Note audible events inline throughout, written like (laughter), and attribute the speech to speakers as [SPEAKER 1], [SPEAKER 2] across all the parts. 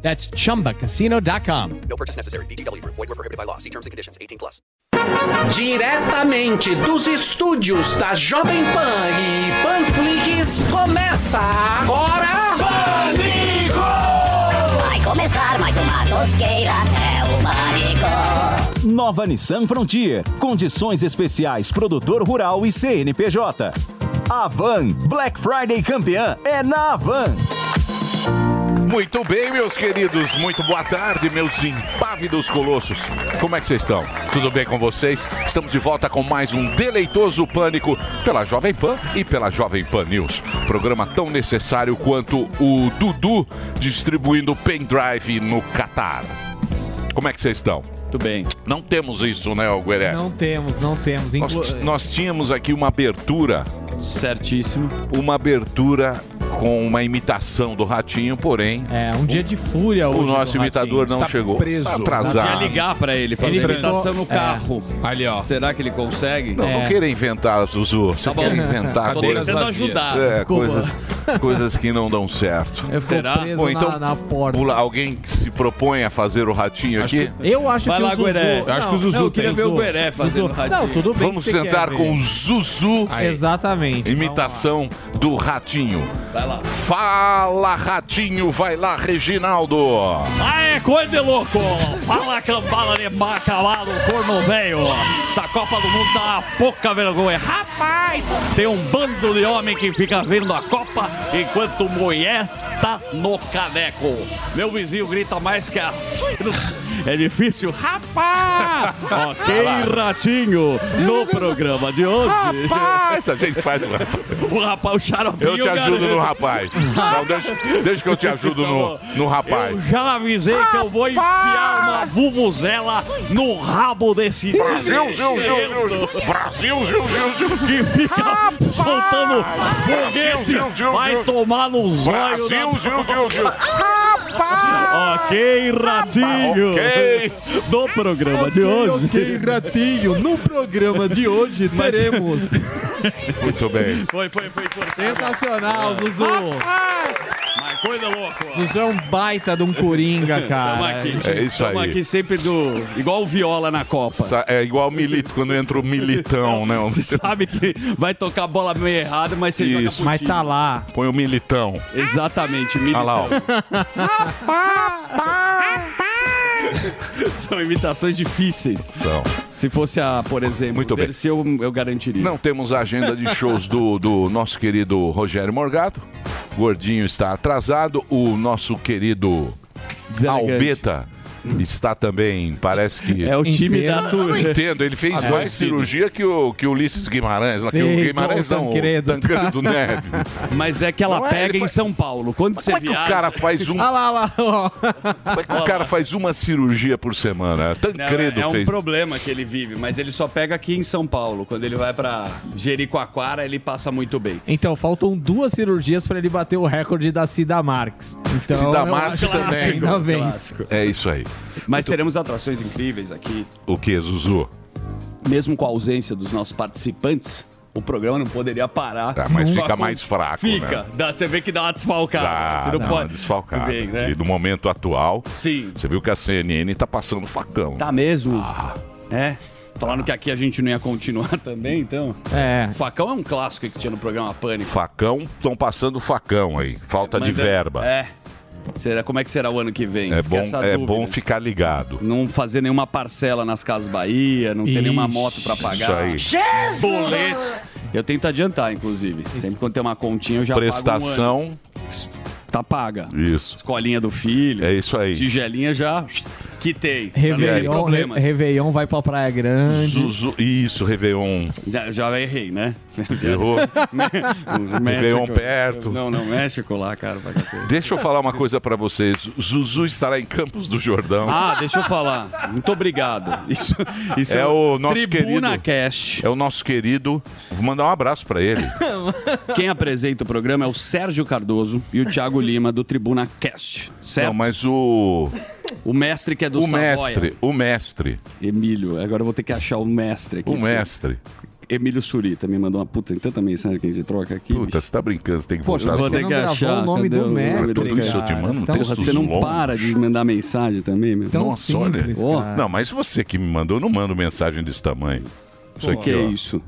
[SPEAKER 1] That's chumbacasino.com.
[SPEAKER 2] No purchase necessary. VGW Group. Void were prohibited by law. See terms and conditions. 18 plus.
[SPEAKER 3] Diretamente dos estúdios da Jovem Pan e Panflix, começa agora...
[SPEAKER 4] Vai começar mais uma tosqueira, é o Marico.
[SPEAKER 5] Nova Nissan Frontier. Condições especiais produtor rural e CNPJ. Avan. Black Friday campeã é na Avan.
[SPEAKER 6] Muito bem, meus queridos, muito boa tarde, meus impávidos colossos. Como é que vocês estão? Tudo bem com vocês? Estamos de volta com mais um deleitoso pânico pela Jovem Pan e pela Jovem Pan News. Programa tão necessário quanto o Dudu distribuindo pendrive no Catar. Como é que vocês estão?
[SPEAKER 7] Tudo bem.
[SPEAKER 6] Não temos isso, né, Algueré?
[SPEAKER 8] Não temos, não temos. Inclu-
[SPEAKER 6] Nós,
[SPEAKER 8] (laughs)
[SPEAKER 6] nós tínhamos aqui uma abertura.
[SPEAKER 7] Certíssimo.
[SPEAKER 6] Uma abertura com uma imitação do Ratinho, porém.
[SPEAKER 8] É, um dia de fúria hoje
[SPEAKER 6] O nosso
[SPEAKER 8] do Ratinho.
[SPEAKER 6] imitador não
[SPEAKER 8] Está
[SPEAKER 6] chegou.
[SPEAKER 8] Preso.
[SPEAKER 6] Está
[SPEAKER 7] Podia
[SPEAKER 6] atrasado.
[SPEAKER 7] ligar pra ele, fazer
[SPEAKER 8] Ele
[SPEAKER 7] imitação
[SPEAKER 8] tentou-
[SPEAKER 7] no carro. Ali, ó. Será que ele consegue?
[SPEAKER 6] Não, não
[SPEAKER 8] É.
[SPEAKER 6] queira inventar, Zuzu. Você
[SPEAKER 7] Tá bom.
[SPEAKER 6] quer inventar
[SPEAKER 7] Tô
[SPEAKER 6] coisas,
[SPEAKER 7] tentando ajudar.
[SPEAKER 6] é,
[SPEAKER 8] Desculpa.
[SPEAKER 6] coisas, coisas que não dão certo.
[SPEAKER 8] Eu fico
[SPEAKER 7] Será?
[SPEAKER 8] preso
[SPEAKER 6] Ou então,
[SPEAKER 8] na, na porta.
[SPEAKER 6] pula- alguém que se propõe a fazer o ratinho aqui.
[SPEAKER 8] Eu acho
[SPEAKER 7] Vai
[SPEAKER 8] que
[SPEAKER 7] lá,
[SPEAKER 8] o Zuzu...
[SPEAKER 7] Gueré. Eu acho que o Zuzu
[SPEAKER 8] não,
[SPEAKER 7] tem. Eu queria ver o Gueré fazendo
[SPEAKER 8] Zuzu.
[SPEAKER 7] ratinho.
[SPEAKER 8] Não, tudo bem
[SPEAKER 6] Vamos
[SPEAKER 8] que você
[SPEAKER 6] tentar
[SPEAKER 8] quer
[SPEAKER 6] com
[SPEAKER 8] ver.
[SPEAKER 6] o Zuzu.
[SPEAKER 8] Exatamente.
[SPEAKER 6] Imitação do ratinho.
[SPEAKER 7] Vai lá.
[SPEAKER 6] Fala, ratinho. Vai lá, Reginaldo.
[SPEAKER 9] Ah, é coisa de louco! Fala cambala de bacalado, corno velho! Essa Copa do Mundo tá uma pouca vergonha! Rapaz! Tem um bando de homem que fica vendo a Copa enquanto mulher tá no caneco! Meu vizinho grita mais que a. É difícil, rapaz! ok, ratinho! No programa de hoje,
[SPEAKER 6] Rapaz, a gente faz. o-
[SPEAKER 9] o rapaz, o xaropinho.
[SPEAKER 6] Eu te ajudo
[SPEAKER 9] garoto.
[SPEAKER 6] no rapaz. Não, deixa, deixa que eu te ajudo no, no rapaz.
[SPEAKER 9] Eu já avisei que eu vou enfiar uma vuvuzela no rabo desse
[SPEAKER 6] Brasil, Gil, Gil,
[SPEAKER 9] desgraçado
[SPEAKER 6] Gil. Brasil, Gil, Gil, Gil.
[SPEAKER 9] que fica soltando
[SPEAKER 6] Brasil, Gil,
[SPEAKER 9] foguete,
[SPEAKER 6] Gil,
[SPEAKER 9] vai
[SPEAKER 6] Gil.
[SPEAKER 9] tomar nos olhos da...
[SPEAKER 6] Brasil, Gil, Gil, Gil.
[SPEAKER 9] Ok, ratinho.
[SPEAKER 6] Ok.
[SPEAKER 9] Do programa de hoje.
[SPEAKER 8] ratinho. No programa de hoje teremos...
[SPEAKER 6] Muito bem.
[SPEAKER 9] Foi, foi, foi esforçado. É.
[SPEAKER 8] Sensacional, Zuzu.
[SPEAKER 9] Mas coisa louca. ó.
[SPEAKER 8] Zuzu é um baita de um
[SPEAKER 9] (laughs)
[SPEAKER 8] coringa,
[SPEAKER 9] Tamo
[SPEAKER 8] cara.
[SPEAKER 9] aqui.
[SPEAKER 6] É isso
[SPEAKER 9] Tamo
[SPEAKER 6] aí.
[SPEAKER 9] aqui sempre do... Igual o Viola na Copa.
[SPEAKER 6] Sa- É igual milito, quando entra o militão, né?
[SPEAKER 9] Você sabe que vai tocar a bola meio errada, mas você joga
[SPEAKER 6] Isso.
[SPEAKER 9] pro
[SPEAKER 8] Mas
[SPEAKER 9] time.
[SPEAKER 8] tá lá.
[SPEAKER 6] Põe o militão.
[SPEAKER 9] Exatamente,
[SPEAKER 6] Olha
[SPEAKER 9] militão. (laughs)
[SPEAKER 6] lá, ó.
[SPEAKER 9] São imitações difíceis.
[SPEAKER 6] São.
[SPEAKER 9] Se fosse a, por exemplo,
[SPEAKER 6] Muito bem.
[SPEAKER 9] Se eu, eu garantiria.
[SPEAKER 6] Não temos a agenda de shows do, do nosso querido Rogério Morgado. Gordinho está atrasado. O nosso querido
[SPEAKER 9] Deselegante.
[SPEAKER 6] Albeta está também, parece que...
[SPEAKER 9] É o time da
[SPEAKER 6] Eu não
[SPEAKER 9] turma.
[SPEAKER 6] entendo, ele fez mais cirurgia que o, que o Ulisses Guimarães, lá, que o
[SPEAKER 8] Fez,
[SPEAKER 6] Guimarães
[SPEAKER 8] ó, o
[SPEAKER 6] não,
[SPEAKER 8] Tancredo.
[SPEAKER 6] o Tancredo Neves.
[SPEAKER 9] Mas é que ela
[SPEAKER 6] Não é,
[SPEAKER 9] pega
[SPEAKER 6] ele
[SPEAKER 9] em
[SPEAKER 6] foi-
[SPEAKER 9] São Paulo. Quando você
[SPEAKER 6] Como é que
[SPEAKER 9] viaja.
[SPEAKER 6] o cara faz um.
[SPEAKER 8] (laughs) Olha lá, olha lá. ó.
[SPEAKER 6] Como é que o cara faz uma cirurgia por semana?
[SPEAKER 9] Não,
[SPEAKER 6] Tancredo
[SPEAKER 9] é um
[SPEAKER 6] fez.
[SPEAKER 9] problema que ele vive, mas ele só pega aqui em São Paulo. Quando ele vai pra Jericoacoara, ele passa muito bem.
[SPEAKER 8] Então, faltam duas cirurgias pra ele bater o recorde da Cida Marx. Então,
[SPEAKER 6] Cida
[SPEAKER 8] eu
[SPEAKER 6] Marx
[SPEAKER 8] acho que
[SPEAKER 6] também.
[SPEAKER 8] Ainda vence.
[SPEAKER 9] Clássico.
[SPEAKER 6] É isso aí.
[SPEAKER 9] Mas teremos atrações incríveis aqui.
[SPEAKER 6] O que, Zuzu?
[SPEAKER 9] Mesmo com a ausência dos nossos participantes, o programa não poderia parar.
[SPEAKER 6] Ah, mas
[SPEAKER 9] Só
[SPEAKER 6] fica
[SPEAKER 9] com-
[SPEAKER 6] mais fraco,
[SPEAKER 9] Fica.
[SPEAKER 6] né?
[SPEAKER 9] Dá, você vê que dá uma desfalcada. né?
[SPEAKER 6] Ah,
[SPEAKER 9] você não,
[SPEAKER 6] dá uma
[SPEAKER 9] pode.
[SPEAKER 6] desfalcada.
[SPEAKER 9] Tudo bem, né?
[SPEAKER 6] E no momento atual,
[SPEAKER 9] Sim.
[SPEAKER 6] você viu que a CNN tá passando facão.
[SPEAKER 9] Tá mesmo?
[SPEAKER 6] Ah.
[SPEAKER 9] É. Falaram que aqui a gente não ia continuar (laughs) também, então.
[SPEAKER 8] É.
[SPEAKER 9] O Facão é um clássico que tinha no programa Pânico.
[SPEAKER 6] Facão, estão passando facão aí. Falta de
[SPEAKER 9] Mas é-
[SPEAKER 6] verba. É,
[SPEAKER 9] É. Será, como é que será o ano que vem? Fica
[SPEAKER 6] bom,
[SPEAKER 9] essa
[SPEAKER 6] é
[SPEAKER 9] dúvida.
[SPEAKER 6] bom ficar ligado.
[SPEAKER 9] Não fazer nenhuma parcela nas Casas Bahia, não ter
[SPEAKER 8] Ixi,
[SPEAKER 9] nenhuma moto pra
[SPEAKER 6] Isso
[SPEAKER 9] pagar.
[SPEAKER 6] aí.
[SPEAKER 9] Boletos. Eu tento adiantar, inclusive. Sempre quando tem uma continha, eu já pago um ano.
[SPEAKER 6] Prestação,
[SPEAKER 9] Tá paga.
[SPEAKER 6] isso.
[SPEAKER 9] Escolinha do filho.
[SPEAKER 6] É isso aí.
[SPEAKER 9] Tigelinha já Quitei. Também tem
[SPEAKER 8] Réveillon, Re-
[SPEAKER 9] problemas.
[SPEAKER 8] Réveillon vai pra Praia Grande.
[SPEAKER 6] Zuzu, isso, Réveillon.
[SPEAKER 9] Já, já errei, né? (laughs)
[SPEAKER 6] Errou.
[SPEAKER 9] O
[SPEAKER 6] Réveillon perto.
[SPEAKER 9] Não, não, México lá, cara, pra cacete.
[SPEAKER 6] Deixa eu
[SPEAKER 9] (laughs)
[SPEAKER 6] falar uma coisa pra vocês. Zuzu estará em Campos do Jordão.
[SPEAKER 9] Ah, deixa eu falar. Muito obrigado. Isso, isso
[SPEAKER 6] É o nosso
[SPEAKER 9] Tribuna
[SPEAKER 6] querido-
[SPEAKER 9] Cash.
[SPEAKER 6] É o nosso querido. Vou mandar um abraço pra ele.
[SPEAKER 9] (laughs) Quem apresenta o programa é o Sérgio Cardoso e o Thiago Lima do Tribuna Cast. Certo?
[SPEAKER 6] Não, mas o.
[SPEAKER 9] O mestre que é do
[SPEAKER 6] O
[SPEAKER 9] Savoia.
[SPEAKER 6] mestre. O mestre.
[SPEAKER 9] Emílio, agora eu vou ter que achar o mestre aqui.
[SPEAKER 6] O mestre.
[SPEAKER 9] Emílio Surita me mandou uma puta, tem tanta mensagem que a gente troca aqui.
[SPEAKER 6] Puta, você tá brincando, você tem que
[SPEAKER 8] Poxa,
[SPEAKER 6] voltar.
[SPEAKER 9] vou
[SPEAKER 8] você
[SPEAKER 9] ter
[SPEAKER 8] não
[SPEAKER 9] que
[SPEAKER 8] gravou
[SPEAKER 9] achar,
[SPEAKER 8] o nome
[SPEAKER 9] cadê
[SPEAKER 8] do
[SPEAKER 9] o-
[SPEAKER 8] mestre,
[SPEAKER 6] Tudo isso eu
[SPEAKER 8] cara.
[SPEAKER 6] te mando, um
[SPEAKER 8] Tão-
[SPEAKER 6] textos
[SPEAKER 9] Porra, você não
[SPEAKER 6] longos.
[SPEAKER 9] para de mandar mensagem também, meu.
[SPEAKER 8] Tão
[SPEAKER 6] Nossa,
[SPEAKER 8] simples,
[SPEAKER 9] olha.
[SPEAKER 8] cara.
[SPEAKER 6] Não, mas você que me mandou, eu não mando mensagem desse tamanho. Isso
[SPEAKER 9] O
[SPEAKER 6] aqui,
[SPEAKER 9] que é
[SPEAKER 6] ó.
[SPEAKER 9] isso?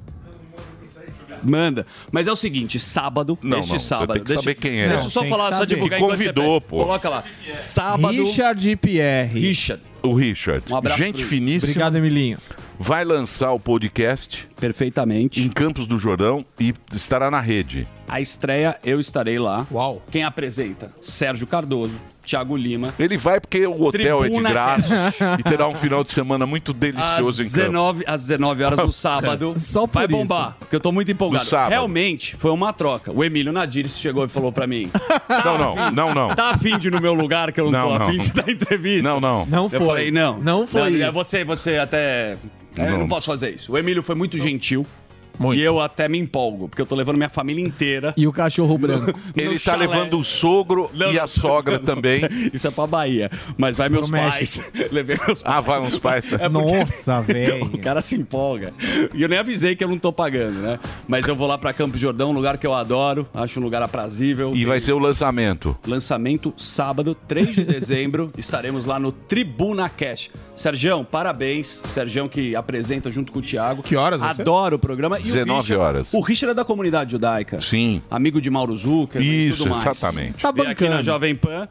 [SPEAKER 9] Manda. Mas é o seguinte, sábado,
[SPEAKER 6] Não,
[SPEAKER 9] este
[SPEAKER 6] não, você
[SPEAKER 9] sábado.
[SPEAKER 6] tem que saber quem é.
[SPEAKER 9] Deixa eu só
[SPEAKER 8] Tem que
[SPEAKER 9] falar, só
[SPEAKER 8] saber.
[SPEAKER 9] divulgar
[SPEAKER 6] Que
[SPEAKER 9] enquanto você
[SPEAKER 6] convidou,
[SPEAKER 9] pede.
[SPEAKER 6] pô.
[SPEAKER 9] Coloca lá. Sábado.
[SPEAKER 8] Richard Pierre.
[SPEAKER 9] Richard.
[SPEAKER 6] O Richard,
[SPEAKER 9] Um abraço
[SPEAKER 6] gente
[SPEAKER 9] pro-
[SPEAKER 6] finíssima,
[SPEAKER 8] Obrigado, Emilinho.
[SPEAKER 6] vai lançar o podcast em
[SPEAKER 9] Perfeitamente.
[SPEAKER 6] Campos do Jordão e estará na rede.
[SPEAKER 9] A estreia, eu estarei lá.
[SPEAKER 8] Uau.
[SPEAKER 9] Quem apresenta? Sérgio Cardoso, Thiago Lima.
[SPEAKER 6] Ele vai porque o hotel é
[SPEAKER 9] Tribuna-
[SPEAKER 6] de
[SPEAKER 9] (laughs)
[SPEAKER 6] graça e terá um final de (laughs) semana muito
[SPEAKER 9] Às
[SPEAKER 6] delicioso em Campos.
[SPEAKER 9] 19, às 19 horas no sábado.
[SPEAKER 8] é Só por
[SPEAKER 9] Vai
[SPEAKER 8] isso.
[SPEAKER 9] bombar, porque eu tô muito empolgado.
[SPEAKER 6] No sábado.
[SPEAKER 9] Realmente, foi uma troca. O Emílio Nadir chegou e falou pra mim:
[SPEAKER 6] (laughs) Não, não, não, não.
[SPEAKER 9] tá afim de ir no meu lugar que eu não,
[SPEAKER 6] Não,
[SPEAKER 9] tô
[SPEAKER 6] não.
[SPEAKER 9] afim de dar entrevista?
[SPEAKER 6] Não, não.
[SPEAKER 8] Não
[SPEAKER 9] Eu
[SPEAKER 8] foi.
[SPEAKER 9] falei, não.
[SPEAKER 8] Não foi.
[SPEAKER 9] é
[SPEAKER 8] isso.
[SPEAKER 9] Você, você até. é, eu
[SPEAKER 6] Não.
[SPEAKER 9] não posso fazer isso. O Emílio foi muito gentil.
[SPEAKER 1] Muito.
[SPEAKER 9] E eu até me empolgo, porque eu tô levando minha família inteira.
[SPEAKER 8] E o cachorro branco.
[SPEAKER 9] (laughs) no
[SPEAKER 6] Ele tá
[SPEAKER 9] chalé.
[SPEAKER 6] levando o sogro
[SPEAKER 9] Não,
[SPEAKER 6] e a
[SPEAKER 9] não,
[SPEAKER 6] sogra
[SPEAKER 9] não, não.
[SPEAKER 6] também.
[SPEAKER 9] (laughs) Isso é pra Bahia. Mas vai meus
[SPEAKER 8] Pro
[SPEAKER 9] pais. (laughs) Levei meus pais.
[SPEAKER 6] Ah, vai uns pais. né?
[SPEAKER 9] (laughs)
[SPEAKER 8] Nossa,
[SPEAKER 9] O
[SPEAKER 8] velho.
[SPEAKER 9] cara se empolga. E eu nem avisei que eu não tô pagando, né? Mas eu vou lá pra Campo de Jordão, um lugar que eu adoro, acho um lugar aprazível.
[SPEAKER 6] E vai ser o lançamento.
[SPEAKER 9] Lançamento sábado, 3 de dezembro. (laughs) Estaremos lá no Tribuna Cash. Sergião, parabéns. Sergião que apresenta junto com o Thiago.
[SPEAKER 1] Que horas vai ser?
[SPEAKER 9] Adoro o programa. E
[SPEAKER 6] 19
[SPEAKER 9] o Richard,
[SPEAKER 6] horas.
[SPEAKER 9] O Richard é da comunidade judaica.
[SPEAKER 6] Sim.
[SPEAKER 9] Amigo de Mauro Zucker e
[SPEAKER 6] Isso,
[SPEAKER 9] tudo mais.
[SPEAKER 6] exatamente.
[SPEAKER 8] Tá
[SPEAKER 9] Vem aqui na
[SPEAKER 8] bancando.
[SPEAKER 9] Jovem Pan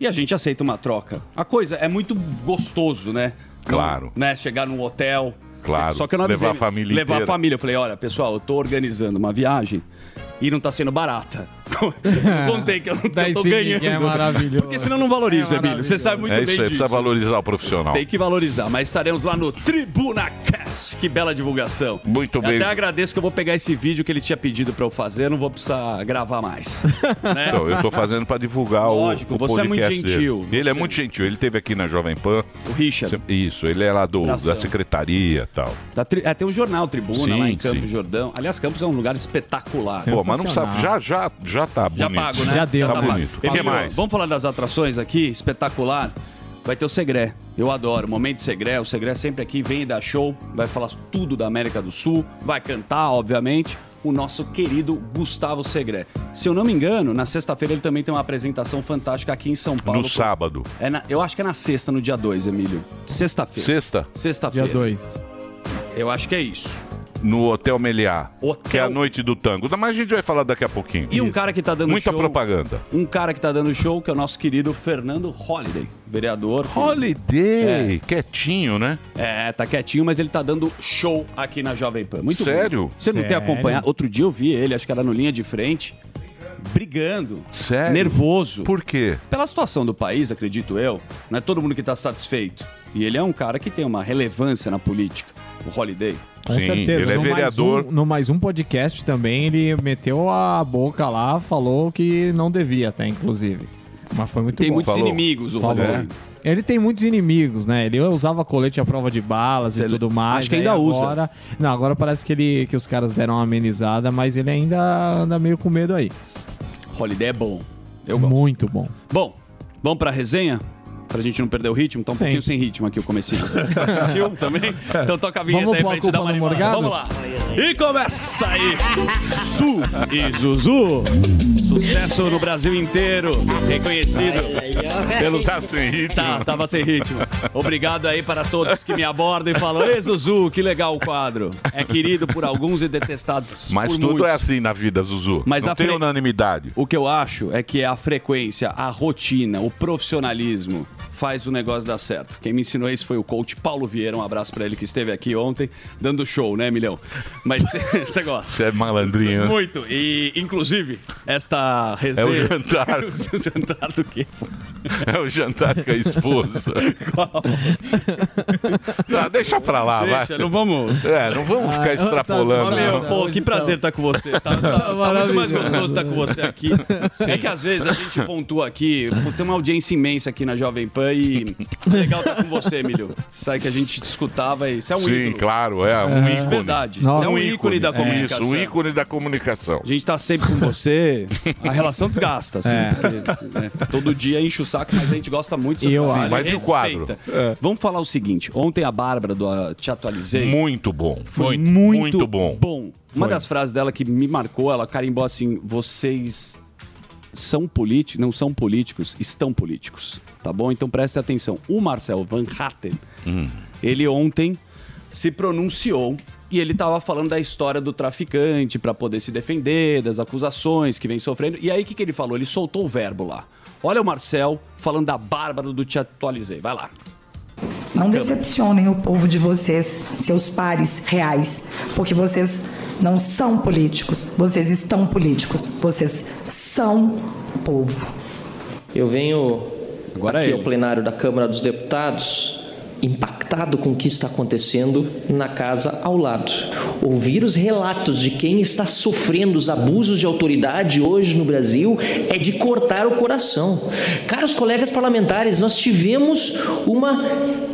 [SPEAKER 9] e a gente aceita uma troca. A coisa é muito gostoso, né?
[SPEAKER 6] Claro.
[SPEAKER 9] Né? Chegar num hotel.
[SPEAKER 6] Claro.
[SPEAKER 9] Só que eu não avisei.
[SPEAKER 6] Levar a família
[SPEAKER 9] Levar
[SPEAKER 6] inteira.
[SPEAKER 9] a família. Eu falei, olha, pessoal, eu tô organizando uma viagem e não tá sendo barata. (laughs) Eu contei que eu não
[SPEAKER 8] Dá
[SPEAKER 9] eu tô
[SPEAKER 8] esse link,
[SPEAKER 9] ganhando.
[SPEAKER 8] é maravilhoso.
[SPEAKER 9] Porque senão eu não valoriza,
[SPEAKER 8] É
[SPEAKER 9] Emílio. Você sabe muito
[SPEAKER 6] É
[SPEAKER 9] bem
[SPEAKER 6] isso aí,
[SPEAKER 9] disso.
[SPEAKER 6] precisa valorizar o profissional.
[SPEAKER 9] Tem que valorizar, mas estaremos lá no Tribuna Cast. Que bela divulgação.
[SPEAKER 6] Muito
[SPEAKER 9] Eu
[SPEAKER 6] bem.
[SPEAKER 9] Até agradeço que eu vou pegar esse vídeo que ele tinha pedido pra eu fazer, eu não vou precisar
[SPEAKER 6] (laughs)
[SPEAKER 9] gravar mais. né?
[SPEAKER 6] Então, eu tô fazendo pra divulgar o-
[SPEAKER 9] Lógico,
[SPEAKER 6] o,
[SPEAKER 9] você é muito
[SPEAKER 6] podcast dele.
[SPEAKER 9] gentil,
[SPEAKER 6] Ele é
[SPEAKER 9] você-
[SPEAKER 6] muito gentil. Ele teve aqui na Jovem Pan.
[SPEAKER 9] O Richard.
[SPEAKER 6] Isso, ele é lá do,
[SPEAKER 9] Abração.
[SPEAKER 6] da secretaria e tal.
[SPEAKER 9] Da tri... é, tem um jornal Tribuna
[SPEAKER 6] Sim,
[SPEAKER 9] lá em
[SPEAKER 6] sim.
[SPEAKER 9] Campos Jordão. Aliás, Campos é um lugar espetacular.
[SPEAKER 6] Pô, mas não
[SPEAKER 8] Sensacional.
[SPEAKER 6] sabe, já, já, já tá bonito.
[SPEAKER 9] Já pago, né?
[SPEAKER 8] Já deu.
[SPEAKER 6] Tá
[SPEAKER 8] Tá
[SPEAKER 6] bonito. O que
[SPEAKER 9] Emílio,
[SPEAKER 6] mais?
[SPEAKER 9] Vamos falar das atrações aqui, espetacular. Vai ter o Segré. Eu adoro. Momento Segré. O Segré sempre aqui vem e dá show. Vai falar tudo da América do Sul. Vai cantar, obviamente. O nosso querido Gustavo Segré. Se eu não me engano, na sexta-feira ele também tem uma apresentação fantástica aqui em São Paulo.
[SPEAKER 6] No sábado.
[SPEAKER 9] É na- eu acho que é na sexta, no dia 2, Emílio. Sexta-feira.
[SPEAKER 6] Sexta,
[SPEAKER 8] Dia
[SPEAKER 9] Sexta-feira.
[SPEAKER 8] 2.
[SPEAKER 9] Eu acho que é isso.
[SPEAKER 6] no Hotel Meliá.
[SPEAKER 9] Hotel-
[SPEAKER 6] Que é a noite do tango. Mas a gente vai falar daqui a pouquinho.
[SPEAKER 9] E um cara que tá dando
[SPEAKER 6] Muita
[SPEAKER 9] show.
[SPEAKER 6] propaganda.
[SPEAKER 9] Um cara que tá dando show, que é o nosso querido Fernando Holiday, vereador.
[SPEAKER 6] Holiday, quietinho, né?
[SPEAKER 9] É, tá quietinho, mas ele tá dando show aqui na Jovem Pan. Muito
[SPEAKER 6] Sério?
[SPEAKER 9] bom. Você não tem
[SPEAKER 8] Sério?
[SPEAKER 9] acompanhado? Outro dia eu vi ele, acho que era no linha de frente, brigando.
[SPEAKER 6] Sério?
[SPEAKER 9] Nervoso.
[SPEAKER 6] Por quê?
[SPEAKER 9] Pela situação do país, acredito eu, não é todo mundo que tá satisfeito. E ele é um cara que tem uma relevância na política. O Holiday.
[SPEAKER 8] Com
[SPEAKER 6] Sim,
[SPEAKER 8] certeza.
[SPEAKER 6] ele é
[SPEAKER 8] no
[SPEAKER 6] vereador.
[SPEAKER 8] Mais um, no mais um podcast também, ele meteu a boca lá, falou que não devia até, inclusive. Mas foi muito
[SPEAKER 9] tem
[SPEAKER 8] bom.
[SPEAKER 9] muitos
[SPEAKER 6] Falou.
[SPEAKER 9] inimigos, o
[SPEAKER 8] Falou. É.
[SPEAKER 9] Holiday.
[SPEAKER 8] Ele tem muitos inimigos, né? Ele usava colete à prova de balas
[SPEAKER 9] Cê-
[SPEAKER 8] e tudo mais.
[SPEAKER 9] acho que
[SPEAKER 8] aí
[SPEAKER 9] ainda usa.
[SPEAKER 8] agora... Não, agora parece que, ele, que os caras deram uma amenizada, mas ele ainda anda meio com medo aí. um.
[SPEAKER 9] Holiday é bom. Eu gosto.
[SPEAKER 8] Muito bom.
[SPEAKER 9] Bom, vamos pra resenha? Pra gente não perder o ritmo? Tá um
[SPEAKER 8] Sim.
[SPEAKER 9] pouquinho sem ritmo aqui o comecinho. Você sentiu também? Então toca a vinheta
[SPEAKER 8] Vamos
[SPEAKER 9] aí
[SPEAKER 8] pôr
[SPEAKER 9] pra
[SPEAKER 8] a
[SPEAKER 9] gente dar uma
[SPEAKER 8] culpa no
[SPEAKER 9] animada. Vamos lá.
[SPEAKER 8] Morgado?
[SPEAKER 9] E começa aí. Su e Zuzu. Sucesso no Brasil inteiro. Reconhecido.
[SPEAKER 6] Pelo tá sem ritmo.
[SPEAKER 9] Tá, tava sem ritmo. Obrigado aí para todos que me abordam e falam: Ei, Zuzu, que legal o quadro. É querido por alguns e detestado
[SPEAKER 6] Mas
[SPEAKER 9] por
[SPEAKER 6] tudo
[SPEAKER 9] muitos.
[SPEAKER 6] é assim na vida, Zuzu.
[SPEAKER 9] Mas
[SPEAKER 6] não
[SPEAKER 9] a
[SPEAKER 6] tem um
[SPEAKER 9] fre- é
[SPEAKER 6] unanimidade.
[SPEAKER 9] O que eu acho é que a frequência, a rotina, o profissionalismo faz o negócio dar certo. Quem me ensinou isso foi o coach Paulo Vieira. Um abraço pra ele que esteve aqui ontem, dando show, né, Milhão? Mas (laughs) você
[SPEAKER 6] Você
[SPEAKER 9] gosta.
[SPEAKER 6] é malandrinho. né?
[SPEAKER 9] Muito. E, inclusive, esta
[SPEAKER 6] É
[SPEAKER 9] resenha. (laughs)
[SPEAKER 6] o jantar.
[SPEAKER 9] O jantar do quê? pô?
[SPEAKER 6] É o jantar com a
[SPEAKER 9] (laughs)
[SPEAKER 6] esposa. Ah, deixa pra lá,
[SPEAKER 9] Deixa,
[SPEAKER 6] vai.
[SPEAKER 9] não vamos.
[SPEAKER 6] É, não
[SPEAKER 9] Ah,
[SPEAKER 6] vamos ficar extrapolando.
[SPEAKER 10] tá,
[SPEAKER 6] não.
[SPEAKER 9] Meu, pô, que prazer estar com você. (laughs) Tá, tá- tá muito mais
[SPEAKER 10] Maravilhoso.
[SPEAKER 9] gostoso estar com você aqui. É que às vezes a gente pontua aqui, pô, tem uma audiência imensa aqui na Jovem Pan e é legal estar com você, Emílio. Você sabe que a gente te escutava e você é um
[SPEAKER 6] Sim,
[SPEAKER 9] ícone.
[SPEAKER 6] claro, é um ícone.
[SPEAKER 9] Verdade.
[SPEAKER 10] Nossa.
[SPEAKER 9] Você é um ícone, da comunicação.
[SPEAKER 6] Isso, um ícone da comunicação.
[SPEAKER 9] A gente tá sempre com você. A relação desgasta, assim.
[SPEAKER 10] É.
[SPEAKER 9] porque, né, todo dia enche o saco, mas a gente gosta muito do seu
[SPEAKER 10] Eu
[SPEAKER 9] trabalho,
[SPEAKER 10] acho.
[SPEAKER 6] Mas e o
[SPEAKER 9] respeita. É.
[SPEAKER 6] quadro? É.
[SPEAKER 9] Vamos falar o seguinte. Ontem a Bárbara do ah, Te Atualizei
[SPEAKER 6] Muito bom.
[SPEAKER 9] foi muito, bom. Uma das frases dela que me marcou, ela carimbou assim: vocês são políticos, não são políticos, estão políticos. Tá bom? Então prestem atenção. O Marcel Van Hatten, ele ontem se pronunciou e ele tava falando da história do traficante para poder se defender, das acusações que vem sofrendo. E aí o que, que ele falou? Ele soltou o verbo lá. Olha o Marcel falando da Bárbara do Te Atualizei. Vai lá.
[SPEAKER 11] Não
[SPEAKER 9] Câmara.
[SPEAKER 11] decepcionem o povo de vocês, seus pares reais, porque vocês não são políticos, vocês estão políticos, vocês são povo.
[SPEAKER 12] Eu venho
[SPEAKER 9] Agora é
[SPEAKER 12] aqui
[SPEAKER 9] ele.
[SPEAKER 12] ao plenário da Câmara dos Deputados impactado com o que está acontecendo na casa ao lado. Ouvir os relatos de quem está sofrendo os abusos de autoridade hoje no Brasil é de cortar o coração. Caros colegas parlamentares, nós tivemos uma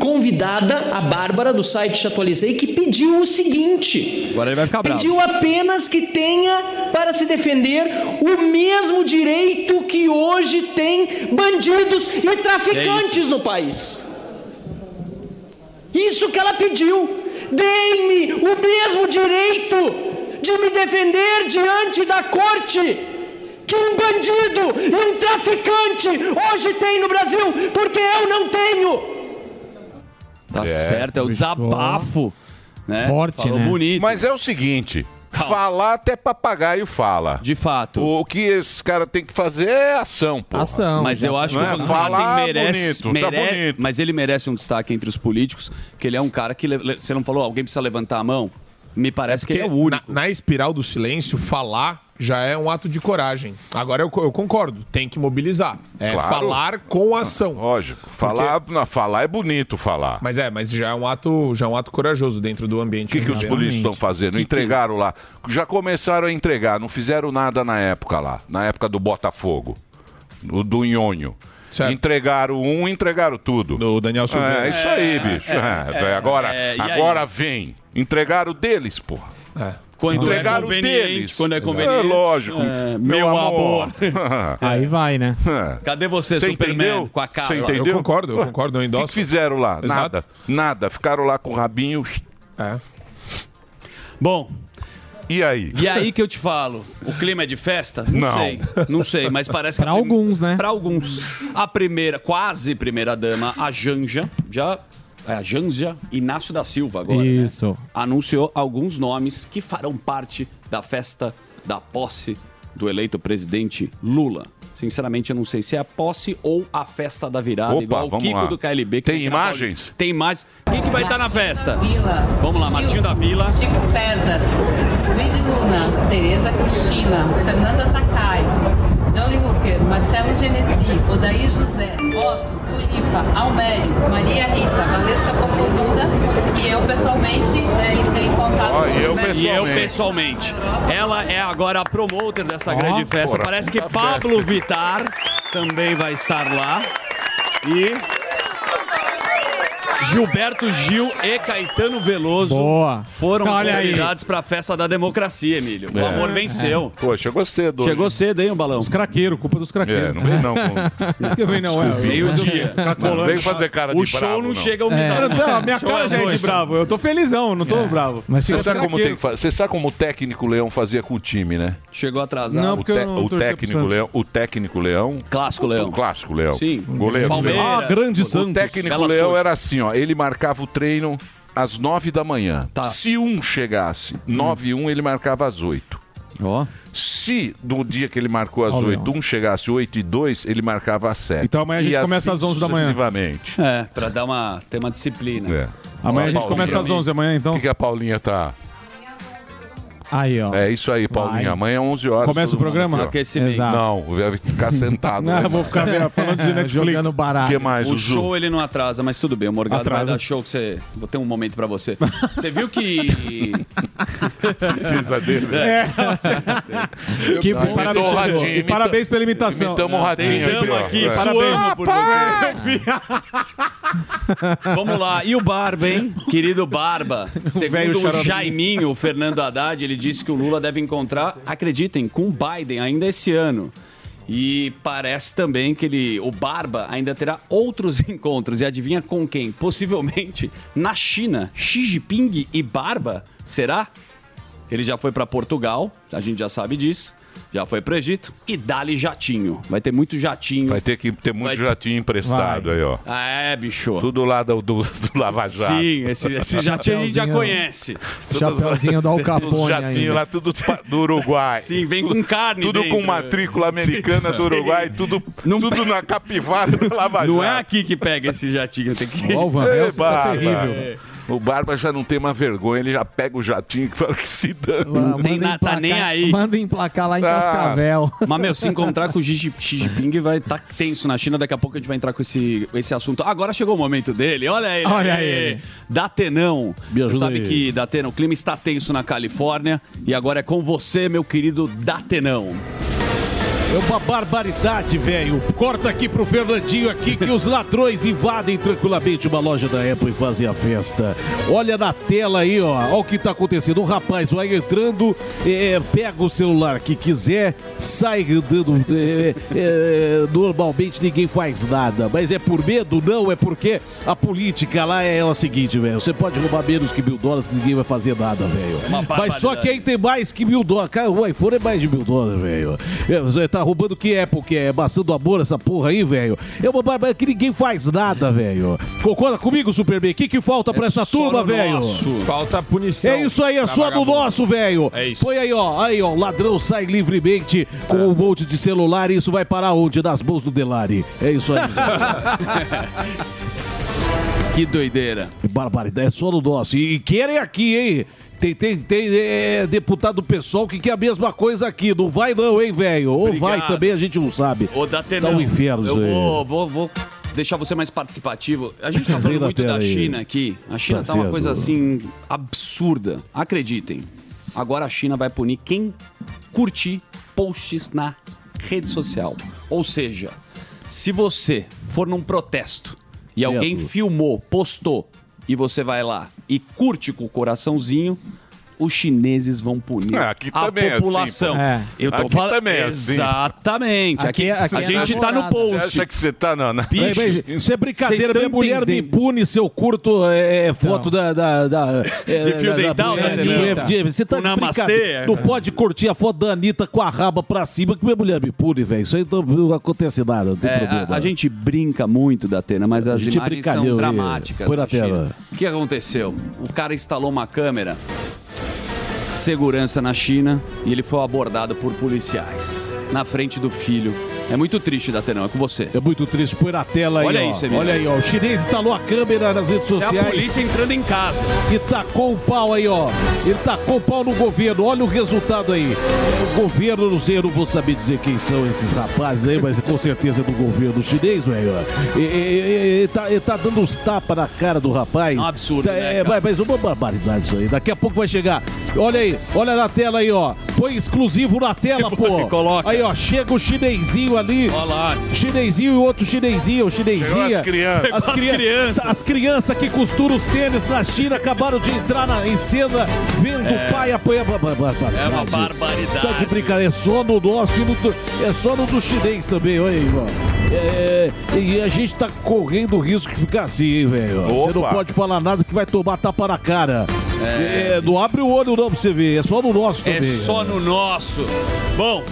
[SPEAKER 12] convidada, a Bárbara do site Te Atualizei, que pediu o seguinte:
[SPEAKER 9] Agora ele vai ficar bravo.
[SPEAKER 12] Pediu apenas que tenha para se defender o mesmo direito que hoje tem bandidos e traficantes no país. Isso que ela pediu. Deem-me o mesmo direito de me defender diante da corte que um bandido e um traficante hoje tem no Brasil, porque eu não tenho.
[SPEAKER 9] Tá certo, é o desabafo. Né?
[SPEAKER 10] Forte,
[SPEAKER 9] Falou
[SPEAKER 10] né?
[SPEAKER 9] bonito.
[SPEAKER 6] Mas é o seguinte: falar até papagaio fala.
[SPEAKER 9] De fato.
[SPEAKER 6] O que esses caras têm que fazer é ação, pô.
[SPEAKER 10] Ação.
[SPEAKER 9] Mas eu acho
[SPEAKER 6] Não é?
[SPEAKER 9] que o Van
[SPEAKER 6] Falar
[SPEAKER 9] Hatten merece,
[SPEAKER 6] bonito, tá
[SPEAKER 9] mere-
[SPEAKER 6] bonito.
[SPEAKER 9] Mas ele merece um destaque entre os políticos, que ele é um cara que. le- le- Você não falou, alguém precisa levantar a mão? Me parece que ele é o único.
[SPEAKER 13] Na, na espiral do silêncio, falar já é um ato de coragem. Agora eu, co- eu concordo, tem que mobilizar. É
[SPEAKER 6] Claro.
[SPEAKER 13] falar com ação.
[SPEAKER 6] Lógico. Falar, não, falar é bonito falar.
[SPEAKER 13] Mas é, mas já é um ato, já é um ato corajoso dentro do ambiente.
[SPEAKER 6] O que, que os polícias estão fazendo? Entregaram lá. Já começaram a entregar, não fizeram nada na época lá, na época do Botafogo, do, do Nhonho.
[SPEAKER 13] Certo.
[SPEAKER 6] Entregaram um, entregaram tudo.
[SPEAKER 13] Do Daniel Silveira.
[SPEAKER 6] É, é isso aí, bicho. É, velho, agora
[SPEAKER 9] é, e aí?
[SPEAKER 6] agora vem. Entregaram deles, porra.
[SPEAKER 13] É.
[SPEAKER 9] Quando
[SPEAKER 6] Entregaram um deles.
[SPEAKER 9] quando é conveniente.
[SPEAKER 6] É lógico.
[SPEAKER 9] É,
[SPEAKER 6] meu
[SPEAKER 9] meu amor.
[SPEAKER 8] (laughs)
[SPEAKER 6] amor. (laughs) É.
[SPEAKER 10] Aí vai, né?
[SPEAKER 9] Cadê você,
[SPEAKER 6] Você
[SPEAKER 9] Superman?
[SPEAKER 6] entendeu?
[SPEAKER 9] Com a cara.
[SPEAKER 6] Você
[SPEAKER 9] lá?
[SPEAKER 6] entendeu?
[SPEAKER 13] Eu concordo, eu concordo, eu
[SPEAKER 6] O que,
[SPEAKER 13] endosso.
[SPEAKER 6] que fizeram lá?
[SPEAKER 13] Exato.
[SPEAKER 6] Nada. Nada. Ficaram lá com o rabinho.
[SPEAKER 13] É.
[SPEAKER 9] Bom,
[SPEAKER 6] E aí?
[SPEAKER 9] e aí que eu te falo? O clima é de festa?
[SPEAKER 6] Não.
[SPEAKER 9] sei. Não sei, mas parece
[SPEAKER 10] Pra alguns, né?
[SPEAKER 9] Para alguns. A primeira, quase primeira dama, a Janja, já. É a Janja Inácio da Silva agora. né?
[SPEAKER 10] Isso.
[SPEAKER 9] anunciou alguns nomes que farão parte da festa da posse do eleito presidente Lula. Sinceramente, eu não sei se é a posse ou a festa da virada,
[SPEAKER 6] Opa,
[SPEAKER 9] igual o
[SPEAKER 6] vamos
[SPEAKER 9] Kiko
[SPEAKER 6] lá.
[SPEAKER 9] do KLB. que
[SPEAKER 6] Tem
[SPEAKER 9] tá na Paulista.
[SPEAKER 6] imagens?
[SPEAKER 9] Tem mais. Quem que vai estar na festa? Vamos lá, Martinho da Vila.
[SPEAKER 11] Chico César, Luiz de Luna, Tereza Cristina, Fernanda Takai, Johnny Hooker, Marcelo Genesi, Odair José, Otto, Tulipa, Almério, Maria Rita, Valesca Popozuda e eu pessoalmente né, entrei em contato
[SPEAKER 6] Ó,
[SPEAKER 11] com os
[SPEAKER 6] eu
[SPEAKER 11] membros.
[SPEAKER 9] E eu
[SPEAKER 6] Pessoalmente.
[SPEAKER 9] pessoalmente. Ela é agora a promoter dessa grande festa.
[SPEAKER 6] porra,
[SPEAKER 9] Parece que
[SPEAKER 6] puta
[SPEAKER 9] Pablo Vitar também vai estar lá. E Gilberto Gil e Caetano Veloso
[SPEAKER 10] Boa.
[SPEAKER 9] foram
[SPEAKER 10] Olha aí. É.
[SPEAKER 9] convidados para a festa da democracia, Emílio. É. O amor venceu.
[SPEAKER 6] É. Pô, chegou cedo. hoje.
[SPEAKER 9] Chegou cedo, hein, o balão?
[SPEAKER 10] Craqueiro, culpa dos
[SPEAKER 6] É,
[SPEAKER 10] craqueiros.
[SPEAKER 6] não vem não. com-
[SPEAKER 10] que vem, não, é.
[SPEAKER 9] Meio-dia.
[SPEAKER 6] Não vem fazer cara de
[SPEAKER 9] O show
[SPEAKER 6] bravo,
[SPEAKER 9] não,
[SPEAKER 6] não.
[SPEAKER 9] chega ao meio
[SPEAKER 10] Não, minha
[SPEAKER 9] Show é dois.
[SPEAKER 10] bravo. Eu tô felizão, não tô bravo. Mas
[SPEAKER 6] Você
[SPEAKER 10] fica
[SPEAKER 6] sabe, como tem
[SPEAKER 10] craqueiro.
[SPEAKER 6] que fa- você sabe como o técnico Leão fazia com o time, né?
[SPEAKER 9] Chegou atrasado.
[SPEAKER 10] Não,
[SPEAKER 6] O,
[SPEAKER 10] porque eu
[SPEAKER 6] te-
[SPEAKER 10] não
[SPEAKER 6] o
[SPEAKER 10] torcia pro
[SPEAKER 6] técnico
[SPEAKER 10] Santos.
[SPEAKER 6] Leão, o técnico Leão,
[SPEAKER 9] Clássico, Leão.
[SPEAKER 6] o clássico Leão.
[SPEAKER 9] Sim.
[SPEAKER 6] Goleiro
[SPEAKER 9] Palmeiras.
[SPEAKER 6] Leão.
[SPEAKER 9] Ah, grande
[SPEAKER 6] O técnico
[SPEAKER 9] Belas
[SPEAKER 6] Leão
[SPEAKER 9] coisas.
[SPEAKER 6] era assim, ó, ele marcava o treino às nove da manhã.
[SPEAKER 9] Tá. Hum.
[SPEAKER 6] Se um chegasse, nove e um, ele marcava às oito.
[SPEAKER 9] Ó.
[SPEAKER 6] Se no dia que ele marcou às
[SPEAKER 10] Ó, Leão.
[SPEAKER 6] oito um chegasse oito e dois, ele marcava às sete. assim
[SPEAKER 13] Então amanhã a gente começa às 11 da manhã.
[SPEAKER 6] Sucessivamente.
[SPEAKER 9] É, pra dar uma, ter uma disciplina.
[SPEAKER 6] É.
[SPEAKER 13] Amanhã
[SPEAKER 6] a gente começa às
[SPEAKER 13] 11 amanhã,
[SPEAKER 6] O
[SPEAKER 13] então.
[SPEAKER 6] que, que a Paulinha tá?
[SPEAKER 8] Aí, ó.
[SPEAKER 6] É isso aí, Paulinho.
[SPEAKER 8] Vai.
[SPEAKER 6] Amanhã 11 horas.
[SPEAKER 8] Começa
[SPEAKER 6] todo
[SPEAKER 8] o programa?
[SPEAKER 6] mundo aqui, ó.
[SPEAKER 8] Aquecimento. Exato.
[SPEAKER 6] Não, vai ficar sentado.
[SPEAKER 9] Não,
[SPEAKER 6] né?
[SPEAKER 9] vou ficar vendo- falando de
[SPEAKER 8] (laughs)
[SPEAKER 9] Netflix.
[SPEAKER 8] Jogando barato.
[SPEAKER 6] que mais,
[SPEAKER 9] o
[SPEAKER 6] Zuzu?
[SPEAKER 9] show ele não atrasa, mas tudo bem. O Morgado
[SPEAKER 6] Atrasa.
[SPEAKER 9] vai dar show que você. Vou ter um momento pra você. Você viu que.
[SPEAKER 6] (laughs) Precisa dele. né?
[SPEAKER 9] É.
[SPEAKER 10] É. Que
[SPEAKER 9] (laughs) bom.
[SPEAKER 10] parabéns,
[SPEAKER 9] Imitou o
[SPEAKER 10] Ratinho,
[SPEAKER 9] Ratinho,
[SPEAKER 10] e
[SPEAKER 9] imita-
[SPEAKER 10] parabéns pela imitação.
[SPEAKER 9] imitamos o Ratinho Tentamos aqui, ó. aqui, É.
[SPEAKER 10] parabéns
[SPEAKER 9] suando por Vamos lá. E o Barba, hein? Querido Barba.
[SPEAKER 10] velho
[SPEAKER 9] Segundo o
[SPEAKER 10] xarope.
[SPEAKER 9] Jaiminho, o Fernando Haddad, ele disse que o Lula deve encontrar, acreditem, com o Biden ainda esse ano. E parece também que ele, o Barba ainda terá outros (laughs) encontros. E adivinha com quem? Possivelmente na China. Xi Jinping e Barba? Será? Ele já foi para Portugal, a gente já sabe disso. Já foi para Egito e dá-lhe jatinho. Vai ter muito jatinho. Vai
[SPEAKER 6] ter que ter muito jatinho emprestado aí, ó.
[SPEAKER 9] É, bicho.
[SPEAKER 6] Tudo lá do, do, do Lava Jato.
[SPEAKER 9] Sim, esse- esse jatinho a gente já Chapeuzinho- conhece.
[SPEAKER 6] (laughs)
[SPEAKER 8] chapeuzinho do Al
[SPEAKER 6] Os
[SPEAKER 8] Capone
[SPEAKER 6] jatinhos
[SPEAKER 8] ainda.
[SPEAKER 6] lá, tudo pa- do Uruguai.
[SPEAKER 9] Sim, vem com carne
[SPEAKER 6] Tudo com
[SPEAKER 9] dentro.
[SPEAKER 6] matrícula americana
[SPEAKER 9] Sim,
[SPEAKER 6] do Uruguai,
[SPEAKER 9] sim.
[SPEAKER 6] tudo, tudo na capivara do Lava Jato.
[SPEAKER 9] Não é aqui que pega esse jatinho, tem que.
[SPEAKER 6] Ó, o Van Helsing tá terrível.
[SPEAKER 9] É.
[SPEAKER 6] O Barba já não tem uma vergonha, ele já pega o jatinho que fala que se dane.
[SPEAKER 8] Manda
[SPEAKER 9] tá
[SPEAKER 8] emplacar- Manda emplacar
[SPEAKER 6] Ah.
[SPEAKER 8] lá em (laughs) Cascavel.
[SPEAKER 9] Mas, meu, se encontrar com o Xi Jin- Xi Jinping vai estar tenso na China. Daqui a pouco a gente vai entrar com esse, esse assunto. Agora chegou o momento dele. Olha ele.
[SPEAKER 8] Olha
[SPEAKER 9] aí.
[SPEAKER 8] ele.
[SPEAKER 9] Datenão. Você
[SPEAKER 8] ajuda
[SPEAKER 9] sabe
[SPEAKER 8] aí.
[SPEAKER 9] que, Datenão, o clima está tenso na Califórnia. E agora é com você, meu querido Datenão.
[SPEAKER 10] É uma barbaridade, velho. Corta aqui pro Fernandinho aqui que os ladrões invadem tranquilamente uma loja da Apple e fazem a festa. Olha na tela aí, ó. Olha o que tá acontecendo. O rapaz vai entrando, é, pega o celular que quiser, sai andando. é, é, normalmente ninguém faz nada. Mas é por medo? Não, é porque a política lá é a seguinte, velho. Você pode roubar menos que mil dólares que ninguém vai fazer nada, velho.
[SPEAKER 9] Uma
[SPEAKER 10] Mas só
[SPEAKER 9] barbaridade.
[SPEAKER 10] quem tem mais que mil dólares. Cara, o iPhone é mais de mil dólares, velho. É, Você tá roubando que é, porque é maçã do amor essa porra aí, velho. É uma barba que ninguém faz nada, velho. Concorda comigo, Superman? O que, que falta pra
[SPEAKER 13] É
[SPEAKER 10] essa
[SPEAKER 13] só
[SPEAKER 10] turma,
[SPEAKER 13] no
[SPEAKER 10] velho?
[SPEAKER 13] nosso. Falta punição.
[SPEAKER 10] É isso aí, é
[SPEAKER 13] pra
[SPEAKER 10] só do
[SPEAKER 13] vagabundo.
[SPEAKER 10] nosso, velho.
[SPEAKER 13] É isso. É.
[SPEAKER 10] Põe aí, ó. Aí, ó. O ladrão sai livremente com um monte de celular e isso vai parar onde? Nas mãos do Delari. É isso aí.
[SPEAKER 9] (laughs) que doideira.
[SPEAKER 10] Barbaridade, é só no nosso. E, e querem aqui, hein? Tem, tem, tem é, deputado do pessoal que quer a mesma coisa aqui. Não vai não, hein, velho? Ou vai
[SPEAKER 9] Obrigado.
[SPEAKER 10] também, a gente não sabe.
[SPEAKER 9] Ô, Datenão.
[SPEAKER 10] Tá um inferno isso
[SPEAKER 9] eu
[SPEAKER 10] aí.
[SPEAKER 9] vou, vou, vou deixar você mais participativo.
[SPEAKER 10] (laughs)
[SPEAKER 9] A gente tá
[SPEAKER 10] Vem
[SPEAKER 9] falando
[SPEAKER 10] na
[SPEAKER 9] muito da
[SPEAKER 10] tela aí.
[SPEAKER 9] China aqui. A China tá,
[SPEAKER 10] Tá
[SPEAKER 9] uma
[SPEAKER 10] certo.
[SPEAKER 9] coisa assim absurda. Acreditem. Agora a China vai punir quem curtir posts na rede social. Ou seja, se você for num protesto e
[SPEAKER 10] Certo.
[SPEAKER 9] alguém filmou, postou e você vai lá e curte com o coraçãozinho, os chineses vão punir
[SPEAKER 6] Ah, aqui
[SPEAKER 9] a
[SPEAKER 6] também é assim,
[SPEAKER 9] população.
[SPEAKER 6] pô. É.
[SPEAKER 9] Eu tô
[SPEAKER 6] Aqui
[SPEAKER 9] falando
[SPEAKER 6] também é assim.
[SPEAKER 9] exatamente.
[SPEAKER 10] é-
[SPEAKER 9] Aqui, a gente tá no post.
[SPEAKER 6] Você acha que você tá na... na...
[SPEAKER 10] Mas, mas, Isso é brincadeira,
[SPEAKER 9] Vocês tão
[SPEAKER 10] minha mulher me
[SPEAKER 9] entendendo. Então.
[SPEAKER 10] pune se eu curto é, é, foto da, da, da- é,
[SPEAKER 9] De fio
[SPEAKER 10] da- da
[SPEAKER 9] dental,
[SPEAKER 10] mulher,
[SPEAKER 9] né,
[SPEAKER 10] de
[SPEAKER 9] Daniel?
[SPEAKER 10] mulher, de- Você tá
[SPEAKER 9] Um
[SPEAKER 10] de
[SPEAKER 9] namastê,
[SPEAKER 10] brincadeira.
[SPEAKER 9] é.
[SPEAKER 10] Não pode curtir a foto da Anitta com a raba pra cima que minha mulher me pune, velho. Isso aí não, não acontece nada, não tem
[SPEAKER 9] É,
[SPEAKER 10] problema. né?
[SPEAKER 9] a, a gente brinca muito da Atena, mas as
[SPEAKER 10] gente
[SPEAKER 9] imagens
[SPEAKER 10] brincadeira
[SPEAKER 9] são
[SPEAKER 10] aí.
[SPEAKER 9] dramáticas.
[SPEAKER 10] Põe na
[SPEAKER 9] da China.
[SPEAKER 10] tela.
[SPEAKER 9] O que aconteceu? O cara instalou uma câmera de segurança na China e ele foi abordado por policiais na frente do filho. É muito triste, Datena, é com você.
[SPEAKER 10] É muito triste. Põe na tela aí,
[SPEAKER 9] Olha
[SPEAKER 10] ó.
[SPEAKER 9] isso, Emílio.
[SPEAKER 10] Olha aí, ó. O chinês tá instalou a câmera nas redes
[SPEAKER 9] Isso é a
[SPEAKER 10] sociais.
[SPEAKER 9] polícia entrando em casa.
[SPEAKER 10] E tacou o pau aí, ó. Ele tacou o pau no governo. Olha o resultado aí. É, O governo, não sei, eu não vou saber dizer quem são esses rapazes aí, mas com certeza é do governo chinês, velho. E- e- e- Ele tá, ele tá dando uns tapas na cara do rapaz.
[SPEAKER 9] É um absurdo,
[SPEAKER 10] Tá-
[SPEAKER 9] né,
[SPEAKER 10] é,
[SPEAKER 9] cara?
[SPEAKER 10] mas- mas uma barbaridade isso aí. Daqui a pouco vai chegar. Olha aí, olha na tela aí, ó. Põe exclusivo na
[SPEAKER 9] (laughs)
[SPEAKER 10] tela, pô.
[SPEAKER 9] Coloca.
[SPEAKER 10] Aí, ó, chega o chinesinho ali.
[SPEAKER 9] Olha lá.
[SPEAKER 10] Chinesinho e outro chinesinho,
[SPEAKER 6] Chegou
[SPEAKER 10] chinesinha.
[SPEAKER 6] as crianças.
[SPEAKER 10] É. As,
[SPEAKER 6] Chegou as
[SPEAKER 10] crianças.
[SPEAKER 6] crianças.
[SPEAKER 10] As crianças que costuram os tênis na China acabaram de entrar na, em cena vendo
[SPEAKER 9] É.
[SPEAKER 10] o pai apoiar. ba- ba- ba-
[SPEAKER 9] É uma
[SPEAKER 10] barbaridade.
[SPEAKER 9] barbaridade.
[SPEAKER 10] Você tá de brincadeira, é só no nosso e no do- é só no do chinês também, olha aí, ó. É, e a gente tá correndo o risco de ficar assim, hein, velho. Você não
[SPEAKER 6] Opa.
[SPEAKER 10] pode falar nada que vai tomar tapa na cara.
[SPEAKER 9] É.
[SPEAKER 10] É, não abre o olho não pra você ver, é só no nosso
[SPEAKER 9] É
[SPEAKER 10] também.
[SPEAKER 9] só no nosso. Bom.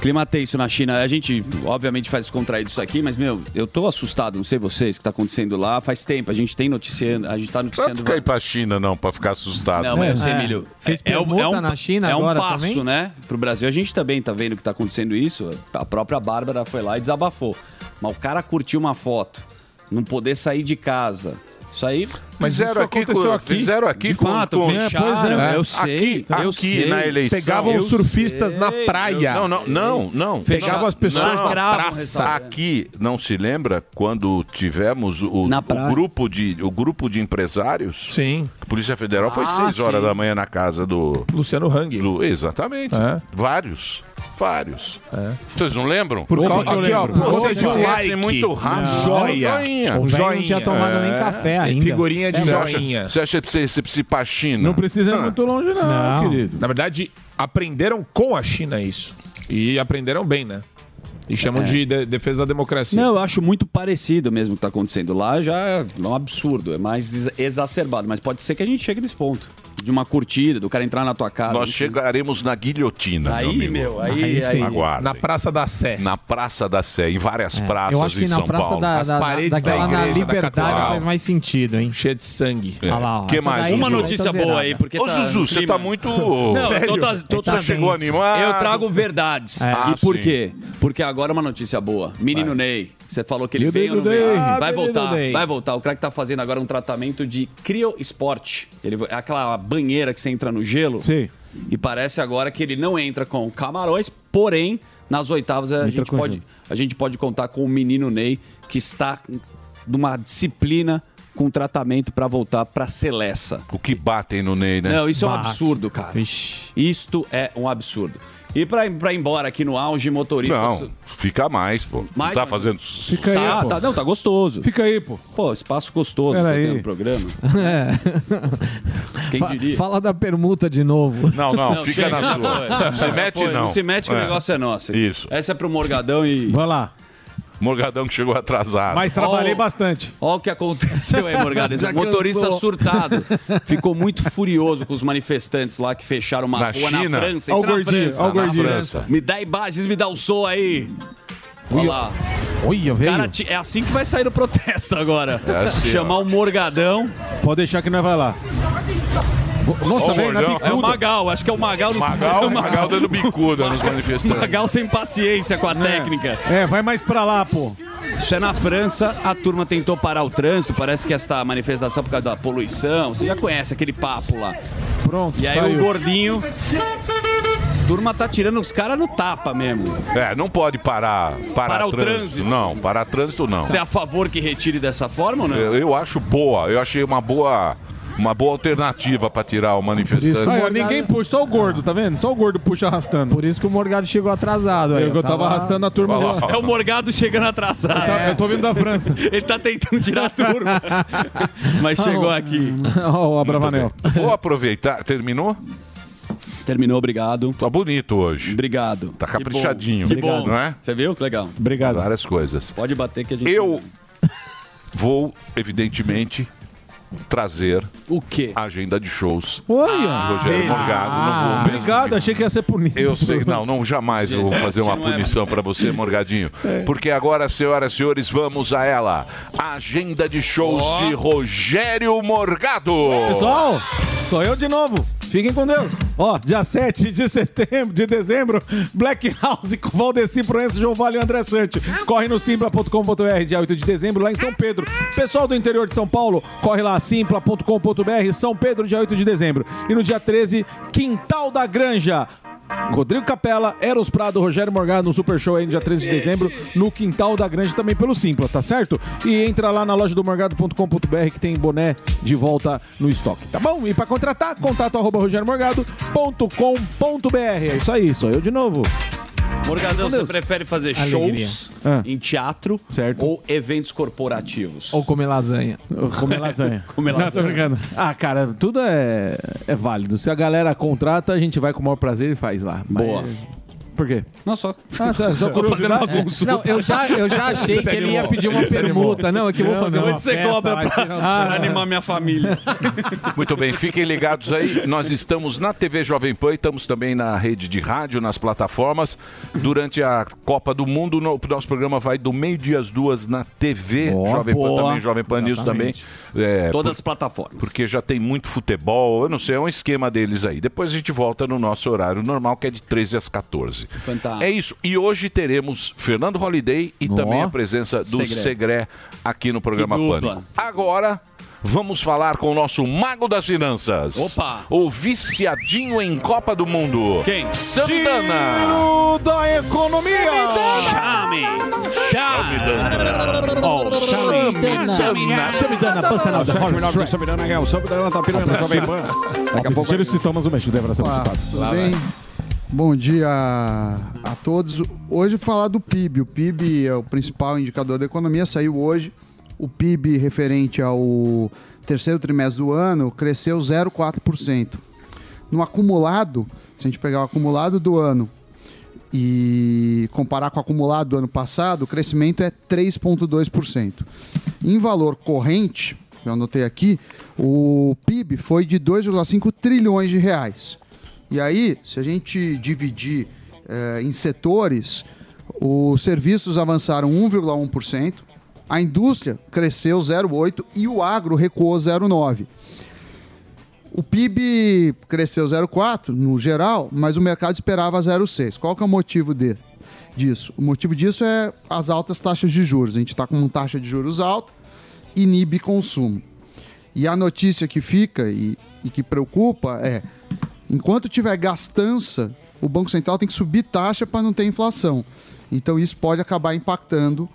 [SPEAKER 9] Clima tenso na China. A gente, obviamente, faz descontraído isso aqui, mas, meu, eu tô assustado, não sei vocês, o que tá acontecendo lá. Faz tempo, a gente tem noticiando, a gente tá
[SPEAKER 6] Não precisa
[SPEAKER 9] noticiando.
[SPEAKER 6] ficar aí pra China, não, pra ficar assustado.
[SPEAKER 9] Não, mas eu sei, Emílio. um- um- é um passo,
[SPEAKER 6] né?
[SPEAKER 9] né? Pro Brasil, a gente também tá vendo que tá acontecendo isso. A própria Bárbara foi lá e desabafou. Mas o cara curtiu uma foto, não poder sair de casa, Isso aí.
[SPEAKER 6] Mas
[SPEAKER 9] isso
[SPEAKER 6] fizeram aqui
[SPEAKER 9] aconteceu
[SPEAKER 6] com- fizeram aqui
[SPEAKER 9] de
[SPEAKER 6] com-
[SPEAKER 9] fato,
[SPEAKER 6] com-
[SPEAKER 9] fecharam,
[SPEAKER 6] Pois é.
[SPEAKER 9] Eu
[SPEAKER 6] Aqui-
[SPEAKER 9] sei. eu
[SPEAKER 6] aqui
[SPEAKER 9] sei.
[SPEAKER 6] na eleição.
[SPEAKER 13] Pegavam
[SPEAKER 6] Eu
[SPEAKER 13] os surfistas na
[SPEAKER 9] sei,
[SPEAKER 13] praia.
[SPEAKER 6] Não, não, não, não.
[SPEAKER 13] Pegavam as pessoas
[SPEAKER 6] Não,
[SPEAKER 13] na
[SPEAKER 6] praça.
[SPEAKER 13] praça.
[SPEAKER 6] Aqui não se lembra quando tivemos o, o grupo de o grupo de empresários?
[SPEAKER 13] Sim.
[SPEAKER 6] A Polícia Federal foi
[SPEAKER 13] Ah,
[SPEAKER 6] 6 horas
[SPEAKER 13] sim.
[SPEAKER 6] da manhã na casa do
[SPEAKER 13] Luciano Hang.
[SPEAKER 6] exatamente.
[SPEAKER 13] É.
[SPEAKER 6] Vários. Vários. Vocês não lembram?
[SPEAKER 13] Por causa- Opa, que eu aqui, ó, lembro. por causa
[SPEAKER 6] Vocês
[SPEAKER 13] de um
[SPEAKER 6] esquecem
[SPEAKER 13] like.
[SPEAKER 6] muito É.
[SPEAKER 13] Não.
[SPEAKER 6] rápido.
[SPEAKER 13] Joia. O velho não tinha tomado nem café ainda. Figurinha de
[SPEAKER 6] Você acha-
[SPEAKER 13] joinha.
[SPEAKER 6] Você acha que você, você precisa ir pra China? Não
[SPEAKER 13] precisa ir muito
[SPEAKER 10] longe,
[SPEAKER 6] não, querido.
[SPEAKER 13] Na verdade, aprenderam com a China isso. E aprenderam bem, né? E chamam
[SPEAKER 9] É.
[SPEAKER 13] de, de- defesa da democracia.
[SPEAKER 9] Não, eu acho muito parecido mesmo o que está acontecendo. Lá já é um absurdo, é mais ex- exacerbado. Mas pode ser que a gente chegue nesse ponto. De uma curtida, do cara entrar na tua casa.
[SPEAKER 6] Nós chegaremos na guilhotina.
[SPEAKER 9] Aí,
[SPEAKER 6] amigo.
[SPEAKER 9] meu, aí- Aí sim. aí.
[SPEAKER 6] Aguardem.
[SPEAKER 13] Na Praça da Sé.
[SPEAKER 6] Na Praça da Sé, em várias
[SPEAKER 13] É.
[SPEAKER 6] praças
[SPEAKER 8] Eu acho que
[SPEAKER 6] em
[SPEAKER 8] na
[SPEAKER 6] São
[SPEAKER 8] Praça
[SPEAKER 6] Paulo.
[SPEAKER 8] da,
[SPEAKER 6] As
[SPEAKER 8] da,
[SPEAKER 6] paredes
[SPEAKER 8] daquela
[SPEAKER 6] da
[SPEAKER 8] na
[SPEAKER 6] igreja, da
[SPEAKER 8] Liberdade
[SPEAKER 6] catedral.
[SPEAKER 8] faz mais sentido, hein?
[SPEAKER 13] Cheia de sangue.
[SPEAKER 8] Olha lá,
[SPEAKER 9] Ah,
[SPEAKER 8] ó.
[SPEAKER 6] É. que
[SPEAKER 8] Essa
[SPEAKER 6] mais,
[SPEAKER 8] daí
[SPEAKER 6] Zuzu?
[SPEAKER 8] tá zerada.
[SPEAKER 6] Ô, Zuzu, você tá muito...
[SPEAKER 9] (laughs) Não, eu tô, tô
[SPEAKER 6] Tá
[SPEAKER 9] trazendo-
[SPEAKER 6] chegou animado.
[SPEAKER 8] (laughs)
[SPEAKER 9] Eu trago verdades.
[SPEAKER 6] É. Ah,
[SPEAKER 9] e por
[SPEAKER 6] sim.
[SPEAKER 9] quê? Porque agora é uma notícia boa. Menino Ney. Você falou que ele
[SPEAKER 6] Menino
[SPEAKER 9] veio ou não veio?
[SPEAKER 6] Ney. Ah,
[SPEAKER 9] vai
[SPEAKER 6] menino
[SPEAKER 9] voltar,
[SPEAKER 6] Ney.
[SPEAKER 9] vai voltar. O craque tá fazendo agora um tratamento de crioesporte. Ele, é aquela banheira que você entra no gelo. Sim. E parece agora que ele não entra com camarões, porém, nas oitavas a,
[SPEAKER 8] Entra
[SPEAKER 9] gente
[SPEAKER 8] com
[SPEAKER 9] pode,
[SPEAKER 8] gelo.
[SPEAKER 9] a gente pode contar com o menino Ney, que está numa disciplina com tratamento para voltar para Celessa.
[SPEAKER 6] O que batem no Ney, né?
[SPEAKER 9] Não, isso é um
[SPEAKER 6] Bate.
[SPEAKER 9] absurdo, cara. Isto é um absurdo. E pra, pra ir embora aqui no auge, motorista.
[SPEAKER 6] Não, fica mais, pô.
[SPEAKER 9] Mais,
[SPEAKER 6] não tá
[SPEAKER 9] mano.
[SPEAKER 6] fazendo...
[SPEAKER 9] Fica aí, tá, tá, não, tá gostoso. Fica
[SPEAKER 10] aí, pô.
[SPEAKER 9] Pô, espaço gostoso
[SPEAKER 8] Pera
[SPEAKER 9] que
[SPEAKER 8] aí.
[SPEAKER 9] tem no programa. Quem
[SPEAKER 8] Fa-
[SPEAKER 9] diria?
[SPEAKER 8] Fala da permuta de novo.
[SPEAKER 9] chega, já foi. Já foi, se mete que o
[SPEAKER 6] É.
[SPEAKER 9] negócio é nosso.
[SPEAKER 6] Isso.
[SPEAKER 9] Essa é pro Morgadão e.
[SPEAKER 10] Vai lá.
[SPEAKER 6] Morgadão que chegou atrasado.
[SPEAKER 10] Mas trabalhei bastante.
[SPEAKER 9] Olha o que aconteceu aí, Morgado.
[SPEAKER 14] (laughs)
[SPEAKER 9] Esse
[SPEAKER 10] (laughs) Já
[SPEAKER 9] motorista
[SPEAKER 10] cansou.
[SPEAKER 9] surtado. Ficou muito furioso com os manifestantes lá que fecharam uma
[SPEAKER 6] Na
[SPEAKER 9] rua
[SPEAKER 6] China?
[SPEAKER 9] na
[SPEAKER 6] Ó
[SPEAKER 9] França.
[SPEAKER 6] o
[SPEAKER 9] Isso é na
[SPEAKER 6] gordinho,
[SPEAKER 9] França,
[SPEAKER 6] ó o
[SPEAKER 9] na
[SPEAKER 6] gordinho.
[SPEAKER 9] França. Me dá imagens, me dá o som aí. Olha lá.
[SPEAKER 10] Olha,
[SPEAKER 9] Cara, ti- é assim que vai sair o protesto agora.
[SPEAKER 10] É assim,
[SPEAKER 9] Chamar o Morgadão.
[SPEAKER 10] Pode deixar que nós vai lá. Vo- Nossa,
[SPEAKER 9] Ó,
[SPEAKER 10] velho, na
[SPEAKER 9] Morgão.
[SPEAKER 10] bicuda.
[SPEAKER 9] É o Magal, acho que é o Magal do
[SPEAKER 10] Magal, Magal
[SPEAKER 6] dando bicuda nos manifestantes.
[SPEAKER 9] Magal sem paciência com a técnica.
[SPEAKER 10] É, vai mais pra lá, pô.
[SPEAKER 9] Isso é na França, a turma tentou parar o trânsito, parece que esta manifestação por causa da poluição, você já conhece aquele papo lá.
[SPEAKER 10] Pronto,
[SPEAKER 9] E aí
[SPEAKER 10] saiu.
[SPEAKER 9] o gordinho. Turma tá tirando os caras no tapa mesmo.
[SPEAKER 6] É, não pode parar. Parar,
[SPEAKER 9] Parar o trânsito.
[SPEAKER 6] Não, parar trânsito não.
[SPEAKER 9] Você é a favor que retire dessa forma ou não?
[SPEAKER 6] Eu, eu acho boa, eu achei uma boa, uma boa alternativa pra tirar o manifestante.
[SPEAKER 10] Aí, ó, ninguém puxa, só o gordo, tá vendo? Só o gordo puxa arrastando. Por
[SPEAKER 8] isso que o Morgado chegou atrasado.
[SPEAKER 10] eu, eu tava, arrastando a turma lá.
[SPEAKER 9] É o Morgado chegando atrasado.
[SPEAKER 10] Tá- Eu tô vindo
[SPEAKER 9] (laughs)
[SPEAKER 10] da França.
[SPEAKER 9] Ele tá tentando tirar a turma.
[SPEAKER 10] (laughs)
[SPEAKER 9] Mas chegou aqui.
[SPEAKER 10] (laughs) Ó, o Abravanel.
[SPEAKER 6] Vou aproveitar. Terminou?
[SPEAKER 9] Terminou, obrigado.
[SPEAKER 6] Tá bonito hoje.
[SPEAKER 9] Obrigado.
[SPEAKER 6] Tá caprichadinho.
[SPEAKER 9] Que bom.
[SPEAKER 6] Não é?
[SPEAKER 9] Você viu? Que legal.
[SPEAKER 10] Obrigado.
[SPEAKER 6] Várias coisas.
[SPEAKER 9] Pode bater que a gente.
[SPEAKER 6] Eu vou, evidentemente, trazer
[SPEAKER 9] o quê? Ah,
[SPEAKER 6] A agenda de shows.
[SPEAKER 10] Olha.
[SPEAKER 6] do Rogério Morgado. Não vou mesmo.
[SPEAKER 10] Obrigado, achei que ia ser punido.
[SPEAKER 6] Eu sei, não, não jamais eu vou fazer uma punição pra você,
[SPEAKER 10] (laughs)
[SPEAKER 6] Morgadinho.
[SPEAKER 10] É.
[SPEAKER 6] Porque agora, senhoras e senhores, vamos a ela. A agenda de shows
[SPEAKER 10] Ó.
[SPEAKER 6] de Rogério Morgado.
[SPEAKER 10] Pessoal, sou eu de novo. Fiquem com Deus. Ó, dia 7 de setembro, de dezembro, Black House com Valdeci Proença, João Vale e André Sante. Corre no simpla.com.br, dia 8 de dezembro, lá em São Pedro. Pessoal do interior de São Paulo, corre lá, simpla.com.br, São Pedro, dia 8 de dezembro. E no dia 13, Quintal da Granja. Rodrigo Capela, Eros Prado, Rogério Morgado no Super Show aí no dia 13 de dezembro, no Quintal da Granja, também pelo Simpla, tá certo? E entra lá na loja do morgado.com.br que tem boné de volta no estoque, tá bom? E pra contratar, contato arroba rogeriomorgado.com.br. É isso aí, sou eu de novo.
[SPEAKER 9] Morgadão,
[SPEAKER 10] Com
[SPEAKER 9] você
[SPEAKER 10] Deus.
[SPEAKER 9] prefere fazer
[SPEAKER 10] Alegria.
[SPEAKER 9] shows em teatro ou eventos corporativos?
[SPEAKER 8] Ou comer lasanha.
[SPEAKER 10] Comer lasanha.
[SPEAKER 9] (laughs) Comer
[SPEAKER 10] Não, tô
[SPEAKER 9] lasanha.
[SPEAKER 10] brincando. Ah, cara, tudo é, é válido. Se a galera contrata, a gente vai com o maior prazer e faz lá. Mas-
[SPEAKER 9] Boa.
[SPEAKER 10] Por quê?
[SPEAKER 9] Não, só.
[SPEAKER 10] Ah, tá, só
[SPEAKER 9] Tô É (laughs) fazendo uma
[SPEAKER 10] curiosidade.
[SPEAKER 9] consulta.
[SPEAKER 8] Não, eu já, eu já achei que ele ia pedir uma permuta. Não, é que eu vou fazer uma
[SPEAKER 9] Onde você
[SPEAKER 8] festa
[SPEAKER 9] cobra
[SPEAKER 8] lá esse
[SPEAKER 9] pra,
[SPEAKER 8] final de
[SPEAKER 9] pra
[SPEAKER 8] semana.
[SPEAKER 9] animar minha família?
[SPEAKER 6] Muito bem, fiquem ligados aí. Nós estamos na TV Jovem Pan, e estamos também na rede de rádio, nas plataformas. Durante a Copa do Mundo, no- o nosso programa vai do meio-dia às duas na TV Jovem Pan
[SPEAKER 9] boa.
[SPEAKER 6] também, Jovem Pan News também.
[SPEAKER 9] Exatamente.
[SPEAKER 6] É,
[SPEAKER 9] Todas as plataformas.
[SPEAKER 6] Porque já tem muito futebol, eu não sei, é um esquema deles aí. Depois a gente volta no nosso horário normal, que é de 13 às 14.
[SPEAKER 9] Fantástico.
[SPEAKER 6] É isso. E hoje teremos Fernando Holiday e também a presença do
[SPEAKER 9] Segré.
[SPEAKER 6] Segré aqui no programa
[SPEAKER 9] Que dupla.
[SPEAKER 6] Pânico. Agora, vamos falar com o nosso mago das finanças.
[SPEAKER 9] Opa!
[SPEAKER 6] O viciadinho em Copa do Mundo. Quem? Santana.
[SPEAKER 10] O da economia.
[SPEAKER 14] Chame. Chame.
[SPEAKER 10] Oh, Samidana.
[SPEAKER 14] Samidana.
[SPEAKER 10] Samidana, passa na hora.
[SPEAKER 9] é
[SPEAKER 15] Daqui a pouco.
[SPEAKER 10] Os sintomas do México deverá ser
[SPEAKER 15] Opa,
[SPEAKER 10] consultado.
[SPEAKER 15] tudo bem? Bom dia a todos. Hoje falar do PIB. O PIB é o principal indicador da economia, saiu hoje. O PIB referente ao terceiro trimestre do ano cresceu 0,4%. No acumulado, se a gente pegar o acumulado do ano e comparar com o acumulado do ano passado, o crescimento é 3,2%. Em valor corrente, eu anotei aqui, o PIB foi de 2,5 trilhões de reais. E aí, se a gente dividir eh, em setores, os serviços avançaram 1,1%, a indústria cresceu 0,8% e o agro recuou 0,9%. O PIB cresceu 0,4 no geral, mas o mercado esperava 0,6. Qual que é o motivo de, disso? O motivo disso é as altas taxas de juros. A gente está com uma taxa de juros alta, inibe consumo. E a notícia que fica e, e que preocupa é: enquanto tiver gastança, o Banco Central tem que subir taxa para não ter inflação. Então isso pode acabar impactando.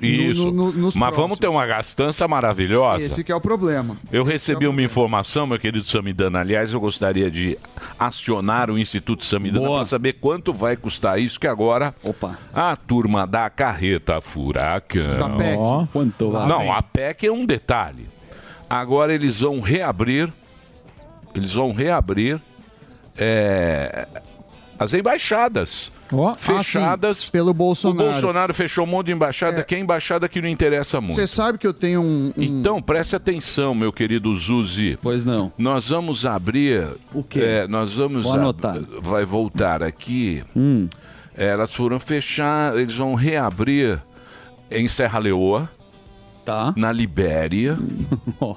[SPEAKER 15] no-
[SPEAKER 6] Isso.
[SPEAKER 15] no- no- nos
[SPEAKER 6] Mas
[SPEAKER 15] próximos.
[SPEAKER 6] vamos ter uma gastança maravilhosa.
[SPEAKER 15] Esse que é o problema.
[SPEAKER 6] Eu recebi uma informação, meu querido Samidana. Aliás, eu gostaria de acionar o Instituto Samidana para saber quanto vai custar isso, que agora a turma da carreta furacão.
[SPEAKER 9] Da PEC. Ó,
[SPEAKER 6] quanto
[SPEAKER 9] vai?
[SPEAKER 6] Não, a PEC é um detalhe. Agora eles vão reabrir. Eles vão reabrir é, as embaixadas. fechadas.
[SPEAKER 15] Assim, pelo Bolsonaro.
[SPEAKER 6] O Bolsonaro fechou um monte de embaixada, que é embaixada que não interessa muito.
[SPEAKER 15] Você sabe que eu tenho um. um-
[SPEAKER 6] Então, preste atenção, meu querido Zuzi.
[SPEAKER 9] Pois não.
[SPEAKER 6] Nós vamos abrir. O quê? nós vamos.
[SPEAKER 9] Vou
[SPEAKER 6] ab-
[SPEAKER 9] anotar. Hum.
[SPEAKER 6] Vai voltar aqui. É, elas foram fechar, eles vão reabrir em Serra Leoa.
[SPEAKER 9] Tá.
[SPEAKER 6] Na
[SPEAKER 9] (laughs)
[SPEAKER 6] Libéria.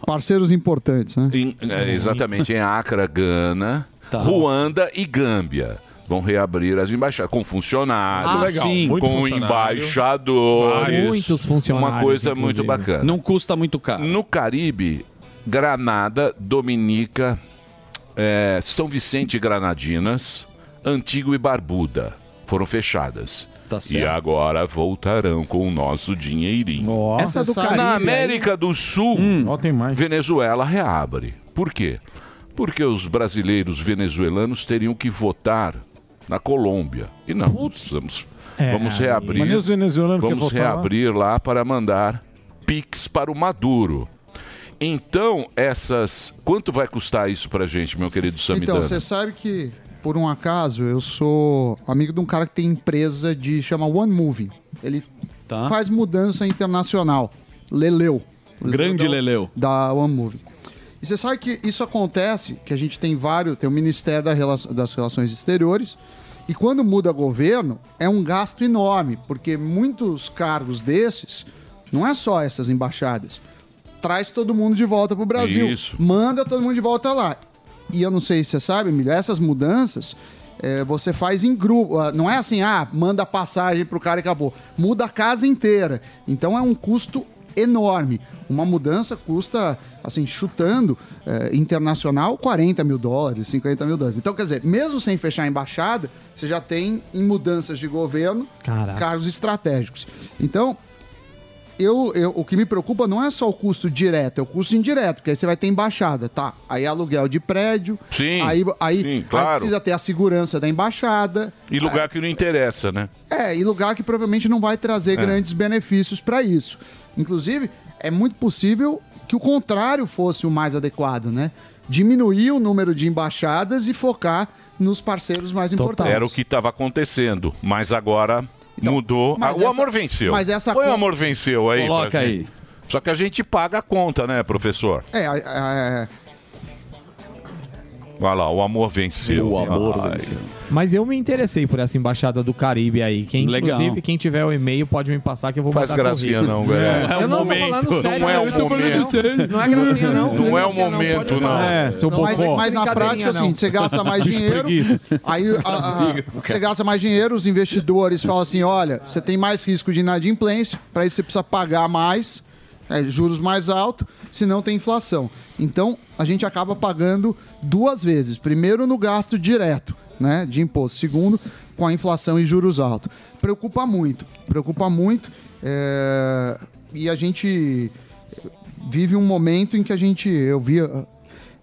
[SPEAKER 15] Parceiros importantes, né?
[SPEAKER 6] em- é, exatamente, em Acra, Gana,
[SPEAKER 9] Tá.
[SPEAKER 6] Ruanda e Gâmbia. Vão reabrir as embaixadas com funcionários,
[SPEAKER 9] Ah, legal. sim. Muito
[SPEAKER 6] com
[SPEAKER 9] funcionário.
[SPEAKER 6] embaixadores.
[SPEAKER 9] Muitos funcionários,
[SPEAKER 6] Uma coisa
[SPEAKER 9] inclusive.
[SPEAKER 6] muito bacana.
[SPEAKER 9] Não custa muito caro.
[SPEAKER 6] No Caribe, Granada, Dominica, é, São Vicente e Granadinas, Antigo e Barbuda foram fechadas.
[SPEAKER 9] Tá
[SPEAKER 6] E agora voltarão com o nosso dinheirinho.
[SPEAKER 13] Essa do Caribe
[SPEAKER 6] Na
[SPEAKER 13] aí-
[SPEAKER 6] América do Sul, Venezuela reabre. Por quê? Porque os brasileiros venezuelanos teriam que votar na Colômbia. E não, vamos,
[SPEAKER 10] É,
[SPEAKER 6] vamos
[SPEAKER 10] mas nem
[SPEAKER 6] reabrir.
[SPEAKER 10] os venezuelanos querem
[SPEAKER 6] Vamos
[SPEAKER 10] votar lá?
[SPEAKER 6] reabrir lá para mandar Pix para o Maduro. Então, essas. Quanto vai custar isso pra gente, meu querido Samidana?
[SPEAKER 15] Então, você sabe que, por um acaso, eu sou amigo de um cara que tem empresa de chama One Movie. Ele
[SPEAKER 9] Tá.
[SPEAKER 15] faz mudança internacional. Leleu.
[SPEAKER 9] Grande
[SPEAKER 15] da-
[SPEAKER 9] Leleu.
[SPEAKER 15] Da One Movie. E você sabe que isso acontece, que a gente tem vários, tem o Ministério da Rela- das Relações Exteriores, e quando muda governo, é um gasto enorme, porque muitos cargos desses, não é só essas embaixadas, traz todo mundo de volta pro Brasil.
[SPEAKER 6] Isso.
[SPEAKER 15] Manda todo mundo de volta lá. E eu não sei se você sabe, Emílio, essas mudanças eh, você faz em grupo. Ah, Não é assim, ah, manda passagem pro cara e acabou. Muda a casa inteira. Então é um custo enorme. Uma mudança custa, assim, chutando eh, internacional, 40 mil dólares, 50 mil dólares. Então, quer dizer, mesmo sem fechar a embaixada, você já tem em mudanças de governo
[SPEAKER 8] Caraca.
[SPEAKER 15] cargos estratégicos. Então, eu, eu- o que me preocupa não é só o custo direto, é o custo indireto, porque aí você vai ter embaixada, tá? Aí aluguel de prédio,
[SPEAKER 6] Sim,
[SPEAKER 15] aí, aí,
[SPEAKER 6] sim,
[SPEAKER 15] aí
[SPEAKER 6] claro.
[SPEAKER 15] precisa ter a segurança da embaixada.
[SPEAKER 6] E lugar que não interessa, né?
[SPEAKER 15] É, e lugar que provavelmente não vai trazer
[SPEAKER 6] É.
[SPEAKER 15] grandes benefícios para isso. Inclusive, é muito possível que o contrário fosse o mais adequado, né? Diminuir o número de embaixadas e focar nos parceiros mais importantes.
[SPEAKER 6] Era o que estava acontecendo, mas agora mudou.
[SPEAKER 15] Então, mas
[SPEAKER 6] Ah, o
[SPEAKER 15] essa-
[SPEAKER 6] amor venceu.
[SPEAKER 15] mas essa
[SPEAKER 6] Põe o
[SPEAKER 15] con-
[SPEAKER 6] amor venceu aí. pra
[SPEAKER 15] Coloca
[SPEAKER 6] gente.
[SPEAKER 15] aí.
[SPEAKER 6] Só que a gente paga a conta, né, professor?
[SPEAKER 15] É, a- a- a-
[SPEAKER 6] Olha lá, o amor venceu.
[SPEAKER 8] O amor
[SPEAKER 6] Ai.
[SPEAKER 8] Mas eu me interessei por essa embaixada do Caribe aí. Quem,
[SPEAKER 6] Legal.
[SPEAKER 8] inclusive, quem tiver o e-mail pode me passar que eu vou
[SPEAKER 6] Faz
[SPEAKER 8] mandar
[SPEAKER 6] gracinha
[SPEAKER 8] corrida.
[SPEAKER 6] não, velho.
[SPEAKER 8] É.
[SPEAKER 9] É um
[SPEAKER 8] Eu um não tô falando sério,
[SPEAKER 6] Não é
[SPEAKER 8] eu
[SPEAKER 6] o
[SPEAKER 8] tô falando
[SPEAKER 6] momento.
[SPEAKER 8] sério. Não é gracinha não.
[SPEAKER 6] Não é o momento, não.
[SPEAKER 15] É, seu Não, mas- bocó. mas na prática é o seguinte, você
[SPEAKER 6] (laughs)
[SPEAKER 15] gasta (laughs) mais Bicho dinheiro, preguiça. Aí a- a- você gasta mais dinheiro, os investidores falam assim: olha, você tem mais risco de inadimplência, para isso você precisa pagar mais. É, juros mais alto, se não tem inflação. Então, a gente acaba pagando duas vezes. Primeiro, no gasto direto né, de imposto. Segundo, com a inflação e juros altos. Preocupa muito, preocupa muito. é, E a gente vive um momento em que a gente... Eu vi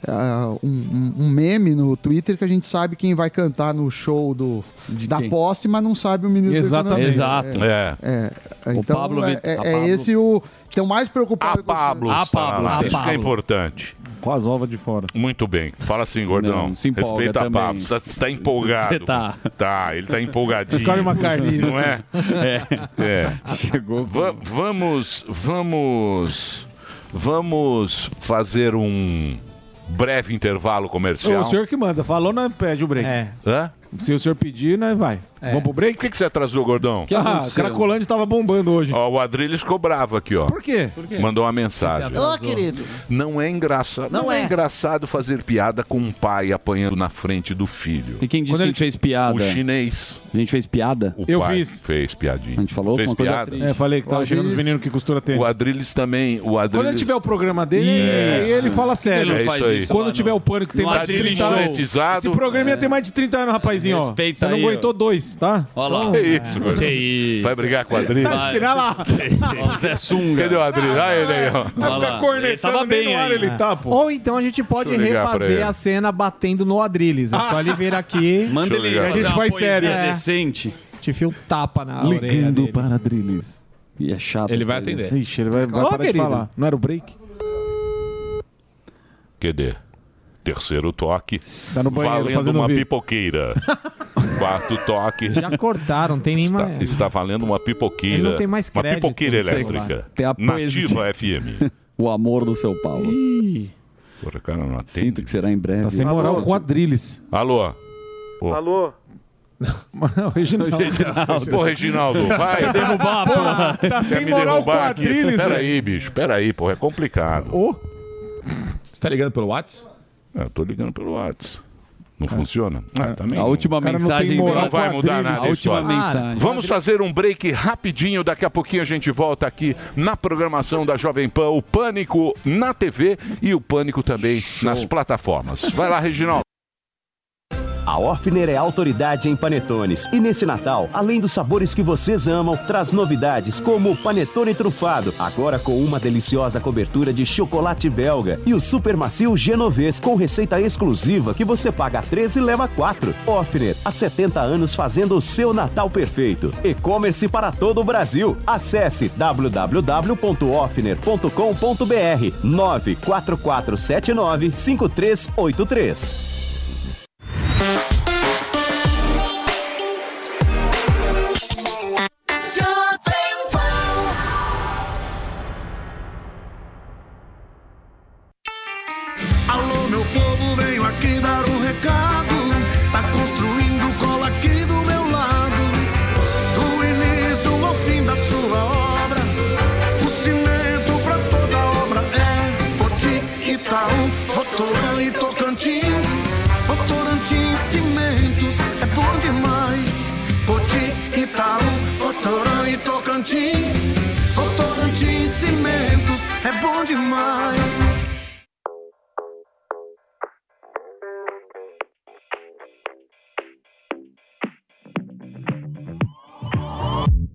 [SPEAKER 15] ah, um, um- um meme no Twitter que a gente sabe quem vai cantar no show do, da
[SPEAKER 10] quem?
[SPEAKER 15] posse, mas não sabe o ministro da Economia.
[SPEAKER 10] Exato.
[SPEAKER 6] É.
[SPEAKER 15] É, então,
[SPEAKER 10] Pablo
[SPEAKER 15] é,
[SPEAKER 10] Vittar-
[SPEAKER 15] é-
[SPEAKER 10] a
[SPEAKER 15] é
[SPEAKER 10] Pablo-
[SPEAKER 15] esse o. Então, mais preocupado. A Pablo.
[SPEAKER 6] Ah, Pablo,
[SPEAKER 15] a
[SPEAKER 6] isso que é
[SPEAKER 15] Pablo.
[SPEAKER 6] importante.
[SPEAKER 10] Com as ovas de fora.
[SPEAKER 6] Muito bem. Fala assim, gordão.
[SPEAKER 10] Não, se empolga
[SPEAKER 6] Respeita
[SPEAKER 10] também.
[SPEAKER 6] a Pablo. Você está empolgado.
[SPEAKER 10] Você tá.
[SPEAKER 6] Tá, ele tá empolgadinho.
[SPEAKER 10] Escolhe uma carne.
[SPEAKER 6] (laughs) Não
[SPEAKER 10] (laughs)
[SPEAKER 6] é? É.
[SPEAKER 9] Chegou.
[SPEAKER 6] vamos, vamos, vamos fazer um breve intervalo comercial.
[SPEAKER 10] O senhor que manda. Falou, não pede o break.
[SPEAKER 6] Hã?
[SPEAKER 10] Se o senhor pedir, nós vai.
[SPEAKER 6] É.
[SPEAKER 10] Vamos pro break?
[SPEAKER 6] Por que, que você atrasou, gordão?
[SPEAKER 10] Que É. ah, Cracolândia tava bombando hoje.
[SPEAKER 6] Ó, o Adrilho ficou bravo aqui, ó. Por
[SPEAKER 10] quê?
[SPEAKER 6] Mandou uma mensagem.
[SPEAKER 16] Você atrasou. Ô, querido.
[SPEAKER 6] Não é engraçado. Não,
[SPEAKER 16] Não
[SPEAKER 6] é.
[SPEAKER 16] é.
[SPEAKER 6] engraçado fazer piada com um pai apanhando na frente do filho.
[SPEAKER 9] E quem disse que a gente fez piada?
[SPEAKER 6] O chinês.
[SPEAKER 9] A gente fez piada?
[SPEAKER 6] O pai Fez piadinha. A gente
[SPEAKER 9] falou
[SPEAKER 6] fez
[SPEAKER 9] alguma coisa
[SPEAKER 6] piada.
[SPEAKER 10] É, falei que tava
[SPEAKER 6] Olha
[SPEAKER 10] chegando os
[SPEAKER 6] isso.
[SPEAKER 10] meninos que costura tênis.
[SPEAKER 6] O Adrilles também. O
[SPEAKER 10] Quando ele
[SPEAKER 6] Adrilles...
[SPEAKER 10] tiver o programa dele, aí
[SPEAKER 6] Isso.
[SPEAKER 10] ele fala sério.
[SPEAKER 6] Ele não É faz isso aí. isso lá,
[SPEAKER 10] Quando tiver o pânico, tem
[SPEAKER 6] No
[SPEAKER 10] mais de
[SPEAKER 6] Adrilles
[SPEAKER 10] 30 anos.
[SPEAKER 6] monetizado.
[SPEAKER 10] Esse programa ia ter mais de 30 anos, rapazinho. ó.
[SPEAKER 6] Respeita
[SPEAKER 10] Você não
[SPEAKER 6] aí,
[SPEAKER 10] aguentou dois, tá?
[SPEAKER 6] Olha lá. Que isso, velho. Vai brigar com o Adrilles?
[SPEAKER 10] Tá estirando lá.
[SPEAKER 6] Ó, Zé Sunga. Cadê o Adrilles? Ah, ele aí, ó.
[SPEAKER 10] Vai ficar cornetando, tava bem no ar ele tá, pô.
[SPEAKER 8] Ou então a gente pode
[SPEAKER 6] Deixa eu ligar pra ele.
[SPEAKER 8] refazer a cena batendo no Adrilles. É só ele vir aqui.
[SPEAKER 9] Manda
[SPEAKER 8] Deixa eu
[SPEAKER 9] ele
[SPEAKER 8] ligar
[SPEAKER 9] fazer
[SPEAKER 8] pra
[SPEAKER 9] uma poesia
[SPEAKER 8] É.
[SPEAKER 9] decente.
[SPEAKER 8] Te fio tapa na orelha
[SPEAKER 9] Ligando
[SPEAKER 8] dele.
[SPEAKER 9] para Drilis. E é chato.
[SPEAKER 8] Ele vai
[SPEAKER 9] essa
[SPEAKER 8] atender.
[SPEAKER 9] coisa.
[SPEAKER 10] Ixi, ele vai, vai
[SPEAKER 9] Ó,
[SPEAKER 10] parar de
[SPEAKER 9] querido.
[SPEAKER 10] falar. Não era o break?
[SPEAKER 6] QD. Terceiro toque.
[SPEAKER 10] Tá no banheiro
[SPEAKER 6] valendo
[SPEAKER 10] fazendo
[SPEAKER 6] uma
[SPEAKER 10] vídeo. (laughs)
[SPEAKER 6] pipoqueira. Quarto toque.
[SPEAKER 8] Já cortaram, tem nem
[SPEAKER 6] Está,
[SPEAKER 8] mais.
[SPEAKER 10] É.
[SPEAKER 6] está valendo uma pipoqueira.
[SPEAKER 8] Ele não tem mais
[SPEAKER 6] Uma
[SPEAKER 8] crédito
[SPEAKER 6] pipoqueira
[SPEAKER 8] no celular.
[SPEAKER 10] é.
[SPEAKER 6] elétrica.
[SPEAKER 9] Tem a
[SPEAKER 6] Nativa
[SPEAKER 9] poesia.
[SPEAKER 6] FM.
[SPEAKER 9] O amor do seu Paulo.
[SPEAKER 6] Porra, cara, não atende.
[SPEAKER 9] Sinto que será em breve.
[SPEAKER 10] Tá sem moral com o Adrilles.
[SPEAKER 6] Alô? Ô.
[SPEAKER 10] Alô? Mano, Reginaldo.
[SPEAKER 6] Reginaldo. Pô, Reginaldo, vai.
[SPEAKER 10] Quer derrubar, porra. Tá
[SPEAKER 6] Quer
[SPEAKER 10] sem
[SPEAKER 6] me
[SPEAKER 10] moral
[SPEAKER 6] derrubar
[SPEAKER 10] com a
[SPEAKER 6] aqui?
[SPEAKER 10] Adrilles,
[SPEAKER 6] Peraí, bicho. Peraí, porra. É complicado.
[SPEAKER 13] Você tá ligando pelo WhatsApp?
[SPEAKER 6] É, Eu tô ligando pelo WhatsApp.
[SPEAKER 10] É.
[SPEAKER 6] Não funciona? Ah, também.
[SPEAKER 13] A
[SPEAKER 6] não.
[SPEAKER 13] última Cara, não mensagem tem moral Ah,
[SPEAKER 6] não vai
[SPEAKER 13] com a
[SPEAKER 6] mudar
[SPEAKER 13] Adriles.
[SPEAKER 6] nada.
[SPEAKER 13] A última
[SPEAKER 6] história.
[SPEAKER 13] mensagem.
[SPEAKER 6] Vamos fazer um break rapidinho. Daqui a pouquinho a gente volta aqui na programação da Jovem Pan. O Pânico na TV e o Pânico também nas plataformas. (laughs) Vai lá, Reginaldo.
[SPEAKER 5] A Offner é autoridade em panetones e nesse Natal, além dos sabores que vocês amam, traz novidades como o panetone trufado, agora com uma deliciosa cobertura de chocolate belga e o super macio genovês com receita exclusiva que você paga 13 e leva 4. Offner, há 70 anos fazendo o seu Natal perfeito. E-commerce para todo o Brasil. Acesse www.offner.com.br 94479 5383.
[SPEAKER 17] Alô, meu povo, venho aqui dar um recado. Tá construindo cola aqui do meu lado. Do início ao fim da sua obra. O cimento pra toda obra é Poti, Itaú, Votoran e Tocantins. Votorantim Cimentos é bom demais. Poti, Itaú, Votoran e Tocantins. Votorantim Cimentos é bom demais.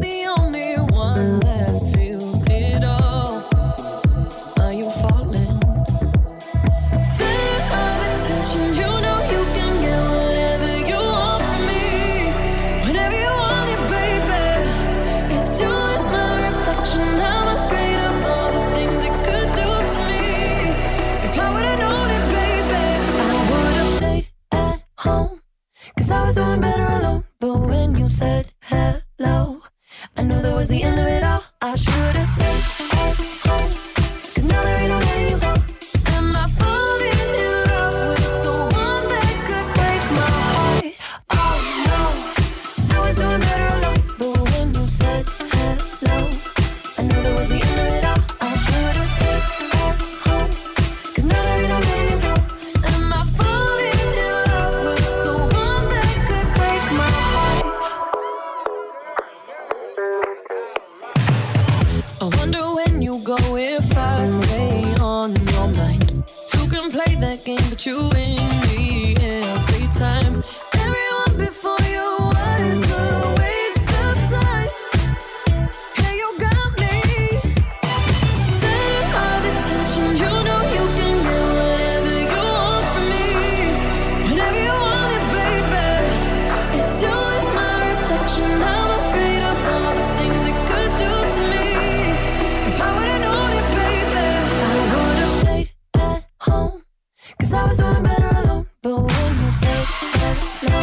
[SPEAKER 18] the only one that feels it all. Are you falling? Center of attention, you know you can get whatever you want from me. Whenever you want it, baby. It's you and my reflection. I'm afraid of all the things it could do to me. If I would've known it, baby, I would've stayed at home. Cause I was doing better alone. But when you said hello, I knew that was the end of it all. I should've stayed at home. Cause now there ain't no letting you go. Am I falling in love? Oh, looking, but you win me every time. Everyone before you was a waste of time. Hey, you got me. Center of attention, you know you can get whatever you want from me. Whenever you want it, baby. It's you in my reflection. I'm afraid of all the things it could do to me. If I would've known it, baby, I would've stayed at home. Cause I was doing better alone. But when you said hello,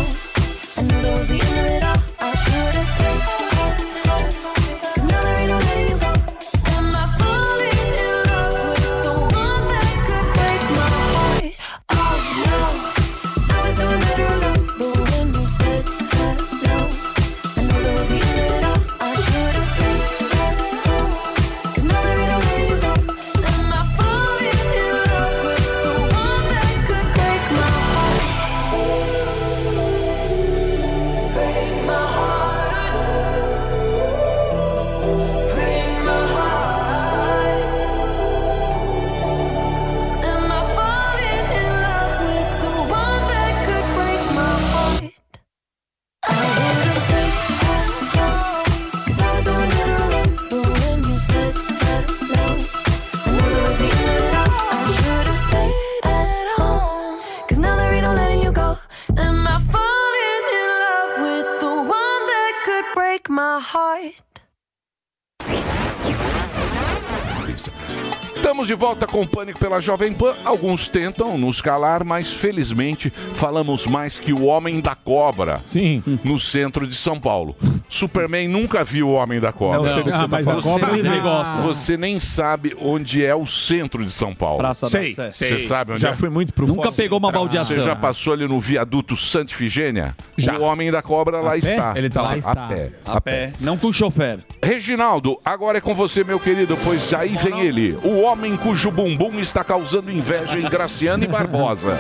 [SPEAKER 18] I knew that was the end of it all. I should have stayed at home. Cause now there ain't no letting you go. Am I falling in love with the one that could break my heart? Oh no. I was doing better alone. But when you said hello, I knew that was the end of it all. I should have stayed at home. Cause now there ain't no letting you go. Am I falling in love with the one that could break my heart? Break my heart. Break my heart. Am I falling in love with the one that could break my heart? I would've stayed at home 'cause I was doing better alone. But when you said hello, I knew that was the end of it all. I should've stayed at home 'cause now there ain't no letting you go. Am I falling in love with the one that could break my heart?
[SPEAKER 6] Estamos de volta com o Pânico pela Jovem Pan. Alguns tentam nos calar, mas felizmente falamos mais que o Homem da Cobra. Sim. No centro de São Paulo. Superman nunca viu o Homem da Cobra.
[SPEAKER 13] Não, sei do que você tá falando. Você
[SPEAKER 6] nem,
[SPEAKER 13] nem- gosta.
[SPEAKER 6] Você nem sabe onde é o centro de São Paulo.
[SPEAKER 13] Praça da Sei, Sé. sei.
[SPEAKER 6] Você sabe onde
[SPEAKER 13] Já
[SPEAKER 6] é?
[SPEAKER 13] fui muito pro Nunca Foz. pegou uma baldeação.
[SPEAKER 6] Você já passou ali no viaduto Santa Ifigênia? Já. O Homem da Cobra lá
[SPEAKER 13] A pé?
[SPEAKER 6] está.
[SPEAKER 13] Ele tá lá.
[SPEAKER 6] A pé.
[SPEAKER 9] A pé. Não com chofer.
[SPEAKER 6] Reginaldo, agora é com você, meu querido, pois aí vem ele, o homem cujo bumbum está causando inveja em Graciane Barbosa,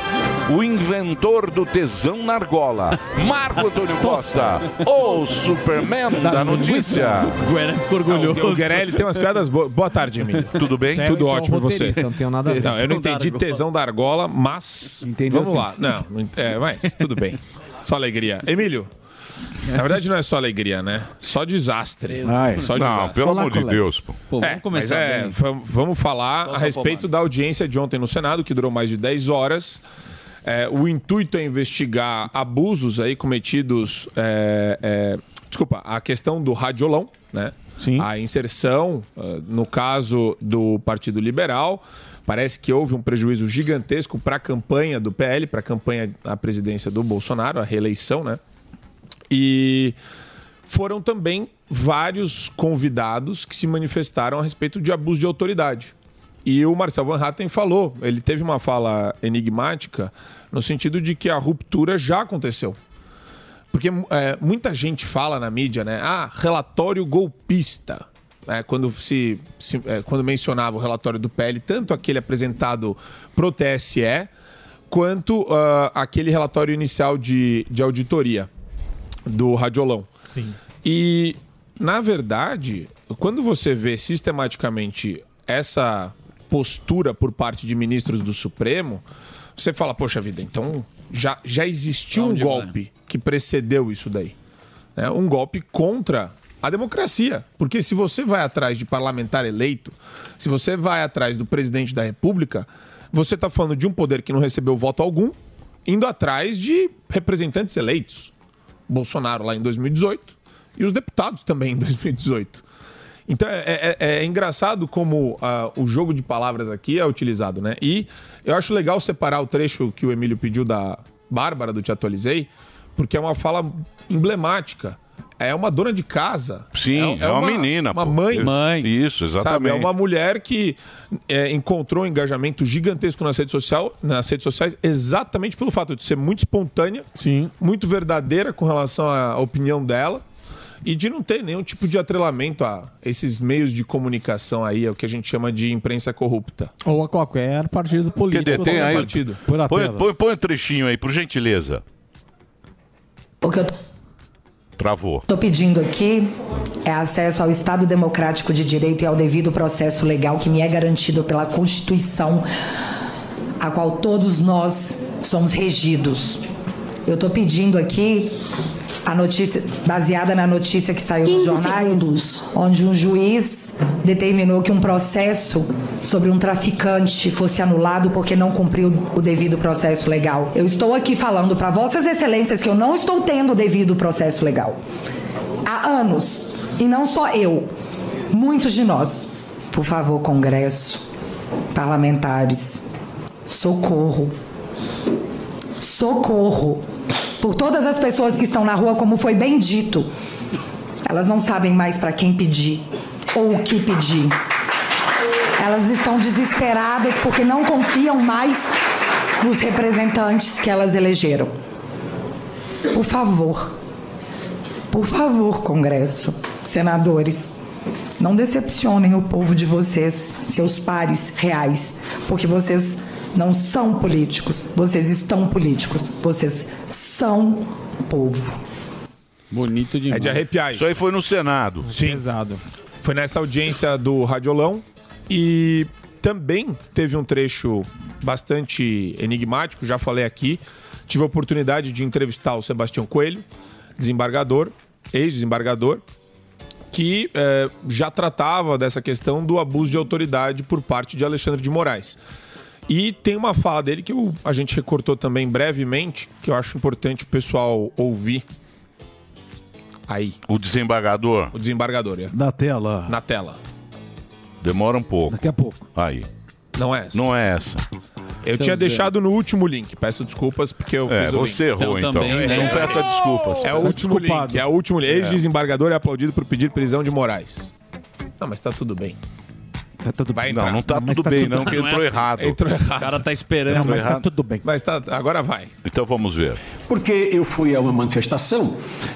[SPEAKER 6] o inventor do tesão na argola, Marco Antônio Costa, o Superman
[SPEAKER 13] Tá
[SPEAKER 6] da notícia.
[SPEAKER 9] O Guerelli ficou orgulhoso.
[SPEAKER 13] O Guerelli tem umas piadas boas. Boa tá? tarde, Emílio.
[SPEAKER 6] (laughs) Tudo bem?
[SPEAKER 13] Tudo
[SPEAKER 6] Você é um
[SPEAKER 13] ótimo, você.
[SPEAKER 6] roteirista, não tenho nada a ver.
[SPEAKER 13] Não, eu não
[SPEAKER 6] Tesão da
[SPEAKER 13] entendi
[SPEAKER 6] argola.
[SPEAKER 13] tesão da argola, mas...
[SPEAKER 6] Entendeu
[SPEAKER 13] Vamos lá.
[SPEAKER 6] sim.
[SPEAKER 13] Não, não ent- é, mas tudo bem. Só alegria. Emílio, na verdade não é só alegria, né? Só desastre.
[SPEAKER 6] Ai.
[SPEAKER 13] Só
[SPEAKER 6] Não,
[SPEAKER 13] desastre.
[SPEAKER 6] pelo Olá, amor de colega. Deus, pô. Pô, vamos
[SPEAKER 13] É,
[SPEAKER 6] começar
[SPEAKER 13] mas é,
[SPEAKER 6] bem.
[SPEAKER 13] fa- vamos falar
[SPEAKER 6] Nossa,
[SPEAKER 13] a respeito da audiência de ontem no Senado, que durou mais de 10 horas. É, o intuito é investigar abusos aí cometidos. é, é, desculpa, a questão do radiolão, né? Sim. A inserção, ah, no caso do Partido Liberal. Parece que houve um prejuízo gigantesco para a campanha do PL, para a campanha à presidência do Bolsonaro, a reeleição, né? E foram também vários convidados que se manifestaram a respeito de abuso de autoridade. E o Marcel Van Hatten falou, ele teve uma fala enigmática no sentido de que a ruptura já aconteceu. Porque é, muita gente fala na mídia, né? Ah, relatório golpista. É, quando, se, se- é, quando mencionava o relatório do PL, tanto aquele apresentado pro TSE, quanto ah, aquele relatório inicial de, de auditoria do Radiolão. Sim. E, na verdade, quando você vê sistematicamente essa postura por parte de ministros do Supremo, você fala, poxa vida, então já, já existiu um golpe que precedeu isso daí. né? Um golpe contra a democracia. Porque se você vai atrás de parlamentar eleito, se você vai atrás do presidente da república, você está falando de um poder que não recebeu voto algum, indo atrás de representantes eleitos. Bolsonaro lá em 2018 e os deputados também em 2018. Então é, é- é engraçado como ah, o jogo de palavras aqui é utilizado, né? E eu acho legal separar o trecho que o Emílio pediu da Bárbara do Te Atualizei, porque é uma fala emblemática. É uma dona de casa.
[SPEAKER 6] Sim, é, uma, menina.
[SPEAKER 13] Uma
[SPEAKER 6] pô.
[SPEAKER 13] mãe.
[SPEAKER 6] Isso,
[SPEAKER 13] Sabe?
[SPEAKER 6] exatamente.
[SPEAKER 13] É uma mulher que é, encontrou um engajamento gigantesco nas redes, social, nas redes sociais exatamente pelo fato de ser muito espontânea, muito verdadeira com relação à opinião dela e de não ter nenhum tipo de atrelamento a esses meios de comunicação aí, é o que a gente chama de imprensa corrupta.
[SPEAKER 8] Ou a qualquer partido político.
[SPEAKER 13] Quer dizer, tem
[SPEAKER 8] qualquer
[SPEAKER 13] aí-
[SPEAKER 8] partido.
[SPEAKER 6] Põe, põe, põe um trechinho aí, por gentileza.
[SPEAKER 16] Porque eu
[SPEAKER 6] Travou.
[SPEAKER 16] Estou pedindo aqui é acesso ao Estado Democrático de Direito e ao devido processo legal que me é garantido pela Constituição, a qual todos nós somos regidos. Eu estou pedindo aqui a notícia baseada na notícia que saiu nos jornais, onde um juiz determinou que um processo sobre um traficante fosse anulado porque não cumpriu o devido processo legal. Eu estou aqui falando para vossas excelências que eu não estou tendo o devido processo legal. Há anos, e não só eu, muitos de nós. Por favor, Congresso, parlamentares, socorro. Socorro. Por todas as pessoas que estão na rua, como foi bem dito, elas não sabem mais para quem pedir ou o que pedir. Elas estão desesperadas porque não confiam mais nos representantes que elas elegeram. Por favor, por favor, Congresso, senadores, não decepcionem o povo de vocês, seus pares reais, porque vocês não são políticos, vocês estão políticos, vocês são povo.
[SPEAKER 9] Bonito demais. É
[SPEAKER 13] É de arrepiar. Isso
[SPEAKER 6] aí foi no Senado.
[SPEAKER 13] Sim. Pesado. Foi nessa audiência do Radiolão e também teve um trecho bastante enigmático, já falei aqui. Tive a oportunidade de entrevistar o Sebastião Coelho, desembargador, ex-desembargador, que eh, já tratava dessa questão do abuso de autoridade por parte de Alexandre de Moraes. E tem uma fala dele que eu- a gente recortou também brevemente, que eu acho importante o pessoal ouvir. Aí.
[SPEAKER 6] O desembargador.
[SPEAKER 13] O desembargador, é.
[SPEAKER 10] Da tela.
[SPEAKER 13] Na tela.
[SPEAKER 6] Demora um pouco. Daqui
[SPEAKER 10] a pouco.
[SPEAKER 6] Aí.
[SPEAKER 13] Não é essa.
[SPEAKER 6] Não é essa.
[SPEAKER 13] Eu tinha deixado no último link. Peço desculpas porque eu
[SPEAKER 6] É,
[SPEAKER 13] fiz o
[SPEAKER 6] você
[SPEAKER 13] link.
[SPEAKER 6] errou, Eu então. também, né? Não peça desculpas.
[SPEAKER 13] É o
[SPEAKER 6] Tá
[SPEAKER 13] último
[SPEAKER 6] desculpado.
[SPEAKER 13] link. É o último link.
[SPEAKER 6] É.
[SPEAKER 13] Ex-desembargador é aplaudido por pedir prisão de Moraes. Não, mas tá tudo bem.
[SPEAKER 10] Tá tudo
[SPEAKER 13] bem.
[SPEAKER 6] Não, não tá Mas tudo tá bem, tudo não, bem. porque entrou
[SPEAKER 13] é assim.
[SPEAKER 6] errado.
[SPEAKER 13] Entrou errado.
[SPEAKER 6] O cara tá esperando. Não, mas tá
[SPEAKER 13] tudo
[SPEAKER 10] bem.
[SPEAKER 13] Mas tá, agora vai.
[SPEAKER 6] Então vamos ver.
[SPEAKER 19] Porque eu fui a uma manifestação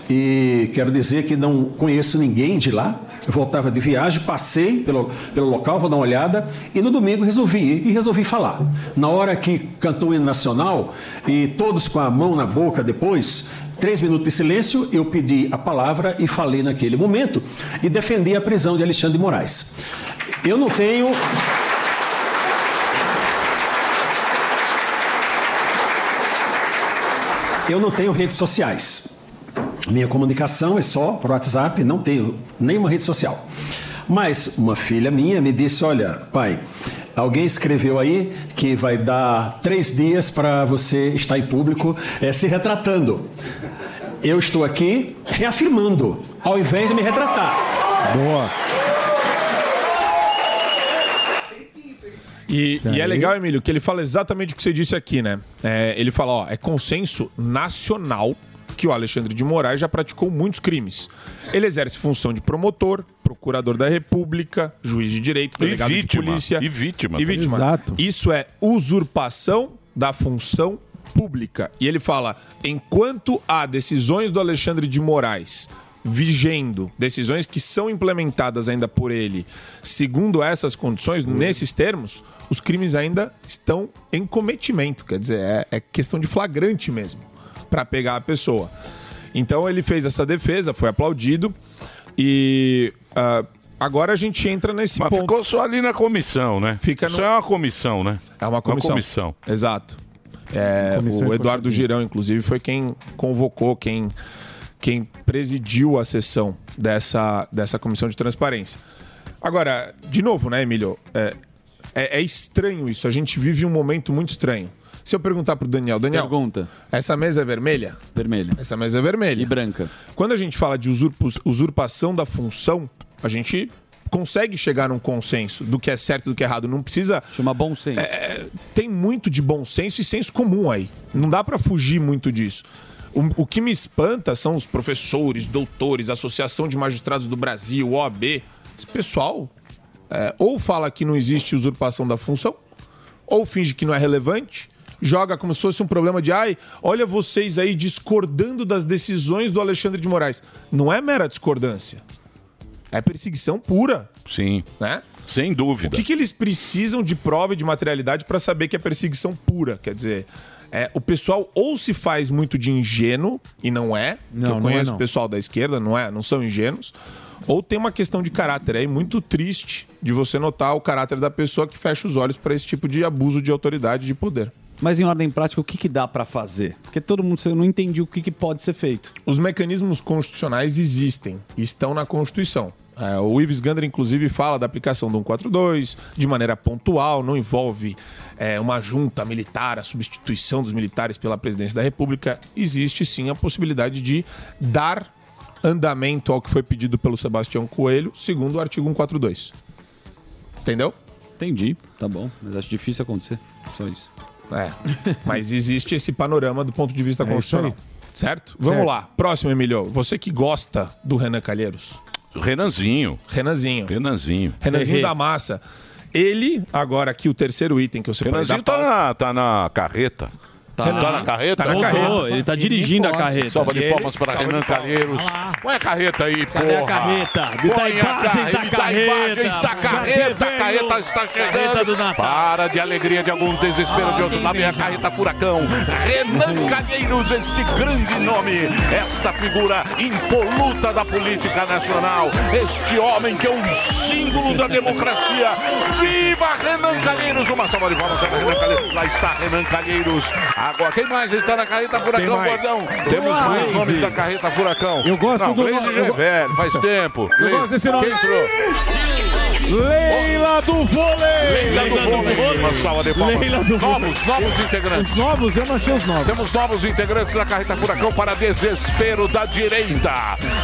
[SPEAKER 19] e quero dizer que não conheço ninguém de lá. Eu voltava de viagem, passei pelo, pelo local, vou dar uma olhada, e no domingo resolvi ir e resolvi falar. Na hora que cantou o hino nacional e todos com a mão na boca depois, três minutos de silêncio, eu pedi a palavra e falei naquele momento e defendi a prisão de Alexandre de Moraes. Eu não tenho. Eu não tenho redes sociais. Minha comunicação é só por WhatsApp, não tenho nenhuma rede social. Mas uma filha minha me disse: Olha, pai, alguém escreveu aí que vai dar três dias para você estar em público eh, se retratando. Eu estou aqui reafirmando, ao invés de me retratar. Boa.
[SPEAKER 13] E,
[SPEAKER 19] Isso
[SPEAKER 13] e é
[SPEAKER 19] aí.
[SPEAKER 13] legal, Emílio, que ele fala exatamente o que você disse aqui, né? É, ele fala, ó, é consenso nacional que o Alexandre de Moraes já praticou muitos crimes. Ele exerce função de promotor, procurador da República, juiz de direito,
[SPEAKER 6] E
[SPEAKER 13] delegado
[SPEAKER 6] vítima,
[SPEAKER 13] de polícia.
[SPEAKER 6] e vítima
[SPEAKER 13] E
[SPEAKER 6] também.
[SPEAKER 13] vítima.
[SPEAKER 6] Exato.
[SPEAKER 13] Isso é usurpação da função pública. E ele fala: enquanto há decisões do Alexandre de Moraes vigendo, decisões que são implementadas ainda por ele, segundo essas condições, nesses termos, os crimes ainda estão em cometimento. Quer dizer, é, é questão de flagrante mesmo para pegar a pessoa. Então ele fez essa defesa, foi aplaudido e. ah, Agora a gente entra nesse
[SPEAKER 6] Mas
[SPEAKER 13] ponto.
[SPEAKER 6] ficou só ali na comissão, né?
[SPEAKER 13] Fica
[SPEAKER 6] Isso é uma comissão, né?
[SPEAKER 13] É uma comissão.
[SPEAKER 6] Uma comissão.
[SPEAKER 13] Exato. É,
[SPEAKER 6] Comissão
[SPEAKER 13] o
[SPEAKER 6] e
[SPEAKER 13] Eduardo Girão, inclusive, foi quem convocou, quem, quem presidiu a sessão dessa, dessa comissão de transparência. Agora, de novo, né, Emílio? É, é- é estranho isso. A gente vive um momento muito estranho. Se eu perguntar pro Daniel, Daniel.
[SPEAKER 9] Pergunta.
[SPEAKER 13] Essa mesa é vermelha?
[SPEAKER 9] Vermelha.
[SPEAKER 13] Essa mesa é vermelha. E
[SPEAKER 9] branca.
[SPEAKER 13] Quando a gente fala de usurpus- usurpação da função, a gente consegue chegar num consenso do que é certo e do que é errado. Não precisa. é,
[SPEAKER 9] Chama bom senso.
[SPEAKER 13] tem muito de bom senso e senso comum aí. Não dá pra fugir muito disso. O, o que me espanta são os professores, doutores, Associação de Magistrados do Brasil, OAB. Esse pessoal é, ou fala que não existe usurpação da função, ou finge que não é relevante, joga como se fosse um problema de ai, olha vocês aí discordando das decisões do Alexandre de Moraes. Não é mera discordância. É perseguição pura.
[SPEAKER 6] Sim.
[SPEAKER 13] Né?
[SPEAKER 6] Sem dúvida.
[SPEAKER 13] O que, que eles precisam de prova e de materialidade para saber que é perseguição pura? Quer dizer, é, o pessoal ou se faz muito de ingênuo, e não é,
[SPEAKER 10] Não,
[SPEAKER 13] que eu
[SPEAKER 10] não é,
[SPEAKER 13] conheço
[SPEAKER 10] não.
[SPEAKER 13] o pessoal da esquerda, não é? Não são ingênuos. ou tem uma questão de caráter. É muito triste de você notar o caráter da pessoa que fecha os olhos para esse tipo de abuso de autoridade e de poder.
[SPEAKER 9] Mas em ordem prática, o que, que dá para fazer? Porque todo mundo, eu não entendi o que, que pode ser feito.
[SPEAKER 13] Os mecanismos constitucionais existem, estão na Constituição. É, o Ives Gander, inclusive, fala da aplicação do 142 de maneira pontual, não envolve é, uma junta militar, a substituição dos militares pela presidência da República. Existe sim a possibilidade de dar andamento ao que foi pedido pelo Sebastião Coelho, segundo o artigo 142. Entendeu?
[SPEAKER 9] Entendi, tá bom. Mas acho difícil acontecer. Só isso.
[SPEAKER 13] É. Mas existe esse panorama do ponto de vista
[SPEAKER 6] É
[SPEAKER 13] constitucional.
[SPEAKER 6] isso
[SPEAKER 13] Certo? Vamos
[SPEAKER 6] Certo.
[SPEAKER 13] lá. Próximo, Emilio. Você que gosta do Renan Calheiros.
[SPEAKER 6] Renanzinho.
[SPEAKER 13] Renanzinho.
[SPEAKER 6] Renanzinho.
[SPEAKER 13] (laughs) Renanzinho da Massa. Ele, agora aqui, o terceiro item que eu separei
[SPEAKER 6] Renanzinho
[SPEAKER 13] da pauta.
[SPEAKER 6] tá na, tá na carreta.
[SPEAKER 13] Tá.
[SPEAKER 6] Tá na carreta?
[SPEAKER 13] Tá na Voltou, carreta. ele tá dirigindo a carreta.
[SPEAKER 6] Salva de
[SPEAKER 13] E ele-
[SPEAKER 6] palmas para
[SPEAKER 13] salva de
[SPEAKER 6] Renan
[SPEAKER 13] palmas.
[SPEAKER 6] Calheiros. Põe a carreta aí, porra.
[SPEAKER 13] Cadê a carreta? Me dá
[SPEAKER 6] Põe a
[SPEAKER 13] imagens
[SPEAKER 6] carre-
[SPEAKER 13] da
[SPEAKER 6] me dá imagens
[SPEAKER 13] Tá
[SPEAKER 6] da carreta. A carreta está chegando. Para de alegria de alguns, desespero de outros. Lá vem a carreta furacão. Renan Calheiros, este grande nome. Esta figura impoluta da política nacional. Este homem que é um símbolo da democracia. Viva Renan Calheiros. Uma salva de palmas para Renan Calheiros. Lá está Renan Calheiros. Agora, quem mais está na carreta Tem furacão, mais. gordão? Tem Temos mais. mais nomes da carreta furacão. Eu gosto Não, do Glaze no- já eu é go- velho, faz tempo. Eu Glaze. gosto desse nome. Quem entrou?
[SPEAKER 10] Leila do vôlei!
[SPEAKER 6] Leila do Vôlei. Uma salva de palmas.
[SPEAKER 10] Leila do vôlei.
[SPEAKER 6] Novos, novos integrantes.
[SPEAKER 10] Os novos, eu não achei os novos.
[SPEAKER 6] Temos novos integrantes da Carreta Furacão para desespero da direita.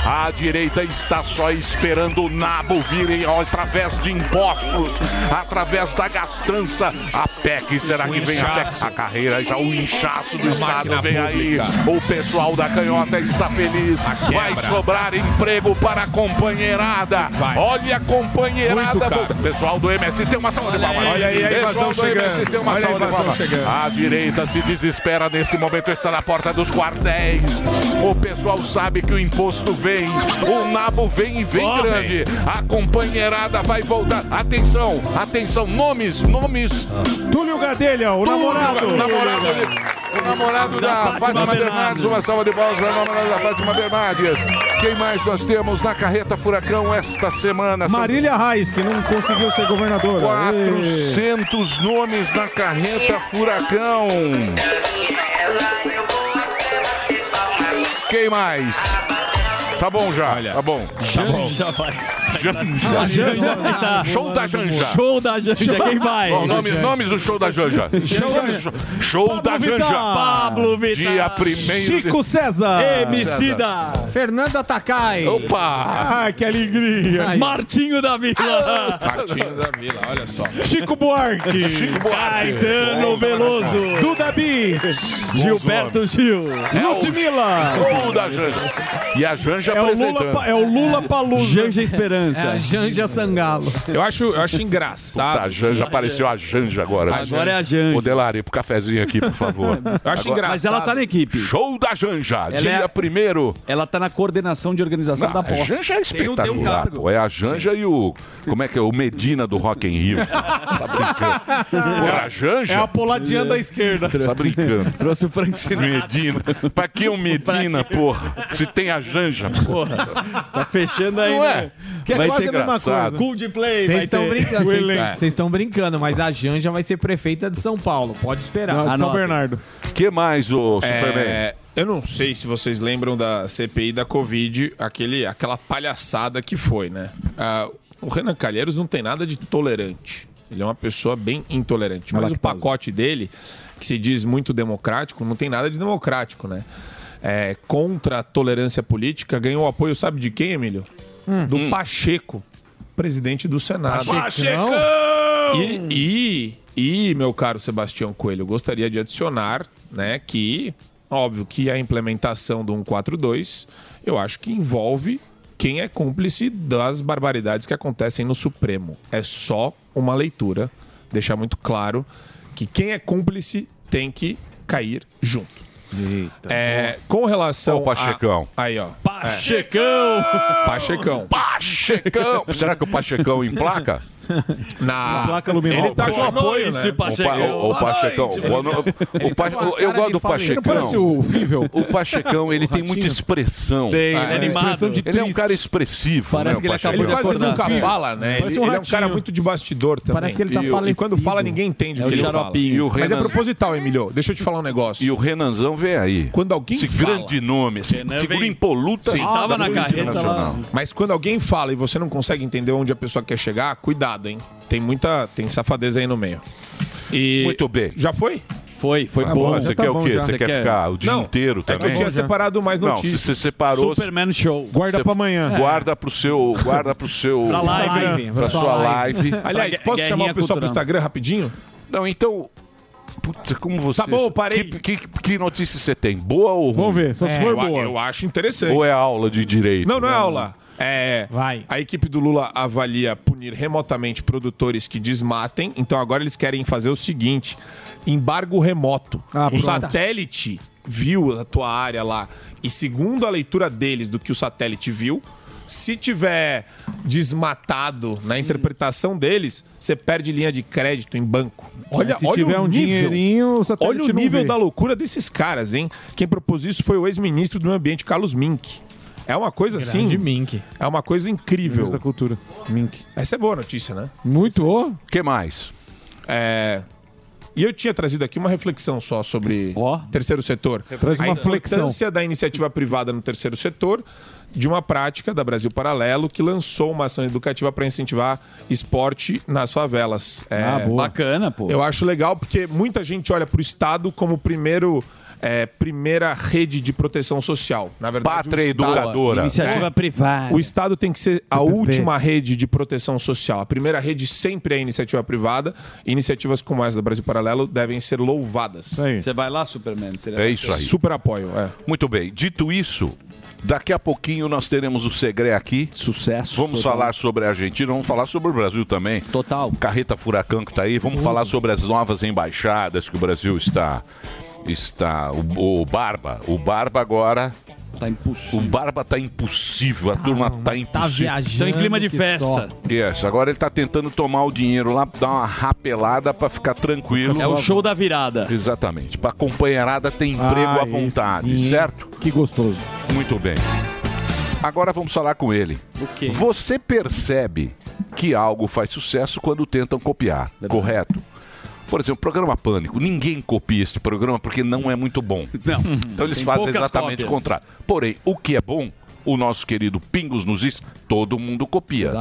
[SPEAKER 6] A direita está só esperando o nabo virem através de impostos, através da gastança. A PEC, será que vem a PEC? A carreira, já o inchaço do
[SPEAKER 13] A
[SPEAKER 6] Estado
[SPEAKER 13] é máquina
[SPEAKER 6] vem aí.
[SPEAKER 13] pública.
[SPEAKER 6] O pessoal da canhota está feliz. Vai
[SPEAKER 13] quebra.
[SPEAKER 6] sobrar emprego para a companheirada.
[SPEAKER 13] Vai.
[SPEAKER 6] Olha a companheirada.
[SPEAKER 13] Muito caro.
[SPEAKER 6] Pessoal do MS tem uma salva de palmas.
[SPEAKER 13] Olha aí a
[SPEAKER 6] Pessoal
[SPEAKER 13] invasão
[SPEAKER 6] do MS
[SPEAKER 13] chegando.
[SPEAKER 6] tem uma
[SPEAKER 13] Olha a
[SPEAKER 6] salva de
[SPEAKER 13] invasão
[SPEAKER 6] palmas.
[SPEAKER 13] chegando.
[SPEAKER 6] A direita se desespera neste momento, está na porta dos quartéis. O pessoal sabe que o imposto vem, o nabo vem e vem
[SPEAKER 13] Homem.
[SPEAKER 6] grande. A companheirada vai voltar. Atenção, atenção, nomes, nomes.
[SPEAKER 10] Túlio Gadelha, o namorado.
[SPEAKER 6] O namorado, de- o namorado da, Fátima, Bernardes, uma salva de palmas para o namorado da Fátima Bernardes. Quem mais nós temos na carreta Furacão esta semana? São
[SPEAKER 10] Marília Reis, que não conseguiu ser governadora.
[SPEAKER 6] 400 nomes na carreta Furacão. Quem mais? Tá bom já, tá bom. Tá bom.
[SPEAKER 14] Já vai.
[SPEAKER 6] Janja.
[SPEAKER 14] A Janja vai tá.
[SPEAKER 6] Show da Janja.
[SPEAKER 14] Show da Janja. Quem vai?
[SPEAKER 6] Bom, nome- nomes do show da Janja.
[SPEAKER 14] Show da-
[SPEAKER 6] Show- Show da
[SPEAKER 14] Pablo
[SPEAKER 8] Então,
[SPEAKER 6] Janja.
[SPEAKER 14] Vittar. Pablo Vittar.
[SPEAKER 6] Dia primeiro. de-
[SPEAKER 14] Emicida.
[SPEAKER 8] Fernanda Takai.
[SPEAKER 6] Opa!
[SPEAKER 10] que alegria.
[SPEAKER 14] Martinho da
[SPEAKER 13] Ah!
[SPEAKER 14] Vila.
[SPEAKER 13] Martinho da Vila, olha só.
[SPEAKER 10] Chico
[SPEAKER 6] (laughs)
[SPEAKER 10] Buarque.
[SPEAKER 6] Chico tá
[SPEAKER 14] Buarque. Caetano Veloso.
[SPEAKER 10] Duda Beats.
[SPEAKER 14] Gilberto Gil.
[SPEAKER 6] É o
[SPEAKER 10] Ludmilla.
[SPEAKER 6] Show da Janja. E a Janja
[SPEAKER 10] É o Lula
[SPEAKER 6] apresentando.
[SPEAKER 10] pa- é o Lula Palusa. Janja Esperança.
[SPEAKER 8] É a Janja Sangalo.
[SPEAKER 13] Eu acho, eu acho engraçado.
[SPEAKER 6] Puta, a Janja apareceu a Janja agora. né?
[SPEAKER 13] A Agora Janja. é a Janja.
[SPEAKER 6] Ô, Delari, pro cafezinho aqui, por favor.
[SPEAKER 13] Eu acho engraçado. Mas ela tá
[SPEAKER 9] na equipe.
[SPEAKER 6] Show da Janja,
[SPEAKER 8] é
[SPEAKER 6] dia é primeiro.
[SPEAKER 9] é Ela tá na coordenação de organização
[SPEAKER 6] Não,
[SPEAKER 9] da
[SPEAKER 6] a
[SPEAKER 9] posse.
[SPEAKER 6] Janja é
[SPEAKER 9] Tem um- tem um
[SPEAKER 6] espetacular.
[SPEAKER 9] cargo.
[SPEAKER 6] pô. É a Janja e o. Como é que é? O Medina do Rock in
[SPEAKER 10] (laughs)
[SPEAKER 6] Rio. Tá brincando. É a Janja?
[SPEAKER 10] É a poladinha da esquerda.
[SPEAKER 6] Tá brincando.
[SPEAKER 9] Trouxe o Frank Sinatra.
[SPEAKER 6] Medina. Pra que o Medina, porra? Se tem a Janja, porra.
[SPEAKER 9] Tá fechando
[SPEAKER 6] aí,
[SPEAKER 9] Não é?
[SPEAKER 6] né? Que é Vai quase ter a mesma engraçado. coisa.
[SPEAKER 14] Cool play.
[SPEAKER 8] Vocês estão brincando, vocês-
[SPEAKER 6] elenco.
[SPEAKER 8] vocês estão brincando, mas a Janja vai ser prefeita de São Paulo. Pode
[SPEAKER 6] Ah,
[SPEAKER 8] esperar. Anota.
[SPEAKER 6] que mais, ô Superman?
[SPEAKER 13] É, eu não sei se vocês lembram da CPI da Covid, aquele, aquela palhaçada que foi, né? Ah, o Renan Calheiros não tem nada de tolerante. Ele é uma pessoa bem intolerante. Mas o pacote dele, que se diz muito democrático, não tem nada de democrático, né? É, contra a tolerância política, ganhou apoio, sabe de quem, Emílio?
[SPEAKER 6] Hum.
[SPEAKER 13] Do Pacheco, Hum. presidente do
[SPEAKER 6] Tá
[SPEAKER 13] Senado.
[SPEAKER 10] Pachecão!
[SPEAKER 13] E, e, e, meu caro Sebastião Coelho, eu gostaria de adicionar, né, que óbvio que a implementação do 142, eu acho que envolve quem é cúmplice das barbaridades que acontecem no Supremo. É só uma leitura, deixar muito claro que quem é cúmplice tem que cair junto. É, com relação ao
[SPEAKER 6] Pachecão.
[SPEAKER 13] aí, ó. É.
[SPEAKER 14] Pachecão!
[SPEAKER 13] Pachecão.
[SPEAKER 6] (laughs) Pachecão! Será que o Pachecão emplaca? Na,
[SPEAKER 10] Na placa luminosa.
[SPEAKER 6] Ele tá com
[SPEAKER 10] Boa
[SPEAKER 6] apoio,
[SPEAKER 10] noite,
[SPEAKER 6] né? O,
[SPEAKER 10] Pachecão.
[SPEAKER 6] pa, o, o
[SPEAKER 10] Boa
[SPEAKER 6] Pachecão.
[SPEAKER 10] noite.
[SPEAKER 6] Boa no-
[SPEAKER 10] Ele
[SPEAKER 6] o
[SPEAKER 10] tá
[SPEAKER 6] Pa-
[SPEAKER 10] com uma
[SPEAKER 6] eu
[SPEAKER 10] cara
[SPEAKER 6] gosto
[SPEAKER 10] de
[SPEAKER 6] do
[SPEAKER 10] falecido.
[SPEAKER 6] Pachecão.
[SPEAKER 10] Parece o Fível.
[SPEAKER 6] O Pachecão, ele tem muita expressão.
[SPEAKER 10] Tem, ele é
[SPEAKER 6] Ah,
[SPEAKER 10] animado.
[SPEAKER 6] expressão de Ele é um cara expressivo.
[SPEAKER 13] Parece
[SPEAKER 6] né,
[SPEAKER 13] que ele
[SPEAKER 6] o Pachecão.
[SPEAKER 13] acabou de Ele quase acordar. nunca fala, né?
[SPEAKER 6] Parece
[SPEAKER 13] Ele- ele é um cara muito de bastidor também.
[SPEAKER 6] Parece que ele tá
[SPEAKER 13] e, E
[SPEAKER 6] falecido.
[SPEAKER 13] quando fala, ninguém entende
[SPEAKER 6] É
[SPEAKER 13] o
[SPEAKER 6] o
[SPEAKER 13] que ele fala.
[SPEAKER 6] xaropinho. E o
[SPEAKER 13] Mas é
[SPEAKER 6] Renan-
[SPEAKER 13] proposital, Emilio. Deixa eu te falar um negócio.
[SPEAKER 6] E o Renanzão vem aí.
[SPEAKER 13] Quando alguém
[SPEAKER 6] Esse
[SPEAKER 13] fala-
[SPEAKER 6] grande nome, esse
[SPEAKER 13] Renan
[SPEAKER 6] figura
[SPEAKER 13] vem-
[SPEAKER 6] impoluta.
[SPEAKER 13] Sim.
[SPEAKER 6] da
[SPEAKER 13] Tava
[SPEAKER 6] política nacional.
[SPEAKER 13] Mas quando alguém fala e você não consegue entender onde a pessoa quer chegar, cuidado, hein? Tem muita. Tem safadeza aí no meio. E-
[SPEAKER 6] Muito bem.
[SPEAKER 13] Já foi?
[SPEAKER 9] Foi, foi
[SPEAKER 13] Tá
[SPEAKER 6] bom.
[SPEAKER 13] bom,
[SPEAKER 6] Você
[SPEAKER 13] já tá
[SPEAKER 6] quer o
[SPEAKER 13] bom
[SPEAKER 6] quê?
[SPEAKER 13] já.
[SPEAKER 6] Você
[SPEAKER 13] Você
[SPEAKER 6] quer
[SPEAKER 13] quer-
[SPEAKER 6] ficar Ah, o dia
[SPEAKER 13] Não,
[SPEAKER 6] inteiro
[SPEAKER 13] é que eu
[SPEAKER 6] também?
[SPEAKER 13] tinha separado mais
[SPEAKER 6] Não,
[SPEAKER 13] notícias.
[SPEAKER 6] se você separou...
[SPEAKER 13] Superman
[SPEAKER 9] Show.
[SPEAKER 13] Guarda
[SPEAKER 6] você-
[SPEAKER 13] pra amanhã.
[SPEAKER 6] Guarda pro seu... Guarda pro seu...
[SPEAKER 13] Pra live.
[SPEAKER 6] Pra sua live.
[SPEAKER 13] Aliás, posso chamar o pessoal pro Instagram rapidinho?
[SPEAKER 6] Não, então... Puta, como você...
[SPEAKER 13] Tá bom, parei.
[SPEAKER 6] Que, que- que notícia você tem? Boa ou ruim? Vamos ver,
[SPEAKER 13] só se É, for eu a- boa. eu acho interessante.
[SPEAKER 6] Ou é aula de direito? né?
[SPEAKER 13] Não, não é aula. É, Vai. A equipe do Lula avalia punir remotamente produtores que desmatem. Então agora eles querem fazer o seguinte: embargo remoto. o
[SPEAKER 10] Ah, pronto.
[SPEAKER 13] satélite viu a tua área lá e segundo a leitura deles do que o satélite viu, se tiver desmatado na interpretação deles, você perde linha de crédito em banco. Olha,
[SPEAKER 10] Mas se
[SPEAKER 13] olha
[SPEAKER 10] tiver
[SPEAKER 13] o
[SPEAKER 10] um
[SPEAKER 13] nível.
[SPEAKER 10] dinheirinho, o satélite
[SPEAKER 13] Olha o
[SPEAKER 10] não
[SPEAKER 13] nível
[SPEAKER 10] vê.
[SPEAKER 13] da loucura desses caras, hein? Quem propôs isso foi o ex-ministro do Meio Ambiente, Carlos Mink. É uma coisa assim.
[SPEAKER 10] Grande
[SPEAKER 13] Mink. É uma coisa incrível.
[SPEAKER 10] Ministro da
[SPEAKER 13] cultura. Mink. Essa é boa notícia, né? Muito. O
[SPEAKER 6] que mais?
[SPEAKER 13] É. E eu tinha trazido aqui uma reflexão só sobre terceiro setor.
[SPEAKER 10] Traz uma
[SPEAKER 13] a
[SPEAKER 10] flexão.
[SPEAKER 13] importância da iniciativa privada no terceiro setor, de uma prática da Brasil Paralelo, que lançou uma ação educativa para incentivar esporte nas favelas. É,
[SPEAKER 9] Ah, boa. Bacana, pô.
[SPEAKER 13] Eu acho legal porque muita gente olha para o Estado como o primeiro. é, primeira rede de proteção social. Na verdade,
[SPEAKER 6] Pátria
[SPEAKER 13] o Estado- É.
[SPEAKER 6] educadora. Iniciativa privada.
[SPEAKER 13] O Estado tem que ser a
[SPEAKER 6] PPP.
[SPEAKER 13] última rede de proteção social. A primeira rede sempre é a iniciativa privada. Iniciativas como essa da Brasil Paralelo devem ser louvadas.
[SPEAKER 9] Você vai lá, Superman. você
[SPEAKER 6] É isso aí.
[SPEAKER 13] Super apoio, é.
[SPEAKER 6] Muito bem. Dito isso, daqui a pouquinho nós teremos o Segré aqui.
[SPEAKER 9] Sucesso.
[SPEAKER 6] Vamos
[SPEAKER 9] Total.
[SPEAKER 6] falar sobre a Argentina, vamos falar sobre o Brasil também.
[SPEAKER 9] Total.
[SPEAKER 6] Carreta Furacão que tá aí. Vamos falar sobre as novas embaixadas que o Brasil está está o, o Barba, o Barba agora
[SPEAKER 9] tá impossível.
[SPEAKER 6] O Barba tá impossível, a turma tá impossível.
[SPEAKER 8] viajando Tão em clima de que festa. só.
[SPEAKER 6] Yes, agora ele tá tentando tomar o dinheiro lá, dar uma rapelada pra ficar tranquilo.
[SPEAKER 9] É o show da virada.
[SPEAKER 6] Exatamente. Pra companheirada ter emprego
[SPEAKER 10] Ah,
[SPEAKER 6] à vontade,
[SPEAKER 10] esse sim.
[SPEAKER 6] certo?
[SPEAKER 10] Que gostoso.
[SPEAKER 6] Muito bem. Agora vamos falar com ele. Você percebe que algo faz sucesso quando tentam copiar, correto? Por exemplo, o programa Pânico. Ninguém copia este programa porque não é muito bom.
[SPEAKER 9] Não.
[SPEAKER 6] Então eles
[SPEAKER 9] Tem
[SPEAKER 6] fazem
[SPEAKER 9] poucas
[SPEAKER 6] exatamente
[SPEAKER 9] cópias.
[SPEAKER 6] o contrário. Porém, o que é bom, o nosso querido Pingos nos diz, todo mundo copia.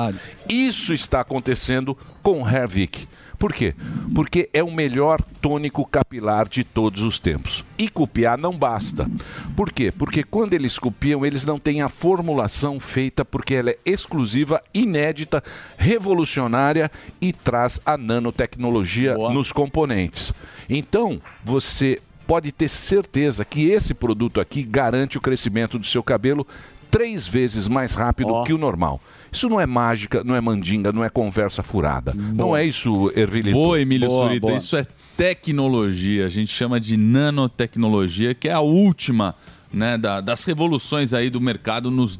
[SPEAKER 6] Isso está acontecendo com o Hervik. Por quê? Porque é o melhor tônico capilar de todos os tempos. E copiar não basta. Por quê? Porque quando eles copiam, eles não têm a formulação feita porque ela é exclusiva, inédita, revolucionária e traz a nanotecnologia nos componentes. Então, você pode ter certeza que esse produto aqui garante o crescimento do seu cabelo três vezes mais rápido que o normal. Isso não é mágica, não é mandinga, não é conversa furada.
[SPEAKER 9] Ah!
[SPEAKER 6] Não é isso, Ervilito.
[SPEAKER 7] Boa, Emílio Surita. Isso é tecnologia. A gente chama de nanotecnologia, que é a última né, da- das revoluções aí do mercado nos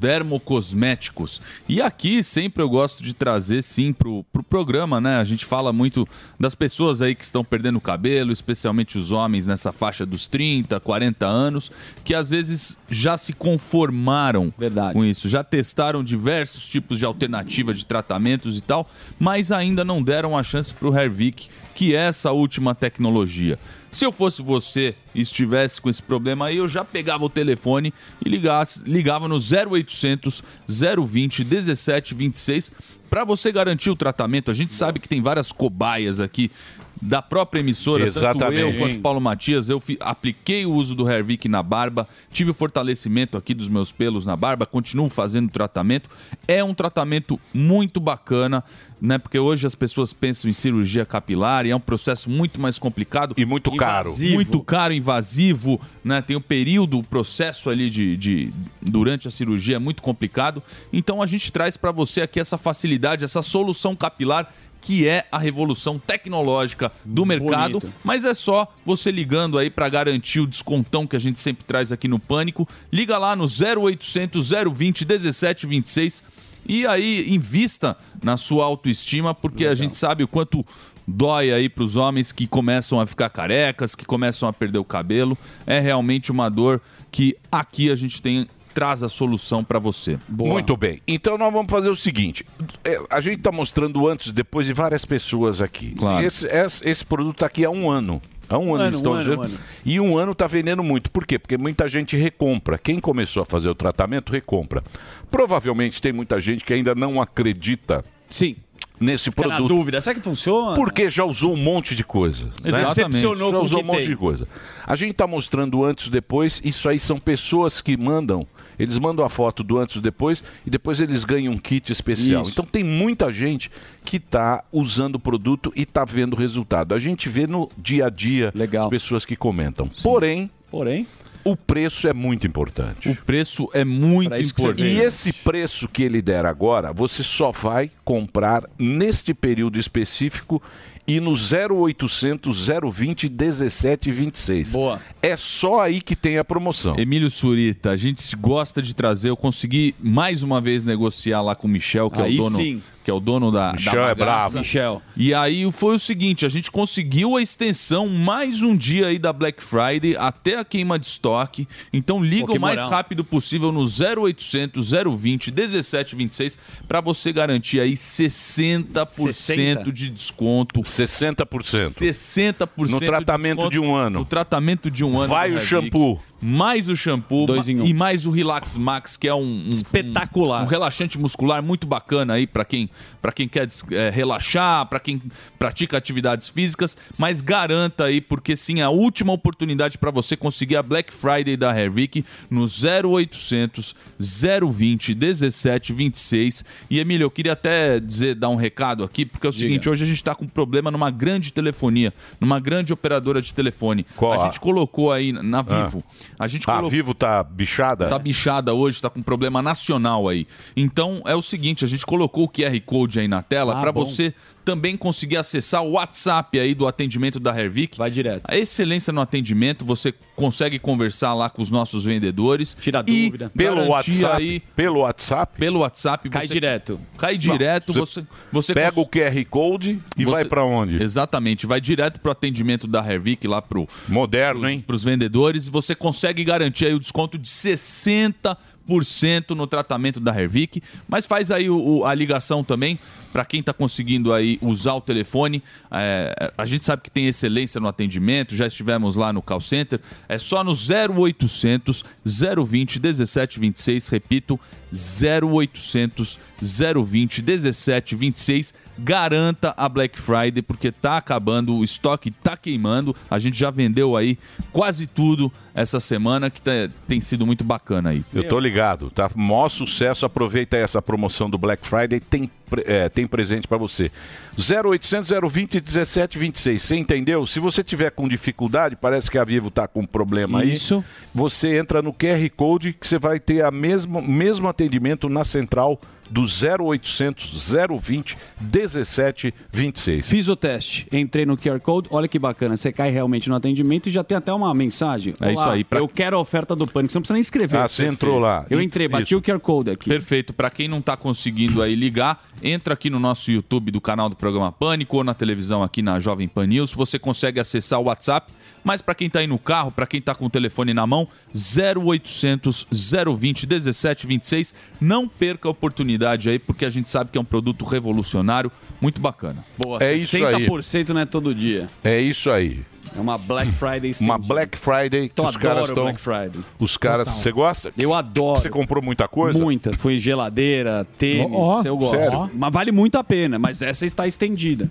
[SPEAKER 7] dermocosméticos. E aqui sempre eu gosto de trazer, sim, pro, pro programa, né? A gente fala muito das pessoas aí que estão perdendo o cabelo, especialmente os homens nessa faixa dos 30, 40 anos, que às vezes já se conformaram com isso, já testaram diversos tipos de alternativa de tratamentos e tal, mas ainda não deram a chance para o Hervik, que é essa última tecnologia. Se eu fosse você e estivesse com esse problema aí, eu já pegava o telefone e ligasse, ligava no 0800 020 1726 para você garantir o tratamento. A gente sabe que tem várias cobaias aqui da própria emissora, tanto eu
[SPEAKER 6] Exatamente.
[SPEAKER 7] quanto Paulo Matias, eu fi- apliquei o uso do Hervik na barba, tive o fortalecimento aqui dos meus pelos na barba, continuo fazendo o tratamento. É um tratamento muito bacana, né? Porque hoje as pessoas pensam em cirurgia capilar e é um processo muito mais complicado. E
[SPEAKER 6] muito caro.
[SPEAKER 7] Muito caro, invasivo, né? Tem o período, o processo ali de, de- durante a cirurgia é muito complicado. Então a gente traz para você aqui essa facilidade, essa solução capilar que é a revolução tecnológica do mercado,
[SPEAKER 9] Bonito.
[SPEAKER 7] mas é só você ligando aí para garantir o descontão que a gente sempre traz aqui no Pânico. Liga lá no 0800 020 1726 E aí, invista na sua autoestima, porque a gente sabe o quanto dói aí para os homens que começam a ficar carecas, que começam a perder o cabelo. É realmente uma dor que aqui a gente tem traz a solução para você.
[SPEAKER 6] Muito bem. Então nós vamos fazer o seguinte: é, a gente está mostrando antes e depois de várias pessoas aqui.
[SPEAKER 7] Claro.
[SPEAKER 6] Esse, esse, esse produto está aqui há um ano. Há um ano,
[SPEAKER 7] ano,
[SPEAKER 6] eles estão
[SPEAKER 7] um ano,
[SPEAKER 6] usando.
[SPEAKER 7] um ano.
[SPEAKER 6] E um ano está vendendo muito. Por quê? Porque muita gente recompra. Quem começou a fazer o tratamento, recompra. Provavelmente tem muita gente que ainda não acredita.
[SPEAKER 9] Sim.
[SPEAKER 6] Nesse
[SPEAKER 9] Fica na
[SPEAKER 6] produto.
[SPEAKER 9] dúvida, será que funciona?
[SPEAKER 6] Porque já usou um monte de coisa. né?
[SPEAKER 9] Decepcionou
[SPEAKER 6] já
[SPEAKER 9] com o
[SPEAKER 6] usou
[SPEAKER 9] que
[SPEAKER 6] um monte
[SPEAKER 9] tem.
[SPEAKER 6] de coisa. A gente está mostrando antes e depois, isso aí são pessoas que mandam. Eles mandam a foto do antes e depois e depois eles ganham um kit especial.
[SPEAKER 20] Isso.
[SPEAKER 6] Então tem muita gente que está usando o produto e está vendo o resultado. A gente vê no dia a dia as pessoas que comentam. Porém,
[SPEAKER 9] porém,
[SPEAKER 6] o preço é muito importante. O
[SPEAKER 7] preço é muito
[SPEAKER 9] isso que você
[SPEAKER 6] E
[SPEAKER 9] vende.
[SPEAKER 6] esse preço que ele der agora, você só vai comprar neste período específico e no 0800 020 1726. Boa. É só aí que tem a promoção.
[SPEAKER 7] Emílio Surita, a gente gosta de trazer. Eu consegui mais uma vez negociar lá com o Michel, que é
[SPEAKER 9] Aí
[SPEAKER 7] o dono,
[SPEAKER 9] sim.
[SPEAKER 7] que é o dono da.
[SPEAKER 6] Michel
[SPEAKER 7] da
[SPEAKER 6] é
[SPEAKER 7] bagaça.
[SPEAKER 6] brabo.
[SPEAKER 9] Michel.
[SPEAKER 7] E aí foi o seguinte, a gente conseguiu a extensão mais um dia aí da Black Friday até a queima de estoque. Então liga
[SPEAKER 9] Pô, que
[SPEAKER 7] o mais
[SPEAKER 9] moral.
[SPEAKER 7] rápido possível no 0800 020 1726 para você garantir aí 60%,
[SPEAKER 6] 60%.
[SPEAKER 7] de desconto.
[SPEAKER 6] 60%.
[SPEAKER 7] 60%
[SPEAKER 6] No tratamento de um ano.
[SPEAKER 7] No tratamento de um ano.
[SPEAKER 6] Vai o
[SPEAKER 7] do Revic.
[SPEAKER 6] shampoo.
[SPEAKER 7] Mais o shampoo.
[SPEAKER 6] Dois em um.
[SPEAKER 7] E mais o Relax Max, que é um... um-
[SPEAKER 9] Espetacular.
[SPEAKER 7] Um, um relaxante muscular muito bacana aí para quem, pra quem quer des- eh, relaxar, para quem pratica atividades físicas. Mas garanta aí, porque sim, é a última oportunidade para você conseguir a Black Friday da Hervik no 0800 020 1726. E Emílio, eu queria até dizer, dar um recado aqui, porque é o seguinte, hoje a gente está com um problema numa grande telefonia, numa grande operadora de telefone. A gente colocou aí na- na
[SPEAKER 6] Ah.
[SPEAKER 7] Vivo. A gente
[SPEAKER 6] A
[SPEAKER 7] colocou-
[SPEAKER 6] Vivo tá bichada?
[SPEAKER 7] Tá bichada hoje, tá com problema nacional aí. Então é o seguinte, a gente colocou o QR Code aí na tela
[SPEAKER 9] Ah,
[SPEAKER 7] pra para
[SPEAKER 9] bom.
[SPEAKER 7] você também conseguir acessar o WhatsApp aí do atendimento da Hervik. Vai direto. A excelência no atendimento, você consegue conversar lá com os nossos vendedores. Tira
[SPEAKER 6] dúvida. Pelo WhatsApp? pelo WhatsApp?
[SPEAKER 7] Pelo WhatsApp.
[SPEAKER 6] Cai
[SPEAKER 7] você-
[SPEAKER 6] direto.
[SPEAKER 7] Cai direto,
[SPEAKER 6] Bom,
[SPEAKER 7] você,
[SPEAKER 6] você
[SPEAKER 7] você
[SPEAKER 6] pega o QR Code e vai pra onde?
[SPEAKER 7] Exatamente, vai direto pro atendimento da Hervik lá pro
[SPEAKER 6] moderno, hein?
[SPEAKER 7] Para os vendedores, você consegue garantir aí o desconto de 60% no tratamento da Hervik, mas faz aí o- o- a ligação também para quem está conseguindo aí usar o telefone. É, a gente sabe que tem excelência no atendimento, já estivemos lá no call center. É só no 0800 020 1726, repito, 0800 020 1726. Garanta a Black Friday porque tá acabando, o estoque tá queimando. A gente já vendeu aí quase tudo essa semana que tá- tem sido muito bacana aí.
[SPEAKER 6] Eu tô ligado, tá? Mó sucesso, aproveita aí essa promoção do Black Friday, tem, pre- é, tem presente pra você. 0800 020 1726, você entendeu? Se você tiver com dificuldade, parece que a Vivo tá com um problema aí.
[SPEAKER 9] Isso.
[SPEAKER 6] Você entra no QR Code que você vai ter a mesmo, mesmo atendimento na central do 0800 020 1726.
[SPEAKER 9] Fiz o teste, entrei no QR Code, olha que bacana, você cai realmente no atendimento e já tem até uma mensagem.
[SPEAKER 7] É isso aí, pra-
[SPEAKER 9] Eu quero a oferta do pânico, você não precisa nem escrever.
[SPEAKER 7] Ah, você entrou lá.
[SPEAKER 9] Eu entrei, bati
[SPEAKER 7] Isso.
[SPEAKER 9] o QR Code aqui.
[SPEAKER 7] Perfeito. Para quem não tá conseguindo aí ligar, entra aqui no nosso YouTube do canal do programa Pânico ou na televisão aqui na Jovem Pan News, você consegue acessar o WhatsApp. Mas para quem tá aí no carro, para quem tá com o telefone na mão, 0800 020 1726, não perca a oportunidade aí, porque a gente sabe que é um produto revolucionário, muito bacana.
[SPEAKER 9] Boa,
[SPEAKER 6] É isso aí.
[SPEAKER 9] 60% não é todo dia.
[SPEAKER 6] É isso aí.
[SPEAKER 9] É uma Black Friday
[SPEAKER 6] Uma Black Friday que
[SPEAKER 9] Eu
[SPEAKER 6] os caras
[SPEAKER 9] adoro
[SPEAKER 6] estão.
[SPEAKER 9] Black Friday.
[SPEAKER 6] Os caras.
[SPEAKER 9] Total.
[SPEAKER 6] Você gosta?
[SPEAKER 9] Eu adoro.
[SPEAKER 6] Você comprou muita coisa?
[SPEAKER 9] Muita. Fui geladeira, tênis,
[SPEAKER 6] Ó, ó,
[SPEAKER 9] eu gosto.
[SPEAKER 6] sério?
[SPEAKER 9] Mas vale muito a pena, mas essa está estendida.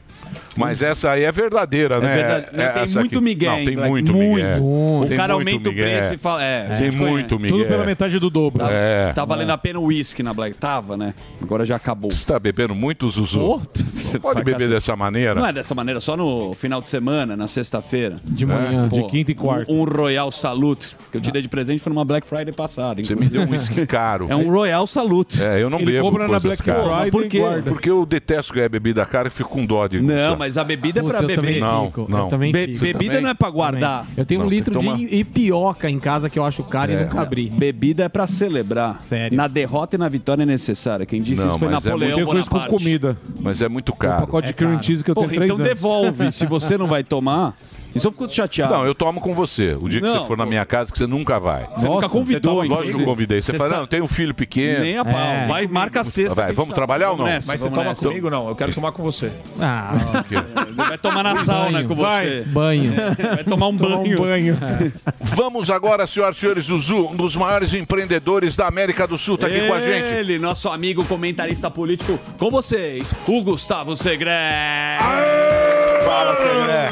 [SPEAKER 6] Mas essa aí é verdadeira, né?
[SPEAKER 9] verdade- né,
[SPEAKER 6] É
[SPEAKER 9] tem
[SPEAKER 6] essa
[SPEAKER 9] muito
[SPEAKER 6] aqui.
[SPEAKER 9] migué,
[SPEAKER 6] Não,
[SPEAKER 9] hein,
[SPEAKER 6] tem
[SPEAKER 9] Black?
[SPEAKER 6] muito migué.
[SPEAKER 9] Muito. O
[SPEAKER 6] Tem
[SPEAKER 9] cara
[SPEAKER 6] muito
[SPEAKER 9] aumenta o
[SPEAKER 6] migué.
[SPEAKER 9] preço e fala- é, a gente
[SPEAKER 6] tem
[SPEAKER 9] conhece.
[SPEAKER 6] muito migué.
[SPEAKER 9] Tudo pela metade
[SPEAKER 10] do dobro.
[SPEAKER 9] Tá,
[SPEAKER 6] É.
[SPEAKER 9] tá valendo a pena o uísque na Black. Tava, né? Agora já acabou. Você
[SPEAKER 6] tá bebendo muito, Zuzu?
[SPEAKER 9] Oh,
[SPEAKER 6] Pode beber dessa maneira?
[SPEAKER 9] é Não é dessa maneira, só no final de semana, na sexta-feira. quinta-feira.
[SPEAKER 10] De manhã, de quinta e quarta.
[SPEAKER 9] quarto. Um, um Royal Salute, que eu te dei de presente, foi numa Black Friday passada.
[SPEAKER 6] Você me deu um whisky
[SPEAKER 9] (laughs)
[SPEAKER 6] caro.
[SPEAKER 9] É um Royal Salute.
[SPEAKER 6] É, eu não
[SPEAKER 9] Ele
[SPEAKER 6] bebo
[SPEAKER 9] compra na
[SPEAKER 6] coisas
[SPEAKER 9] Black
[SPEAKER 6] caras.
[SPEAKER 9] Friday Mas por e quê? guarda.
[SPEAKER 6] Porque eu detesto ganhar bebida cara e fico com dó de
[SPEAKER 9] Não, mas a bebida é pra
[SPEAKER 6] Putz, eu
[SPEAKER 9] beber.
[SPEAKER 6] também Não, fico, eu não. também
[SPEAKER 9] Be-
[SPEAKER 6] fico.
[SPEAKER 9] bebida
[SPEAKER 6] Também?
[SPEAKER 9] não é pra guardar.
[SPEAKER 8] Eu tenho um litro de ipioca em casa que eu acho caro e nunca abri.
[SPEAKER 9] Bebida é pra celebrar. Sério. Na derrota e na vitória é necessária. Quem disse isso foi
[SPEAKER 6] mas é
[SPEAKER 9] Napoleão
[SPEAKER 6] muito-
[SPEAKER 9] Bonaparte.
[SPEAKER 6] Mas é muito caro.
[SPEAKER 9] pacote de cream cheese que eu tenho Porra, três então anos. devolve,
[SPEAKER 6] (laughs)
[SPEAKER 9] se você não vai tomar. Isso eu fico chateado.
[SPEAKER 6] Não, eu tomo com você. O dia que
[SPEAKER 9] Não,
[SPEAKER 6] você for na minha casa, que você nunca vai.
[SPEAKER 9] Você nunca convidou,
[SPEAKER 6] Você tá, lógico que eu
[SPEAKER 9] inclusive.
[SPEAKER 6] convidei. Você,
[SPEAKER 9] Você
[SPEAKER 6] fala,
[SPEAKER 9] sabe-
[SPEAKER 6] não, eu tenho um filho pequeno.
[SPEAKER 9] Nem a pau. É. Vai, marca a sexta
[SPEAKER 6] Vai,
[SPEAKER 9] que a
[SPEAKER 6] vamos
[SPEAKER 9] gente
[SPEAKER 6] trabalhar
[SPEAKER 9] tá-
[SPEAKER 6] ou não?
[SPEAKER 9] Vamos nessa,
[SPEAKER 13] Mas você
[SPEAKER 9] vamos
[SPEAKER 13] toma
[SPEAKER 9] nessa.
[SPEAKER 13] comigo, não. Eu quero tomar com você.
[SPEAKER 8] Ah,
[SPEAKER 9] Vai tomar na sauna com você.
[SPEAKER 8] Banho.
[SPEAKER 9] (laughs) Vai tomar um banho.
[SPEAKER 6] Vamos agora, senhoras e senhores, o Zu, um dos maiores empreendedores da América do Sul, tá aqui com a gente.
[SPEAKER 9] Ele, nosso amigo comentarista político, com vocês, o Gustavo Segré.
[SPEAKER 6] Fala, Segré.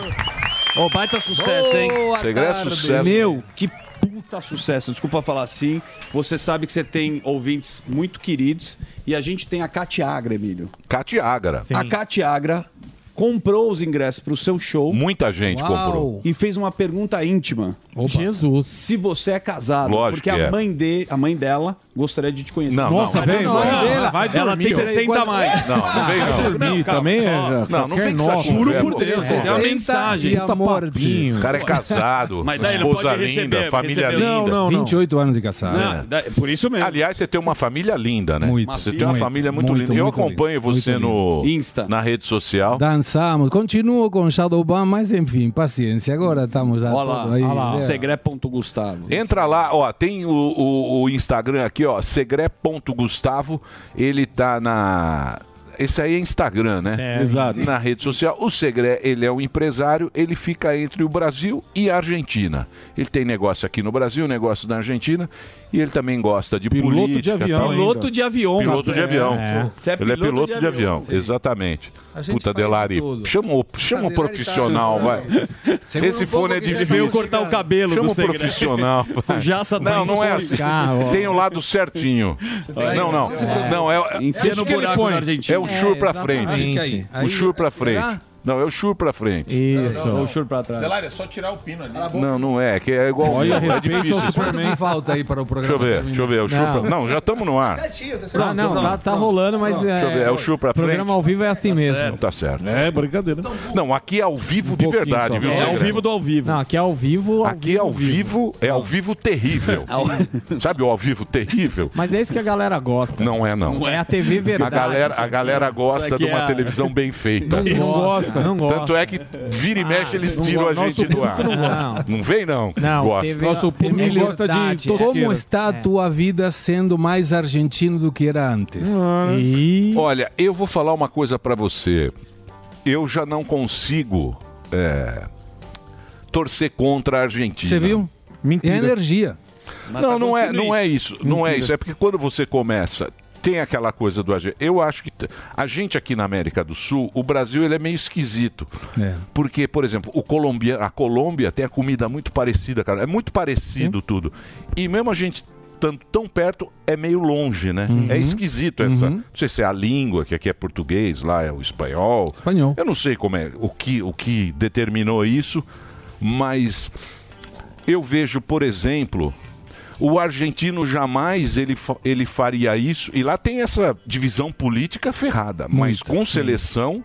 [SPEAKER 9] Ô, baita sucesso, hein?
[SPEAKER 6] Boa Segré é tarde. sucesso.
[SPEAKER 9] Meu, que puta sucesso. Desculpa falar assim. Você sabe que você tem ouvintes muito queridos e a gente tem a Cate Agra, Emílio.
[SPEAKER 6] Cate Agra.
[SPEAKER 9] A Cate Agra comprou os ingressos pro seu show.
[SPEAKER 6] Muita gente comprou.
[SPEAKER 9] E fez uma pergunta íntima.
[SPEAKER 8] Jesus.
[SPEAKER 9] Se você é casado,
[SPEAKER 6] Lógico
[SPEAKER 9] porque
[SPEAKER 6] que
[SPEAKER 9] a
[SPEAKER 6] é.
[SPEAKER 9] mãe de, a mãe dela gostaria de te conhecer.
[SPEAKER 6] Não, Nossa, não. vem,
[SPEAKER 9] Não,
[SPEAKER 6] vai.
[SPEAKER 9] não,
[SPEAKER 6] Vai
[SPEAKER 9] Ela
[SPEAKER 6] dormir.
[SPEAKER 9] tem 60 a mais.
[SPEAKER 6] Não, não vem, não. Vai dormir, também é- Não, não vem com é, essa
[SPEAKER 9] Juro
[SPEAKER 6] conversa.
[SPEAKER 9] por Deus, você deu É uma
[SPEAKER 6] Eita,
[SPEAKER 9] mensagem.
[SPEAKER 6] e amordinho. O cara é (laughs) casado,
[SPEAKER 9] Mas daí não
[SPEAKER 6] esposa
[SPEAKER 9] pode receber,
[SPEAKER 6] linda, família
[SPEAKER 9] recebeu-
[SPEAKER 6] linda. Não, não.
[SPEAKER 20] 28 anos de casado.
[SPEAKER 6] Não,
[SPEAKER 9] Por isso mesmo.
[SPEAKER 6] Aliás, você tem uma família linda, né?
[SPEAKER 20] É. Muito,
[SPEAKER 6] Você tem uma
[SPEAKER 20] muito,
[SPEAKER 6] família muito,
[SPEAKER 20] muito,
[SPEAKER 6] linda. Eu
[SPEAKER 20] muito
[SPEAKER 6] acompanho
[SPEAKER 20] linda,
[SPEAKER 6] você
[SPEAKER 20] muito
[SPEAKER 6] no
[SPEAKER 20] linda.
[SPEAKER 6] Insta, na rede social.
[SPEAKER 20] Dançamos, continuo com Shadowban, mas enfim, paciência. Agora estamos já
[SPEAKER 6] Olha lá,
[SPEAKER 20] tudo aí.
[SPEAKER 6] olha lá.
[SPEAKER 20] É.
[SPEAKER 9] Segré.gustavo.
[SPEAKER 6] Entra lá, ó, tem o, o- o Instagram aqui, ó, segré.gustavo, ele tá na... Esse aí é Instagram, né?
[SPEAKER 13] Certo. Exato.
[SPEAKER 6] Na rede social. O Segré, ele é um empresário, ele fica entre o Brasil e a Argentina. Ele tem negócio aqui no Brasil, negócio na Argentina, e ele também gosta de
[SPEAKER 9] Piloto de
[SPEAKER 6] política.
[SPEAKER 9] avião
[SPEAKER 6] tal.
[SPEAKER 9] Piloto ainda. de avião.
[SPEAKER 6] Piloto de
[SPEAKER 9] É.
[SPEAKER 6] avião.
[SPEAKER 9] É. Você é
[SPEAKER 6] Ele é
[SPEAKER 9] piloto
[SPEAKER 6] piloto
[SPEAKER 9] de
[SPEAKER 6] de avião,
[SPEAKER 9] avião,
[SPEAKER 6] exatamente.
[SPEAKER 9] A gente
[SPEAKER 6] Puta,
[SPEAKER 9] faz de
[SPEAKER 6] Delari,
[SPEAKER 9] tudo. Tá.
[SPEAKER 6] chama o, chama o profissional, vai.
[SPEAKER 9] Segura
[SPEAKER 6] Esse
[SPEAKER 9] um pouco
[SPEAKER 6] fone é
[SPEAKER 9] que já
[SPEAKER 6] difícil.
[SPEAKER 9] veio cortar o cabelo
[SPEAKER 6] Chama
[SPEAKER 9] do
[SPEAKER 6] o
[SPEAKER 9] Segré. (laughs)
[SPEAKER 6] profissional.
[SPEAKER 9] O Jaça tá
[SPEAKER 6] não,
[SPEAKER 9] indo
[SPEAKER 6] não é assim.
[SPEAKER 9] explicar, ó.
[SPEAKER 6] Tem o lado certinho.
[SPEAKER 9] vai-
[SPEAKER 6] Não, não.
[SPEAKER 9] não se preocupe.
[SPEAKER 6] Não, é, é
[SPEAKER 9] Enfia no
[SPEAKER 6] acho que ele
[SPEAKER 9] buraco
[SPEAKER 6] põe.
[SPEAKER 9] da Argentina.
[SPEAKER 6] É o chur pra frente.
[SPEAKER 9] Acho que aí.
[SPEAKER 6] O
[SPEAKER 9] Aí-
[SPEAKER 6] chur pra
[SPEAKER 9] Será?
[SPEAKER 6] frente. Não, é o chur pra frente.
[SPEAKER 8] Isso.
[SPEAKER 9] Ou o chur pra trás.
[SPEAKER 13] Delário, é só tirar o pino ali.
[SPEAKER 6] Não, não é, que é igual.
[SPEAKER 13] Olha,
[SPEAKER 6] não, é
[SPEAKER 13] respeito
[SPEAKER 6] difícil.
[SPEAKER 13] ao
[SPEAKER 6] isso pra
[SPEAKER 13] Superman.
[SPEAKER 6] mim.
[SPEAKER 20] Falta aí para o
[SPEAKER 6] Deixa eu
[SPEAKER 20] programa.
[SPEAKER 6] ver, deixa eu ver. É o chur
[SPEAKER 8] Não.
[SPEAKER 6] pra... não, já estamos no ar.
[SPEAKER 8] Ah, não, tá, tá rolando, mas é.
[SPEAKER 6] Deixa eu ver, é o show pra
[SPEAKER 8] programa
[SPEAKER 6] frente?
[SPEAKER 8] ao vivo é assim mesmo.
[SPEAKER 6] Tá certo.
[SPEAKER 13] É, brincadeira.
[SPEAKER 6] Não, aqui é ao
[SPEAKER 9] Um
[SPEAKER 6] vivo de verdade, viu?
[SPEAKER 8] É ao
[SPEAKER 6] Segré?
[SPEAKER 8] vivo
[SPEAKER 9] do ao vivo.
[SPEAKER 8] Não, aqui é ao vivo.
[SPEAKER 6] Aqui é ao vivo, é ao
[SPEAKER 8] (laughs)
[SPEAKER 6] vivo terrível. Sabe o ao vivo terrível?
[SPEAKER 8] Mas é isso que a galera gosta.
[SPEAKER 6] Não é, não.
[SPEAKER 8] É a TV verdade.
[SPEAKER 6] A galera,
[SPEAKER 8] isso
[SPEAKER 6] a
[SPEAKER 8] aqui.
[SPEAKER 6] galera
[SPEAKER 8] Isso
[SPEAKER 6] gosta
[SPEAKER 8] aqui
[SPEAKER 6] de uma
[SPEAKER 8] é-
[SPEAKER 6] televisão bem feita.
[SPEAKER 8] Não Isso. Ah, gosta, não gosta.
[SPEAKER 6] Tanto é que vira e mexe eles
[SPEAKER 8] não
[SPEAKER 6] tiram a
[SPEAKER 8] gosta.
[SPEAKER 6] gente
[SPEAKER 8] Nosso
[SPEAKER 6] do ar.
[SPEAKER 8] público não gosta.
[SPEAKER 6] Não vem, não.
[SPEAKER 8] Não,
[SPEAKER 6] gosta.
[SPEAKER 8] TV Nosso público é gosta de verdade, é. tosqueira.
[SPEAKER 20] Como está a tua vida sendo mais argentino do que era antes?
[SPEAKER 6] Ah. Olha, eu vou falar uma coisa pra você. Eu já não consigo é, torcer contra a Argentina.
[SPEAKER 20] Você viu?
[SPEAKER 6] Mentira.
[SPEAKER 20] É energia. tá
[SPEAKER 6] não, não é, não é isso. Não é isso. É porque quando você começa, tem aquela coisa do agente. Eu acho que t- a gente aqui na América do Sul, o Brasil ele é meio esquisito.
[SPEAKER 20] É.
[SPEAKER 6] Porque, por exemplo, o Colombia, a Colômbia tem a comida muito parecida, cara. É muito parecido tudo. E mesmo a gente tanto tão perto é meio longe, né?
[SPEAKER 20] Uhum.
[SPEAKER 6] É esquisito essa.
[SPEAKER 20] Uhum.
[SPEAKER 6] Não sei se é a língua, que aqui é português, lá é o espanhol.
[SPEAKER 20] Espanhol.
[SPEAKER 6] Eu não sei como é, o que, o que determinou isso, mas eu vejo, por exemplo, o argentino jamais ele, fa- ele faria isso. E lá tem essa divisão política ferrada, mas com seleção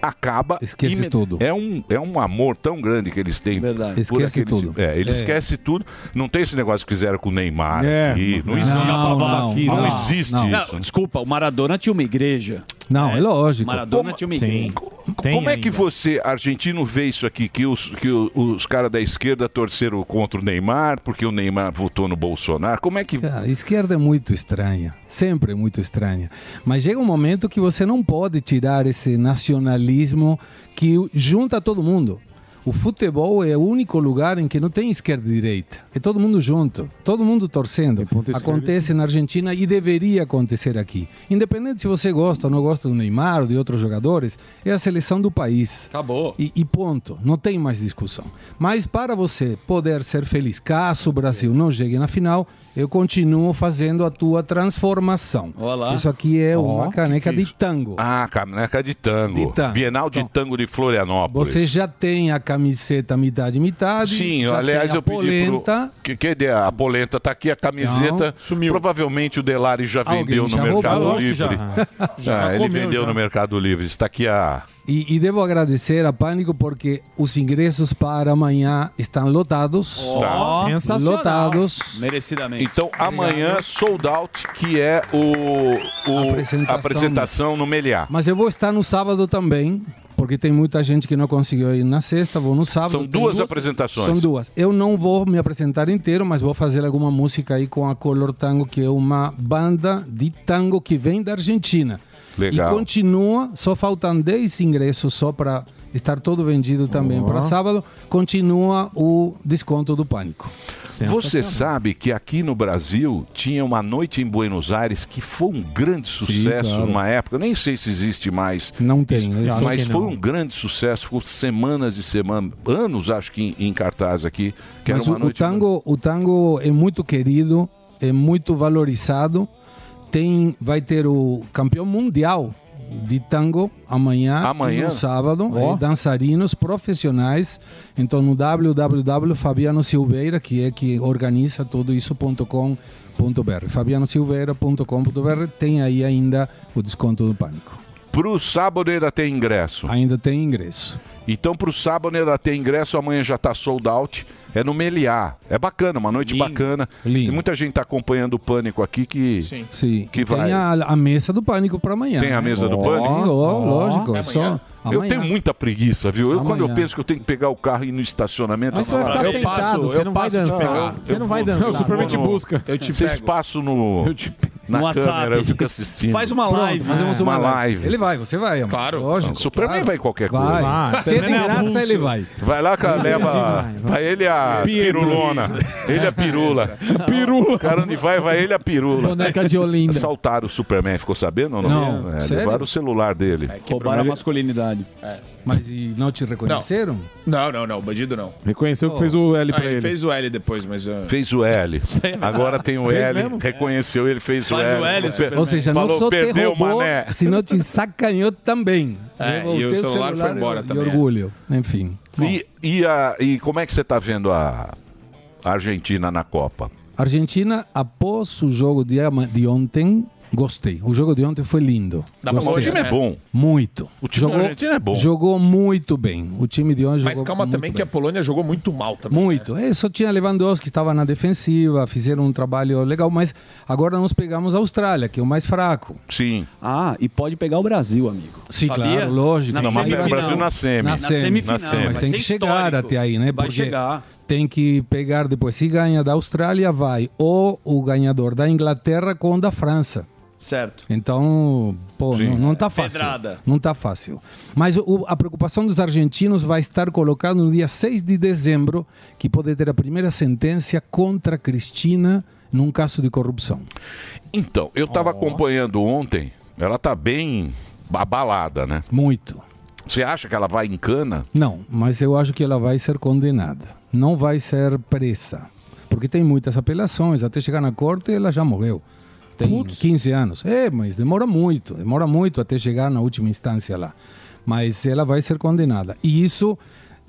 [SPEAKER 6] acaba
[SPEAKER 20] Esquece
[SPEAKER 6] ime-
[SPEAKER 20] tudo.
[SPEAKER 6] é um é um amor tão grande que eles têm verdade
[SPEAKER 20] Esquece tudo.
[SPEAKER 6] é ele
[SPEAKER 20] É.
[SPEAKER 6] esquece tudo não tem esse negócio que fizeram com o Neymar
[SPEAKER 20] É.
[SPEAKER 6] aqui não,
[SPEAKER 20] Não,
[SPEAKER 6] existe
[SPEAKER 20] não,
[SPEAKER 6] não,
[SPEAKER 20] não, não.
[SPEAKER 6] existe
[SPEAKER 20] Não.
[SPEAKER 6] isso
[SPEAKER 9] Não, desculpa, o Maradona tinha uma igreja.
[SPEAKER 20] Não, é, lógico.
[SPEAKER 9] Maradona tinha uma igreja.
[SPEAKER 6] Como é que você, argentino, vê isso aqui? Que os, que o- os caras da esquerda torceram contra o Neymar, porque o Neymar votou no Bolsonaro. Como é que.
[SPEAKER 20] Cara, a esquerda é muito estranha, sempre é muito estranha. Mas chega um momento que você não pode tirar esse nacionalismo que junta todo mundo. O futebol é o único lugar em que não tem esquerda e direita. É todo mundo junto, todo mundo torcendo. Acontece na Argentina e deveria acontecer aqui. Independente se você gosta ou não gosta do Neymar ou de outros jogadores, é a seleção do país.
[SPEAKER 9] Acabou.
[SPEAKER 20] E, e ponto, não tem mais discussão. Mas para você poder ser feliz, caso o Brasil não chegue na final, eu continuo fazendo a tua transformação.
[SPEAKER 6] Olá.
[SPEAKER 20] Isso aqui é
[SPEAKER 6] Ó,
[SPEAKER 20] uma caneca de tango.
[SPEAKER 6] Ah, caneca de
[SPEAKER 20] De
[SPEAKER 6] tango.
[SPEAKER 20] tango. Então,
[SPEAKER 6] Bienal de tango de Florianópolis.
[SPEAKER 20] Você já tem a camiseta metade metade.
[SPEAKER 6] Sim,
[SPEAKER 20] já
[SPEAKER 6] aliás,
[SPEAKER 20] tem a
[SPEAKER 6] eu pedi
[SPEAKER 20] polenta.
[SPEAKER 6] pro... Que, que ideia? A polenta tá aqui, a camiseta.
[SPEAKER 20] Não,
[SPEAKER 6] sumiu. Provavelmente o Delari já
[SPEAKER 20] Alguém
[SPEAKER 6] vendeu
[SPEAKER 20] já
[SPEAKER 6] no
[SPEAKER 20] roubou.
[SPEAKER 6] Mercado
[SPEAKER 20] Lógico que
[SPEAKER 6] Livre.
[SPEAKER 20] já. Já
[SPEAKER 6] Ah, ele
[SPEAKER 20] comeu,
[SPEAKER 6] vendeu
[SPEAKER 20] já.
[SPEAKER 6] no Mercado Livre. Está aqui a...
[SPEAKER 20] E, e devo agradecer a Pânico porque os ingressos para amanhã estão lotados.
[SPEAKER 6] Ó, Tá sensacional.
[SPEAKER 20] Lotados.
[SPEAKER 9] Merecidamente.
[SPEAKER 6] Então, amanhã, Sold Out, que é o, o-
[SPEAKER 20] Apresentação.
[SPEAKER 6] a apresentação no Meliá.
[SPEAKER 20] Mas eu vou estar no sábado também, porque tem muita gente que não conseguiu ir na sexta, vou no sábado.
[SPEAKER 6] São
[SPEAKER 20] Tem
[SPEAKER 6] duas apresentações.
[SPEAKER 20] São duas. Eu não vou me apresentar inteiro, mas vou fazer alguma música aí com a Color Tango, que é uma banda de tango que vem da Argentina.
[SPEAKER 6] Legal.
[SPEAKER 20] E continua, só faltam 10 ingressos só para estar todo vendido também
[SPEAKER 6] Ó.
[SPEAKER 20] para sábado. Continua o desconto do Pânico.
[SPEAKER 6] Você sabe que aqui no Brasil tinha uma noite em Buenos Aires que foi um grande sucesso
[SPEAKER 20] claro.
[SPEAKER 6] numa época, eu nem sei se existe mais.
[SPEAKER 20] Não tem. é
[SPEAKER 6] Mas,
[SPEAKER 20] isso que não.
[SPEAKER 6] foi um grande sucesso, ficou semanas e semanas, anos acho que em, em cartaz aqui, que
[SPEAKER 20] Mas
[SPEAKER 6] era uma
[SPEAKER 20] o, o
[SPEAKER 6] noite.
[SPEAKER 20] tango, o tango é muito querido, é muito valorizado. Tem, vai ter o campeão mundial de tango amanhã,
[SPEAKER 6] Amanhã?
[SPEAKER 20] e no sábado.
[SPEAKER 6] Ó.
[SPEAKER 20] É, dançarinos profissionais. Então no www.fabianosilveira, que é que organiza tudo isso.com.br. fabianosilveira.com.br tem aí ainda o desconto do pânico.
[SPEAKER 6] Pro sábado ainda tem ingresso.
[SPEAKER 20] Ainda tem ingresso.
[SPEAKER 6] Então pro sábado ainda tem ingresso, amanhã já tá sold out. É no Meliá. É bacana, uma noite bacana. Tem muita gente tá acompanhando o pânico aqui que
[SPEAKER 20] Sim.
[SPEAKER 6] que vai.
[SPEAKER 20] Tem a, a mesa do pânico para amanhã. né?
[SPEAKER 6] Tem a
[SPEAKER 13] né?
[SPEAKER 6] mesa do
[SPEAKER 20] Ó,
[SPEAKER 6] pânico?
[SPEAKER 20] ó, lógico.
[SPEAKER 6] É
[SPEAKER 20] é só
[SPEAKER 6] Eu
[SPEAKER 20] amanhã.
[SPEAKER 6] tenho muita preguiça, viu? Eu, quando eu
[SPEAKER 20] Amanhã.
[SPEAKER 6] penso que eu tenho que pegar o carro e ir no estacionamento,
[SPEAKER 13] Mas
[SPEAKER 6] eu
[SPEAKER 13] você vai
[SPEAKER 6] falo,
[SPEAKER 13] ficar
[SPEAKER 6] "Ah, eu
[SPEAKER 13] sentado,
[SPEAKER 6] passo,
[SPEAKER 13] você
[SPEAKER 6] eu
[SPEAKER 13] não vai
[SPEAKER 6] passo de
[SPEAKER 13] dançar.
[SPEAKER 6] pegar.
[SPEAKER 13] Você
[SPEAKER 6] Eu
[SPEAKER 13] não vai
[SPEAKER 6] vou-
[SPEAKER 13] dançar. O Superman te
[SPEAKER 6] vou no-
[SPEAKER 13] busca. Eu te
[SPEAKER 6] Vocês
[SPEAKER 13] pego.
[SPEAKER 6] passam no,
[SPEAKER 13] Eu te- (laughs)
[SPEAKER 6] na
[SPEAKER 13] No
[SPEAKER 6] câmera,
[SPEAKER 13] WhatsApp.
[SPEAKER 6] eu fico assistindo.
[SPEAKER 13] Faz uma
[SPEAKER 20] Pronto, live, fazemos né? uma live. Ele vai, você vai.
[SPEAKER 6] Claro. Lógico. O Superman
[SPEAKER 20] claro.
[SPEAKER 6] vai em qualquer
[SPEAKER 20] Vai.
[SPEAKER 6] coisa.
[SPEAKER 20] Vai. Se é de Superman é graça, avulso. ele vai.
[SPEAKER 6] Vai lá, cara,
[SPEAKER 20] Vai,
[SPEAKER 6] leva...
[SPEAKER 20] vai, vai.
[SPEAKER 6] Vai ele a
[SPEAKER 20] Pedro.
[SPEAKER 6] pirulona. Ele a pirula. Pirula. O cara onde vai, vai ele a pirula.
[SPEAKER 20] Boneca de Olinda.
[SPEAKER 6] Assaltaram o Superman, ficou sabendo ou não?
[SPEAKER 20] Não,
[SPEAKER 6] É,
[SPEAKER 20] sério?
[SPEAKER 6] levaram o celular dele.
[SPEAKER 20] É,
[SPEAKER 9] Roubaram a masculinidade.
[SPEAKER 6] É.
[SPEAKER 20] Mas e não te reconheceram?
[SPEAKER 21] Não, não, não. O bandido não.
[SPEAKER 13] Reconheceu
[SPEAKER 21] Oh.
[SPEAKER 13] que fez o L
[SPEAKER 21] Ah,
[SPEAKER 13] pra ele.
[SPEAKER 21] fez o L depois, mas. ah,
[SPEAKER 6] Fez o L. Agora tem o
[SPEAKER 21] Fez
[SPEAKER 6] L.
[SPEAKER 21] mesmo?
[SPEAKER 6] Reconheceu, ele fez
[SPEAKER 21] Faz
[SPEAKER 6] o L.
[SPEAKER 21] o L, Superman.
[SPEAKER 20] Ou seja,
[SPEAKER 6] é, Falou,
[SPEAKER 20] não só te
[SPEAKER 6] perdeu
[SPEAKER 20] roubou,
[SPEAKER 6] mané.
[SPEAKER 20] se não te sacanhou também.
[SPEAKER 6] É,
[SPEAKER 20] Devolveu
[SPEAKER 6] e o celular foi embora
[SPEAKER 20] e,
[SPEAKER 6] também,
[SPEAKER 20] E orgulho, enfim.
[SPEAKER 6] E, e, a- e como é que você tá vendo a a Argentina na Copa?
[SPEAKER 20] Argentina, após o jogo de, ama- de ontem, gostei. O jogo de ontem foi lindo.
[SPEAKER 6] Dá pra
[SPEAKER 20] Gostei.
[SPEAKER 6] falar,
[SPEAKER 21] né?
[SPEAKER 6] o time é bom.
[SPEAKER 20] Muito.
[SPEAKER 21] O time da Argentina é bom.
[SPEAKER 20] Jogou muito bem. O time de ontem
[SPEAKER 21] Mas
[SPEAKER 20] jogou
[SPEAKER 21] calma
[SPEAKER 20] muito
[SPEAKER 21] também que a Polônia jogou muito mal também. né?
[SPEAKER 20] Muito. É, só tinha Lewandowski, estava na defensiva, fizeram um trabalho legal, mas agora nós pegamos a Austrália, que é o mais fraco.
[SPEAKER 6] Sim.
[SPEAKER 9] Ah, e pode pegar o Brasil, amigo.
[SPEAKER 20] Sim,
[SPEAKER 9] Sabia?
[SPEAKER 20] claro, lógico.
[SPEAKER 9] Na
[SPEAKER 20] Isso aí
[SPEAKER 9] semifinal.
[SPEAKER 20] vai- Na,
[SPEAKER 9] semifinal.
[SPEAKER 20] Mas
[SPEAKER 9] vai
[SPEAKER 20] tem
[SPEAKER 9] ser
[SPEAKER 20] que chegar
[SPEAKER 9] histórico.
[SPEAKER 20] até aí, né?
[SPEAKER 9] Vai chegar.
[SPEAKER 20] tem que pegar depois. Se ganha da Austrália, vai ou o ganhador da Inglaterra com o da França.
[SPEAKER 9] Certo.
[SPEAKER 20] Então, pô,
[SPEAKER 9] Sim.
[SPEAKER 20] não, não tá fácil.
[SPEAKER 9] Pedrada.
[SPEAKER 20] Não tá fácil. Mas o- a preocupação dos argentinos vai estar colocada no dia 6 de dezembro, que pode ter a primeira sentença contra Cristina num caso de corrupção.
[SPEAKER 6] Então, eu estava acompanhando ontem, ela tá bem abalada, né?
[SPEAKER 20] Muito.
[SPEAKER 6] Você acha que ela vai em cana?
[SPEAKER 20] Não, mas eu acho que ela vai ser condenada. Não vai ser presa. Porque tem muitas apelações. Até chegar na corte, ela já morreu. Tem 15 anos. É, mas demora muito. Demora muito até chegar na última instância lá. Mas ela vai ser condenada. E isso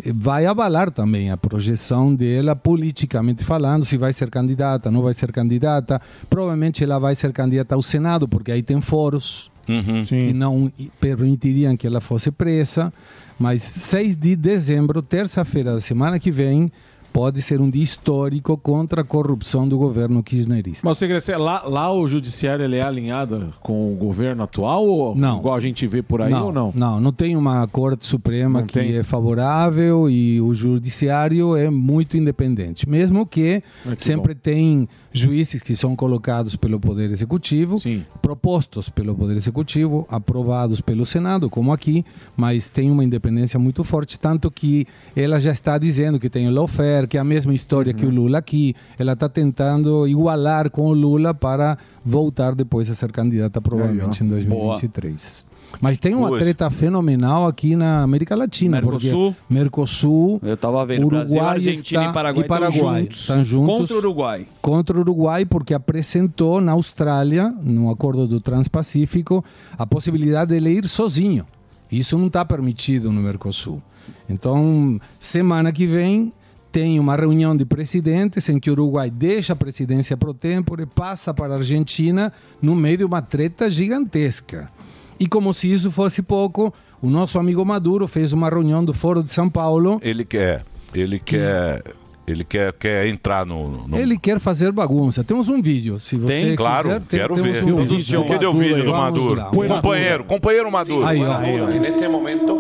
[SPEAKER 20] eh, vai abalar também a projeção dela politicamente falando, se vai ser candidata, não vai ser candidata. Provavelmente ela vai ser candidata ao Senado, porque aí tem foros
[SPEAKER 14] Uhum.
[SPEAKER 20] que não i- permitiriam que ela fosse presa. Mas 6 de dezembro, terça-feira da semana que vem, pode ser um dia histórico contra a corrupção do governo kirchnerista.
[SPEAKER 13] Mas, Segredo, lá, lá o judiciário ele é alinhado com o governo atual? Ou
[SPEAKER 20] Não.
[SPEAKER 13] Igual a gente vê por aí ou não?
[SPEAKER 20] Não, não tem uma Corte Suprema
[SPEAKER 13] Não
[SPEAKER 20] que
[SPEAKER 13] tem.
[SPEAKER 20] é favorável e o judiciário é muito independente. Mesmo que,
[SPEAKER 13] Ah,
[SPEAKER 20] sempre tem juízes que são colocados pelo Poder Executivo, propostos pelo Poder Executivo, aprovados pelo Senado, como aqui, mas tem uma independência muito forte, tanto que ela já está dizendo que tem o lawfare, que é a mesma história que o
[SPEAKER 13] Uhum.
[SPEAKER 20] Lula aqui, ela está tentando igualar com o Lula para voltar depois a ser candidata provavelmente em 2023. Mas tem uma
[SPEAKER 9] Coisa.
[SPEAKER 20] treta fenomenal aqui na América Latina.
[SPEAKER 9] Mercosul.
[SPEAKER 20] Porque Mercosul,
[SPEAKER 9] Eu tava vendo.
[SPEAKER 20] Uruguai
[SPEAKER 9] Brasil, Argentina
[SPEAKER 20] está-
[SPEAKER 9] e Paraguai,
[SPEAKER 20] e Paraguai estão
[SPEAKER 9] estão juntos.
[SPEAKER 20] juntos.
[SPEAKER 9] Contra o Uruguai.
[SPEAKER 20] contra o Uruguai, porque apresentou na Austrália, no acordo do Transpacífico, a possibilidade dele ir sozinho. Isso não está permitido no Mercosul. Então, semana que vem tem uma reunião de presidentes em que o Uruguai deixa a presidência pro tempore, passa para a Argentina no meio de uma treta gigantesca. E como se isso fosse pouco, o nosso amigo Maduro fez uma reunião do Foro de São Paulo
[SPEAKER 6] Ele quer. Ele quer. Ele quer, quer entrar no. no-
[SPEAKER 20] Ele quer fazer bagunça. Temos um vídeo, se você
[SPEAKER 6] Tem,
[SPEAKER 20] quiser,
[SPEAKER 6] claro,
[SPEAKER 20] tem-
[SPEAKER 6] quero
[SPEAKER 20] temos
[SPEAKER 6] ver.
[SPEAKER 20] um
[SPEAKER 6] Cadê
[SPEAKER 20] vídeo.
[SPEAKER 6] o Cadê o vídeo do
[SPEAKER 20] Vamos
[SPEAKER 6] Maduro?
[SPEAKER 20] lá.
[SPEAKER 6] Companheiro, companheiro Maduro.
[SPEAKER 20] Ahí va.
[SPEAKER 6] Maduro.
[SPEAKER 22] En este momento,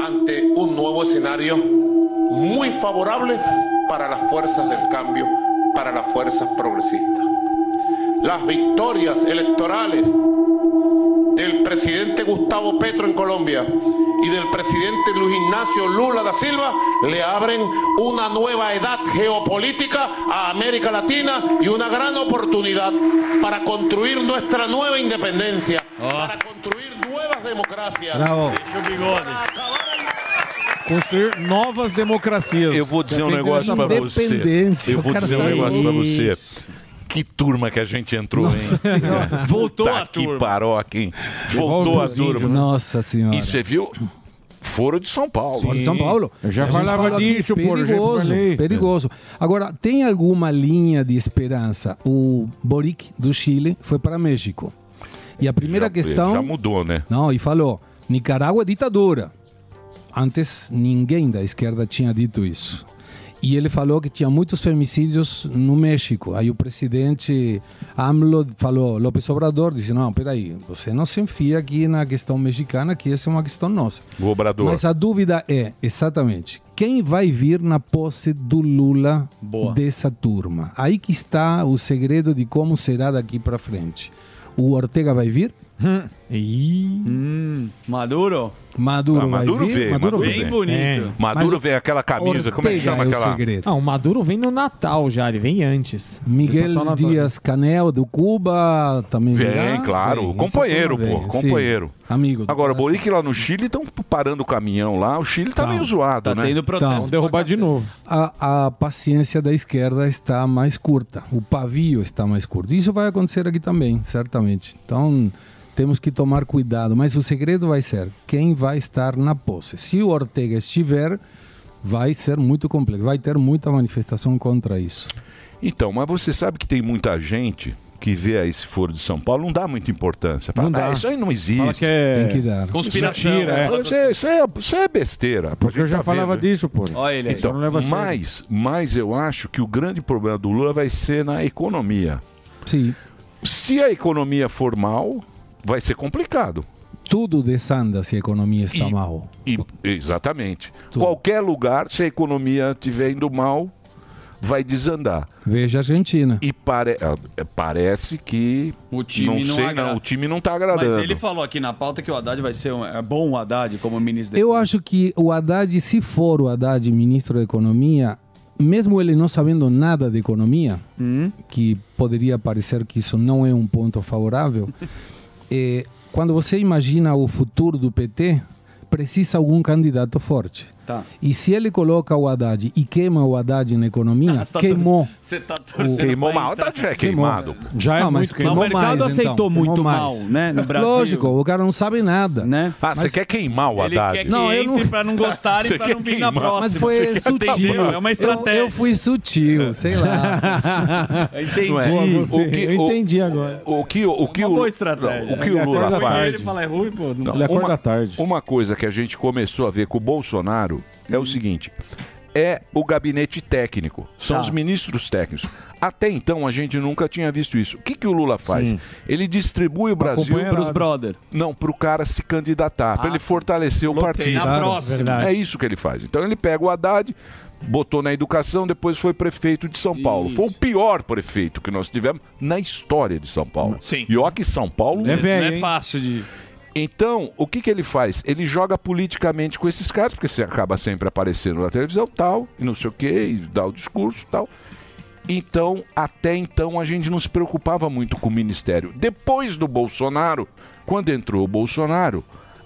[SPEAKER 22] ante un nuevo escenario muy favorable para las fuerzas del cambio, para las fuerzas progresistas. Las victorias electorales del presidente Gustavo Petro en Colombia y del presidente Luis Ignacio Lula da Silva le abren una nueva edad geopolítica a América Latina y una gran oportunidad para construir nuestra nueva independencia, para construir nuevas democracias.
[SPEAKER 10] Bravo.
[SPEAKER 13] Construir novas democracias.
[SPEAKER 6] Eu vou dizer um negócio pra você. Eu vou dizer
[SPEAKER 20] tá
[SPEAKER 6] um negócio pra você. Que turma que a gente entrou, hein? Voltou a turma. Que paroca, hein? Voltou a turma.
[SPEAKER 20] Nossa senhora.
[SPEAKER 6] E você viu? Foro de São Paulo.
[SPEAKER 20] Fora de São Paulo. A gente falou aqui, perigoso, perigoso. Agora, tem alguma linha de esperança? O Boric, do Chile, foi para México. E a primeira questão...
[SPEAKER 6] É. Já mudou, né?
[SPEAKER 20] Não, e falou: Nicarágua é ditadura. Antes ninguém da esquerda tinha dito isso. E ele falou que tinha muitos femicídios no México. Aí o presidente AMLO falou, López Obrador, disse: Não, peraí, você não se enfia aqui na questão mexicana, que essa é uma questão nossa.
[SPEAKER 6] O Obrador.
[SPEAKER 20] Mas a dúvida é, exatamente, quem vai vir na posse do Lula
[SPEAKER 6] Boa.
[SPEAKER 20] dessa turma? Aí que está o segredo de como será daqui para frente. O Ortega vai vir?
[SPEAKER 9] Maduro?
[SPEAKER 20] Maduro
[SPEAKER 6] Ah,
[SPEAKER 20] vai
[SPEAKER 6] Hum. Maduro
[SPEAKER 20] vir?
[SPEAKER 6] vem, Maduro vem.
[SPEAKER 8] É.
[SPEAKER 6] Maduro vem aquela camisa, como é que chama
[SPEAKER 20] Ortega é o
[SPEAKER 6] aquela?
[SPEAKER 20] segredo.
[SPEAKER 8] Não, o Maduro vem no Natal já, ele vem antes. Ele passou né?
[SPEAKER 20] Miguel
[SPEAKER 8] na-
[SPEAKER 20] Dias Canel do Cuba também
[SPEAKER 6] Vem,
[SPEAKER 20] virá?
[SPEAKER 6] claro.
[SPEAKER 20] Vem,
[SPEAKER 6] o
[SPEAKER 20] essa
[SPEAKER 6] companheiro,
[SPEAKER 20] turma
[SPEAKER 6] pô.
[SPEAKER 20] vem,
[SPEAKER 6] Companheiro.
[SPEAKER 20] sim. Amigo.
[SPEAKER 6] Agora, o Boric lá no Chile estão parando o caminhão lá. O Chile tá, meio zoado, né?
[SPEAKER 20] Então, A, a paciência da esquerda está mais curta, o pavio está mais curto. Isso vai acontecer aqui também, certamente. Então, temos que tomar cuidado. Mas o segredo vai ser quem vai estar na posse. Se o Ortega estiver, vai ser muito complexo. Vai ter muita manifestação contra isso.
[SPEAKER 6] Então, mas você sabe que tem muita gente que vê aí esse foro de São Paulo, não dá muita importância. Fala,
[SPEAKER 20] Não dá.
[SPEAKER 6] "Ah, isso aí não existe.
[SPEAKER 20] Fala que é Tem que dar.
[SPEAKER 6] Conspiração.
[SPEAKER 20] conspiração,
[SPEAKER 6] Isso,
[SPEAKER 20] né?
[SPEAKER 6] é. Fala, "Isso é- isso é- isso é besteira.
[SPEAKER 21] Porque eu já falava disso, pô.
[SPEAKER 6] pô.
[SPEAKER 21] Olha ele aí.
[SPEAKER 6] né? Então,
[SPEAKER 21] Não leva a sério.
[SPEAKER 6] mas, mas eu acho que o grande problema do Lula vai ser na economia.
[SPEAKER 20] Sim.
[SPEAKER 6] Se a economia for mal, vai ser complicado.
[SPEAKER 20] Tudo desanda se a economia está mal.
[SPEAKER 6] E- exatamente. Qualquer lugar, se a economia estiver indo mal, vai desandar.
[SPEAKER 20] Veja a Argentina.
[SPEAKER 6] E pare- ah, parece que. O
[SPEAKER 9] time não
[SPEAKER 6] sei,
[SPEAKER 9] agrada.
[SPEAKER 6] não. O time não está agradando.
[SPEAKER 9] Mas ele falou aqui na pauta que o Haddad vai ser um, é bom o Haddad como ministro
[SPEAKER 20] Eu acho que o Haddad, se for o Haddad ministro da Economia, mesmo ele não sabendo nada de economia, que poderia parecer que isso não é um ponto favorável, eh, quando você imagina o futuro do PT, precisa algum candidato forte.
[SPEAKER 9] Tá.
[SPEAKER 20] E se ele coloca o Haddad e queima o Haddad na economia,
[SPEAKER 9] Você tá
[SPEAKER 20] queimou.
[SPEAKER 9] torce- Você tá torcendo.
[SPEAKER 6] Queimou
[SPEAKER 9] pra
[SPEAKER 6] mal.
[SPEAKER 9] entrar.
[SPEAKER 6] Tá, já é queimado.
[SPEAKER 20] Já é muito queimado.
[SPEAKER 9] O mercado
[SPEAKER 20] mais,
[SPEAKER 9] aceitou
[SPEAKER 20] então.
[SPEAKER 9] muito
[SPEAKER 20] Queimou
[SPEAKER 9] mal,
[SPEAKER 20] mais.
[SPEAKER 9] né? No Brasil. Né?
[SPEAKER 20] Lógico, o cara não sabe nada.
[SPEAKER 6] Ah, você
[SPEAKER 20] Mas-
[SPEAKER 6] quer queimar o
[SPEAKER 20] Ele
[SPEAKER 6] Haddad?
[SPEAKER 20] quer que Não, eu não- entre pra não
[SPEAKER 9] gostarem,
[SPEAKER 6] (laughs) Você
[SPEAKER 9] pra
[SPEAKER 6] quer
[SPEAKER 9] não vir
[SPEAKER 6] queimar.
[SPEAKER 9] na próxima.
[SPEAKER 20] Mas foi
[SPEAKER 9] Você quer-
[SPEAKER 20] sutil.
[SPEAKER 9] Entendeu? É uma estratégia.
[SPEAKER 20] Eu, eu fui
[SPEAKER 9] (laughs)
[SPEAKER 20] sutil, sei lá.
[SPEAKER 9] Entendi.
[SPEAKER 6] Não é? O que- o-
[SPEAKER 20] agora.
[SPEAKER 6] O que o, que o, não, o que o Lula faz?
[SPEAKER 9] fala, é ruim, pô.
[SPEAKER 6] Não, uma, tarde. Uma coisa que a gente começou a ver com o Bolsonaro é
[SPEAKER 21] Hum.
[SPEAKER 6] o seguinte: é o gabinete técnico, são
[SPEAKER 21] Tá.
[SPEAKER 6] os ministros técnicos. Até então a gente nunca tinha visto isso. O que, que o Lula faz?
[SPEAKER 21] Sim. Tá
[SPEAKER 6] Ele distribui o Brasil
[SPEAKER 21] companheirada.
[SPEAKER 6] pros brother. Não, para o cara se candidatar, para ele fortalecer o partido.
[SPEAKER 21] Na Claro, próxima. verdade.
[SPEAKER 6] É isso que ele faz. Então ele pega o Haddad. Botou na educação, depois foi prefeito de São Paulo. Foi o pior prefeito que nós tivemos na história de São Paulo. Sim. E ó que São Paulo
[SPEAKER 9] É velho, Não é hein? fácil de.
[SPEAKER 6] Então, o que, que ele faz? Ele joga politicamente com esses caras, porque você acaba sempre aparecendo na televisão, tal, e não sei o quê, e dá o discurso, tal. Então, até então, a gente não se preocupava muito com o ministério. Depois do Bolsonaro, quando entrou o Bolsonaro,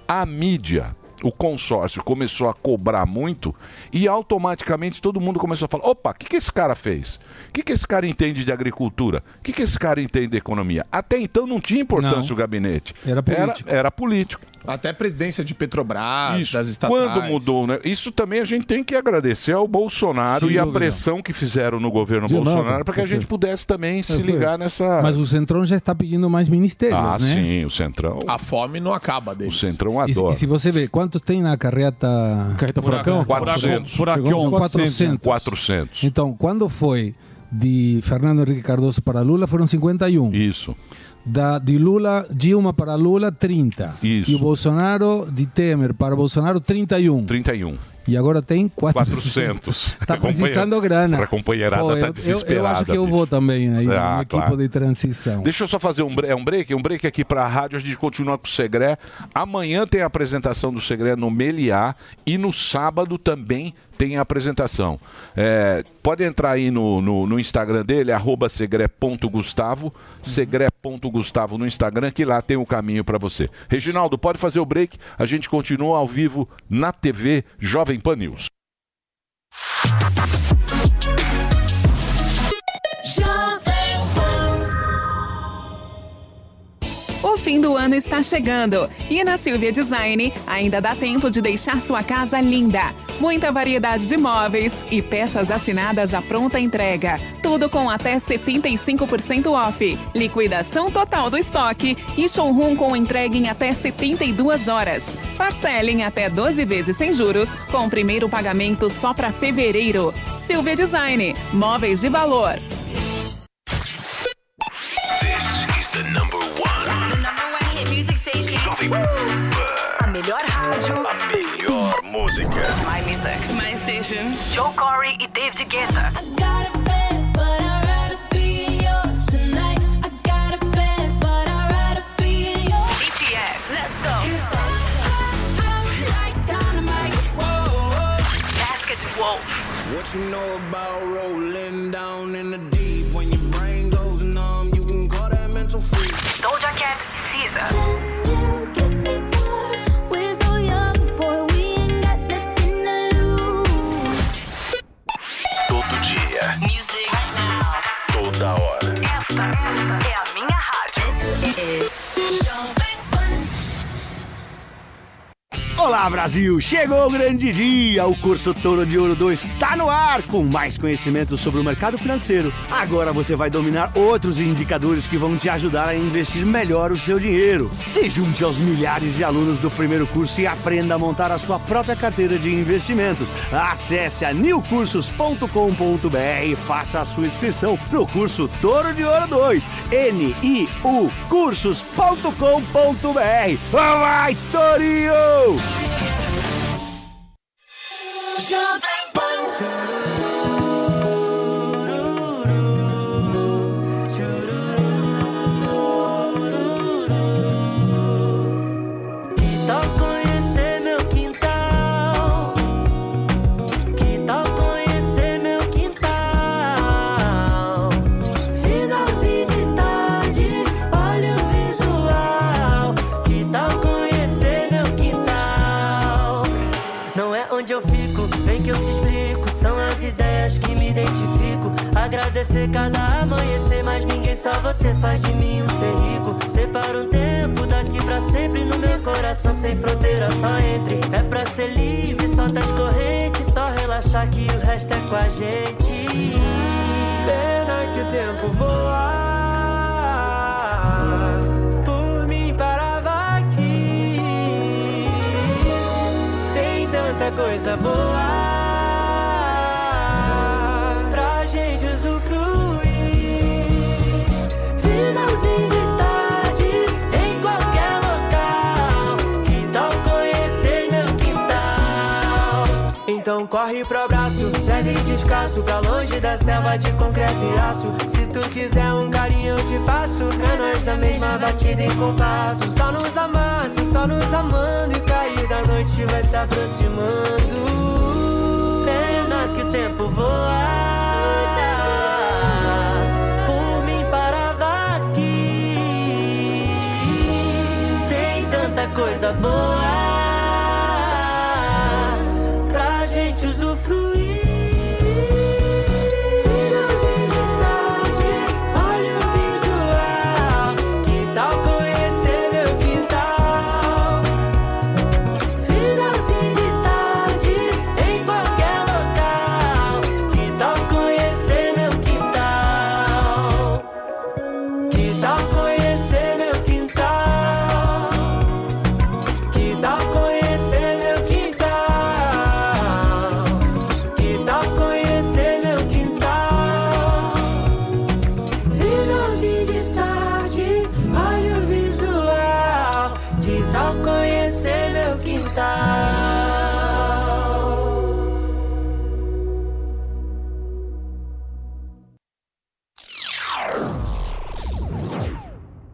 [SPEAKER 6] a mídia o consórcio começou a cobrar muito e automaticamente todo mundo começou a falar: opa, o que, que esse cara fez? O que, que esse cara entende de agricultura? O que, que esse cara entende de economia? Até então não tinha importância
[SPEAKER 13] Não.
[SPEAKER 6] o gabinete.
[SPEAKER 13] Era político.
[SPEAKER 6] Era, político.
[SPEAKER 13] Até a presidência de Petrobras, das estatais.
[SPEAKER 6] Quando mudou, né? Isso também a gente tem que agradecer ao Bolsonaro
[SPEAKER 13] Sem
[SPEAKER 6] e a
[SPEAKER 13] dúvida.
[SPEAKER 6] pressão que fizeram no governo
[SPEAKER 20] De nada,
[SPEAKER 6] Bolsonaro para que a
[SPEAKER 20] perfeito.
[SPEAKER 6] gente pudesse também se
[SPEAKER 20] Perfeito.
[SPEAKER 6] ligar nessa.
[SPEAKER 20] Mas o Centrão já está pedindo mais ministérios,
[SPEAKER 6] Ah,
[SPEAKER 20] né?
[SPEAKER 6] sim, o Centrão.
[SPEAKER 13] A fome não acaba
[SPEAKER 6] O
[SPEAKER 13] deles.
[SPEAKER 6] Centrão
[SPEAKER 20] E, se-
[SPEAKER 6] adora.
[SPEAKER 20] e se você vê, quantos tem na carreta... Carreta
[SPEAKER 6] Furacão? 400.
[SPEAKER 20] Chegamos
[SPEAKER 21] um
[SPEAKER 20] a 400.
[SPEAKER 6] 400.
[SPEAKER 20] Então, quando foi de Fernando Henrique Cardoso para Lula, foram 51.
[SPEAKER 6] Isso.
[SPEAKER 20] Da, de Lula, Dilma para Lula, 30.
[SPEAKER 6] Isso.
[SPEAKER 20] E o Bolsonaro, de Temer para Bolsonaro, 31.
[SPEAKER 6] 31.
[SPEAKER 20] E agora tem 400.
[SPEAKER 6] (laughs) 400.
[SPEAKER 20] Tá precisando grana.
[SPEAKER 6] A companheirada
[SPEAKER 20] Pô,
[SPEAKER 6] tá
[SPEAKER 20] eu- eu-
[SPEAKER 6] desesperada.
[SPEAKER 20] Eu, acho que eu vou também né, aí,
[SPEAKER 6] Ah,
[SPEAKER 20] na equipe
[SPEAKER 6] claro.
[SPEAKER 20] de transição.
[SPEAKER 6] Deixa eu só fazer um, bre- é um break, um break aqui para a rádio, a gente continua com o Segré. Amanhã tem a apresentação do Segré no Meliá e no sábado também tem a apresentação. É, pode entrar aí no, no, no Instagram dele, arroba segré.gustavo, segré.gustavo no Instagram, que lá tem o caminho para você. Reginaldo, pode fazer o break, a gente continua ao vivo na TV Jovem Pan News.
[SPEAKER 23] O fim do ano está chegando e na Silvia Design ainda dá tempo de deixar sua casa linda. Muita variedade de móveis e peças assinadas à pronta entrega. Tudo com até 75% off. Liquidação total do estoque e showroom com entrega em até 72 horas. Parcele em até 12 vezes sem juros, com primeiro pagamento só para fevereiro. Silvia Design, móveis de valor.
[SPEAKER 11] The number one hit music station. A melhor rádio. A melhor música. My music. My station. Joe Corey e David Guetta. BTS. Let's go. Basket Wolf.
[SPEAKER 17] What you know about rolling down in the deep? When your brain goes numb, you can call that mental freak.
[SPEAKER 11] Doja Cat e Caesar.
[SPEAKER 17] Todo dia.
[SPEAKER 11] Music Toda hora. Esta é a minha rádio. This is Jovem
[SPEAKER 24] Olá Brasil, chegou o grande dia. O curso Touro de Ouro 2 está no ar com mais conhecimento sobre o mercado financeiro. Agora você vai dominar outros indicadores que vão te ajudar a investir melhor o seu dinheiro. Se junte aos milhares de alunos do primeiro curso e aprenda a montar a sua própria carteira de investimentos. Acesse a newcursos.com.br e faça a sua inscrição no curso Touro de Ouro 2. N-I-U cursos.com.br. Vai, Torinho!
[SPEAKER 4] Que tal conhecer meu quintal? Que tal conhecer meu quintal? Finalzinho de tarde, olha o visual. Que tal conhecer meu quintal? Não é onde eu fico, vem que eu te explico. São as ideias que me identifico. Agradecer cada amanhecer, mas ninguém só você faz de mim um ser rico. Separo um tempo daqui pra sempre no meu coração, sem fronteira, só entre. É pra ser livre, solta as correntes, só relaxar que o resto é com a gente. Pena que o tempo voa. Por mim parava aqui. Tem tanta coisa boa pra gente usufruir. Finalzinho de tarde em qualquer local. Que tal conhecer meu quintal? Então corre pro abraço, leve descalço pra longe da selva de concreto e aço. Se tu quiser um carinho eu te faço, é nós da mesma batida e compasso. Só nos amasso, só nos amando e cair da noite vai se aproximando. Pena que o tempo voa. Por mim parava aqui. Tem tanta coisa boa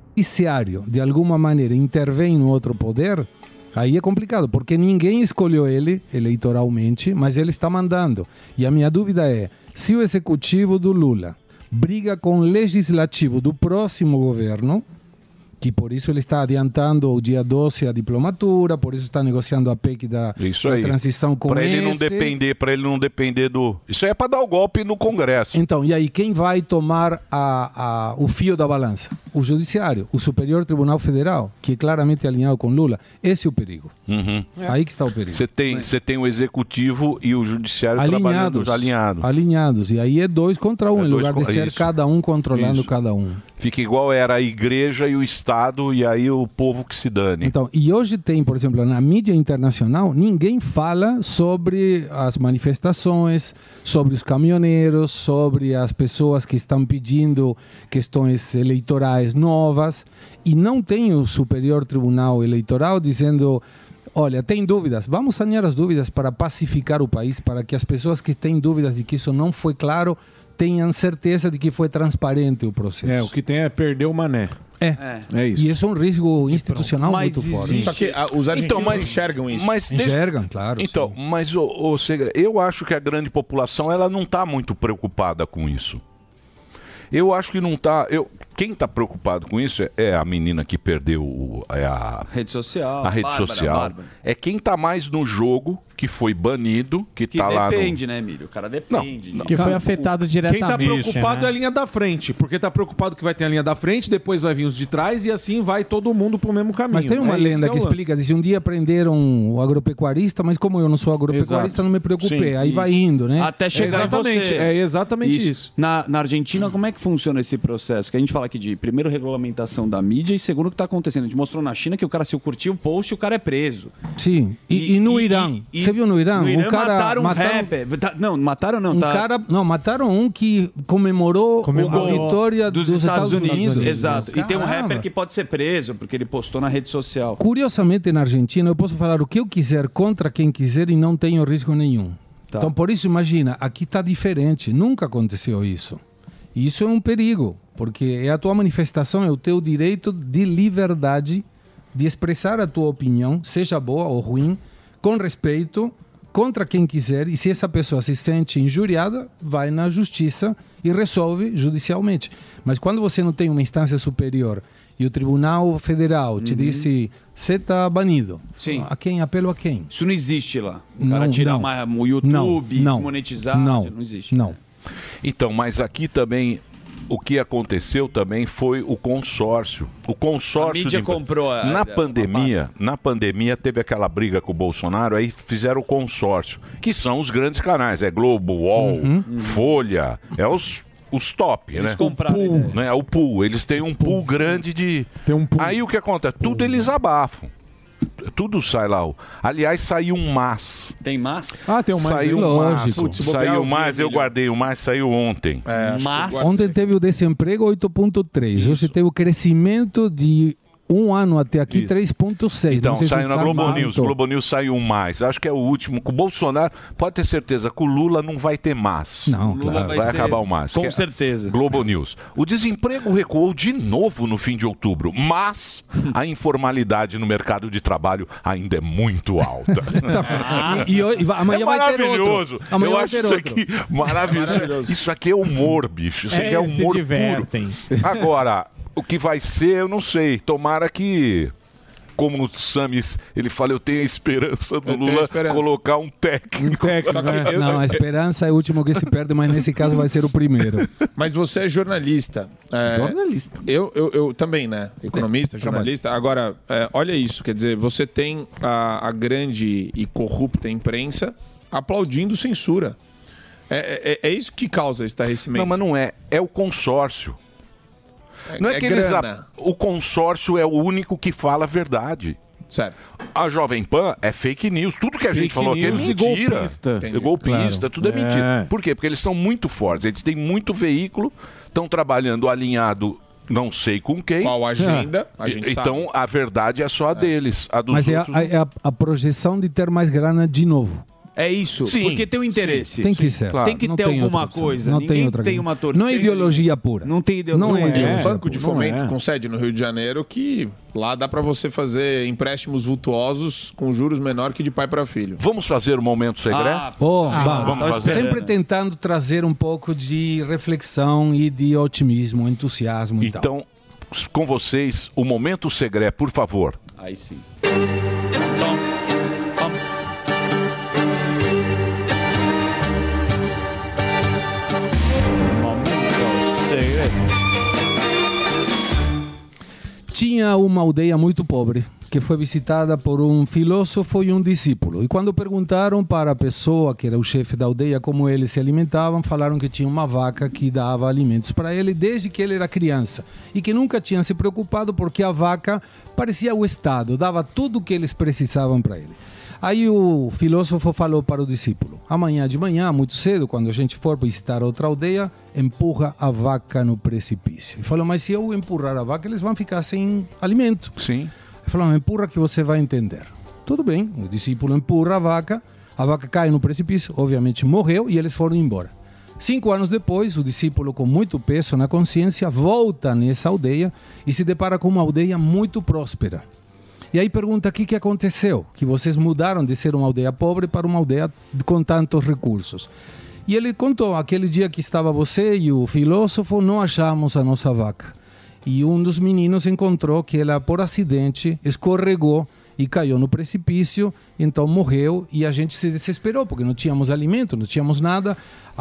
[SPEAKER 20] noticiário, de alguma maneira, intervém no outro poder, aí é complicado, porque ninguém escolheu ele eleitoralmente, mas ele está mandando. E a minha dúvida é: se o executivo do Lula briga com o legislativo do próximo governo, que por isso ele está adiantando o dia 12 a diplomatura, por isso está negociando a PEC da,
[SPEAKER 6] É Isso
[SPEAKER 20] da
[SPEAKER 6] aí.
[SPEAKER 20] transição com
[SPEAKER 6] Pra ele não
[SPEAKER 20] esse.
[SPEAKER 6] depender, para ele não depender do. Isso aí é para dar o golpe no Congresso.
[SPEAKER 20] Então, e aí quem vai tomar a- a- o fio da balança? O judiciário, o Superior Tribunal Federal, que é claramente alinhado com Lula. Esse é o perigo.
[SPEAKER 6] Uhum.
[SPEAKER 20] Aí que está o perigo.
[SPEAKER 6] Você tem, você tem o executivo e o judiciário
[SPEAKER 20] Alinhados.
[SPEAKER 6] trabalhando alinhado.
[SPEAKER 20] Alinhados. E aí é dois contra um,
[SPEAKER 6] É
[SPEAKER 20] em
[SPEAKER 6] dois
[SPEAKER 20] lugar de
[SPEAKER 6] co-
[SPEAKER 20] ser
[SPEAKER 6] isso.
[SPEAKER 20] cada um controlando
[SPEAKER 6] Isso.
[SPEAKER 20] cada um.
[SPEAKER 6] Fica igual era a igreja e o Estado, e aí o povo que se dane.
[SPEAKER 20] Então, e hoje tem, por exemplo, na mídia internacional, ninguém fala sobre as manifestações, sobre os caminhoneiros, sobre as pessoas que estão pedindo questões eleitorais novas. E não tem o Superior Tribunal Eleitoral dizendo. Olha, tem dúvidas. Vamos sanear as dúvidas para pacificar o país, para que as pessoas que têm dúvidas de que isso não foi claro tenham certeza de que foi transparente o processo.
[SPEAKER 21] É, o que tem é perder o mané.
[SPEAKER 20] É.
[SPEAKER 21] É isso.
[SPEAKER 20] E isso é um risco institucional muito forte.
[SPEAKER 13] Só que ah, os argentinos
[SPEAKER 21] Então,
[SPEAKER 13] enxergam isso.
[SPEAKER 6] Então, Mas deixa-
[SPEAKER 20] Enxergam, claro.
[SPEAKER 6] Então, mas o, eu acho que a grande população ela não está muito preocupada com isso. Eu acho que não está. Eu, quem está preocupado com isso é, é a menina que perdeu o- é a
[SPEAKER 9] Rede social.
[SPEAKER 6] a rede
[SPEAKER 9] Bárbara,
[SPEAKER 6] social.
[SPEAKER 9] Bárbara.
[SPEAKER 6] É quem tá mais no jogo, que foi banido, que,
[SPEAKER 9] Que
[SPEAKER 6] tá lá no.
[SPEAKER 9] depende, né, Emílio? O cara depende.
[SPEAKER 6] não.
[SPEAKER 9] de-
[SPEAKER 6] Que foi afetado diretamente,
[SPEAKER 21] Quem tá preocupado
[SPEAKER 6] né?
[SPEAKER 21] é a linha da frente, porque tá preocupado que vai ter a linha da frente, depois vai vir os de trás e assim vai todo mundo pro mesmo caminho.
[SPEAKER 20] Mas tem uma
[SPEAKER 21] É isso
[SPEAKER 20] lenda
[SPEAKER 21] é o
[SPEAKER 20] que,
[SPEAKER 21] lance.
[SPEAKER 20] explica, diz, um dia prenderam o agropecuarista, mas como eu não sou agropecuarista,
[SPEAKER 21] Exato.
[SPEAKER 20] não me preocupei.
[SPEAKER 21] Sim, É
[SPEAKER 20] aí vai indo, né?
[SPEAKER 9] Até chegar
[SPEAKER 21] exatamente,
[SPEAKER 9] em você.
[SPEAKER 21] é exatamente isso.
[SPEAKER 9] Na, na Argentina, como é que funciona esse processo? Que a gente fala aqui de, primeiro, regulamentação da mídia e, segundo, o que está acontecendo. A gente mostrou na China que o cara, se eu curtir o post, o cara é preso.
[SPEAKER 20] Sim. E, e no Irã?
[SPEAKER 9] e-
[SPEAKER 20] Você viu no Irã?
[SPEAKER 9] No Irã
[SPEAKER 20] um cara
[SPEAKER 9] mataram um
[SPEAKER 20] mataram-
[SPEAKER 9] rapper. Tá- Não, mataram não.
[SPEAKER 20] um
[SPEAKER 9] tá-
[SPEAKER 20] cara, não, mataram um que comemorou,
[SPEAKER 9] Comemorou.
[SPEAKER 20] a vitória dos, Estados, Unidos.
[SPEAKER 9] Exato. E tem um
[SPEAKER 20] Caramba.
[SPEAKER 9] rapper que pode ser preso porque ele postou na rede social.
[SPEAKER 20] Curiosamente, na Argentina, eu posso falar o que eu quiser contra quem quiser e não tenho risco nenhum. Então, por isso, imagina, aqui está diferente. Nunca aconteceu isso. E isso é um perigo, porque é a tua manifestação, é o teu direito de liberdade de expressar a tua opinião, seja boa ou ruim, com respeito, contra quem quiser. E se essa pessoa se sente injuriada, vai na justiça e resolve judicialmente. Mas quando você não tem uma instância superior e o Tribunal Federal te
[SPEAKER 9] Uhum.
[SPEAKER 20] disse você está tá banido,
[SPEAKER 9] Sim.
[SPEAKER 20] a quem? Apelo a quem?
[SPEAKER 9] Isso não existe lá. O
[SPEAKER 20] Não,
[SPEAKER 9] cara tirar
[SPEAKER 20] não.
[SPEAKER 9] uma, o YouTube,
[SPEAKER 20] Não, não,
[SPEAKER 9] desmonetizar.
[SPEAKER 20] não,
[SPEAKER 9] não existe.
[SPEAKER 20] Não.
[SPEAKER 6] Então, mas aqui também o que aconteceu também foi o consórcio. O consórcio
[SPEAKER 9] A mídia
[SPEAKER 6] empre-
[SPEAKER 9] comprou a-
[SPEAKER 6] na
[SPEAKER 9] a-
[SPEAKER 6] pandemia, na pandemia teve aquela briga com o Bolsonaro, aí fizeram o consórcio, que são os grandes canais, é Globo, UOL, Folha, é os os top,
[SPEAKER 9] Uhum. Eles
[SPEAKER 6] né?
[SPEAKER 9] compraram
[SPEAKER 6] o pool, né? O pool, eles têm um pool grande de Tem um pool. Aí o que acontece? Tudo eles abafam. Tudo sai lá. Aliás, saiu um mas.
[SPEAKER 9] Tem mas?
[SPEAKER 21] Ah, tem
[SPEAKER 6] um
[SPEAKER 21] um
[SPEAKER 6] mas.
[SPEAKER 21] mas,
[SPEAKER 6] Saiu
[SPEAKER 20] né?
[SPEAKER 6] um mas.
[SPEAKER 20] Lógico. Putz, bobear,
[SPEAKER 6] saiu
[SPEAKER 20] eu vi,
[SPEAKER 6] mais, eu guardei o mais, saiu ontem.
[SPEAKER 9] É,
[SPEAKER 20] Ontem teve o desemprego 8,3. Hoje teve o crescimento de um ano até aqui 3,6.
[SPEAKER 6] Então,
[SPEAKER 20] Não sei se é
[SPEAKER 6] saiu na
[SPEAKER 20] sabe
[SPEAKER 6] Globo
[SPEAKER 20] quanto.
[SPEAKER 6] News. Globo News saiu um mais. Acho que é o último. Com o Bolsonaro, pode ter certeza, com o Lula não vai ter mais.
[SPEAKER 20] Não,
[SPEAKER 6] Lula
[SPEAKER 20] claro.
[SPEAKER 6] Vai,
[SPEAKER 20] Vai ser-
[SPEAKER 6] acabar o mais.
[SPEAKER 20] com
[SPEAKER 6] certeza. Globo News. O desemprego recuou de novo no fim de outubro, mas
[SPEAKER 20] (laughs)
[SPEAKER 6] a informalidade no mercado de trabalho ainda é
[SPEAKER 20] (laughs)
[SPEAKER 6] muito alta.
[SPEAKER 20] Então, E, e hoje- e vai- amanhã
[SPEAKER 6] é
[SPEAKER 20] vai ter outro.
[SPEAKER 6] maravilhoso.
[SPEAKER 20] Amanhã
[SPEAKER 6] Eu
[SPEAKER 20] vai
[SPEAKER 6] acho
[SPEAKER 20] ter
[SPEAKER 6] isso
[SPEAKER 20] outro.
[SPEAKER 6] aqui (laughs) maravilhoso. Isso aqui é humor, bicho. Isso
[SPEAKER 20] É,
[SPEAKER 6] aqui é
[SPEAKER 20] eles se
[SPEAKER 6] humor
[SPEAKER 20] divertem.
[SPEAKER 6] puro. Agora, o que vai ser, eu não sei. Tomara que. Como o Samis, ele fala, eu tenho a esperança do
[SPEAKER 13] tenho
[SPEAKER 6] Lula
[SPEAKER 13] esperança.
[SPEAKER 6] colocar um técnico.
[SPEAKER 9] né?
[SPEAKER 20] Não, a esperança é o último que se perde, mas nesse caso vai ser o primeiro.
[SPEAKER 13] Mas você é jornalista. É,
[SPEAKER 20] Jornalista.
[SPEAKER 13] Eu, eu, eu também, né?
[SPEAKER 6] É,
[SPEAKER 13] Economista, jornalista. Agora, é, olha isso. Quer dizer, você tem a, a grande e corrupta imprensa aplaudindo censura. É, é- é isso que causa estarrecimento.
[SPEAKER 6] Não, mas não é. É o consórcio. Não é, que eles
[SPEAKER 13] grana.
[SPEAKER 6] a- O consórcio é o único que fala a verdade.
[SPEAKER 13] Certo.
[SPEAKER 6] A Jovem Pan é fake news. Tudo que a gente
[SPEAKER 13] Fake
[SPEAKER 6] falou aqui é
[SPEAKER 13] news e
[SPEAKER 6] mentira.
[SPEAKER 13] golpista.
[SPEAKER 6] É
[SPEAKER 13] Entendi.
[SPEAKER 6] golpista,
[SPEAKER 13] Claro.
[SPEAKER 6] tudo é,
[SPEAKER 13] É.
[SPEAKER 6] mentira. Por quê? Porque eles são muito fortes. Eles têm muito veículo, estão trabalhando alinhado não sei com quem. Qual
[SPEAKER 13] agenda, a gente
[SPEAKER 6] então a verdade é só a deles. A dos
[SPEAKER 20] Mas é a,
[SPEAKER 9] né?
[SPEAKER 6] outros.
[SPEAKER 20] é a- a projeção de ter mais grana de novo.
[SPEAKER 14] É isso,
[SPEAKER 20] Sim,
[SPEAKER 14] porque tem um interesse.
[SPEAKER 20] Tem que ser.
[SPEAKER 14] Tem que
[SPEAKER 20] Não
[SPEAKER 14] ter
[SPEAKER 20] outra
[SPEAKER 14] alguma
[SPEAKER 20] opção.
[SPEAKER 14] coisa.
[SPEAKER 20] Não
[SPEAKER 14] Ninguém
[SPEAKER 20] tem outra
[SPEAKER 14] tem
[SPEAKER 20] coisa.
[SPEAKER 14] uma torcida.
[SPEAKER 20] Não é ideologia pura.
[SPEAKER 14] Não tem ideologia.
[SPEAKER 20] Não é
[SPEAKER 13] É,
[SPEAKER 20] ideologia.
[SPEAKER 13] um banco de
[SPEAKER 20] pura. Não
[SPEAKER 13] fomento
[SPEAKER 20] é.
[SPEAKER 13] com sede no Rio de Janeiro que lá dá pra você fazer empréstimos vultuosos com juros menor que de pai pra filho.
[SPEAKER 6] Vamos fazer o momento segredo?
[SPEAKER 13] né?
[SPEAKER 14] Ah,
[SPEAKER 20] Pô, vamos.
[SPEAKER 6] vamos fazer.
[SPEAKER 20] Sempre tentando trazer um pouco de reflexão e de otimismo, entusiasmo e tal.
[SPEAKER 6] Então, com vocês, o momento segré, por favor.
[SPEAKER 14] Aí sim.
[SPEAKER 6] é.
[SPEAKER 20] Tinha uma aldeia muito pobre que foi visitada por um filósofo e um discípulo. E quando perguntaram para a pessoa que era o chefe da aldeia como eles se alimentavam, falaram que tinha uma vaca que dava alimentos para ele desde que ele era criança e que nunca tinha se preocupado porque a vaca parecia o Estado, dava tudo o que eles precisavam para ele. Aí o filósofo falou para o discípulo: amanhã de manhã, muito cedo, quando a gente for visitar outra aldeia, empurra a vaca no precipício. E falou: mas se eu empurrar a vaca, eles vão ficar sem alimento.
[SPEAKER 6] Sim.
[SPEAKER 20] Ele falou: "Não, empurra que você vai entender. Tudo bem. O discípulo empurra a vaca, a vaca cai no precipício, obviamente morreu e eles foram embora. Cinco anos depois, o discípulo, com muito peso na consciência, volta nessa aldeia e se depara com uma aldeia muito próspera. E aí pergunta o que, que aconteceu, que vocês mudaram de ser uma aldeia pobre para uma aldeia com tantos recursos. E ele contou, aquele dia que estava você e o filósofo, não achamos a nossa vaca. E um dos meninos encontrou que ela, por acidente, escorregou e caiu no precipício, então morreu e a gente se desesperou, porque não tínhamos alimento, não tínhamos nada.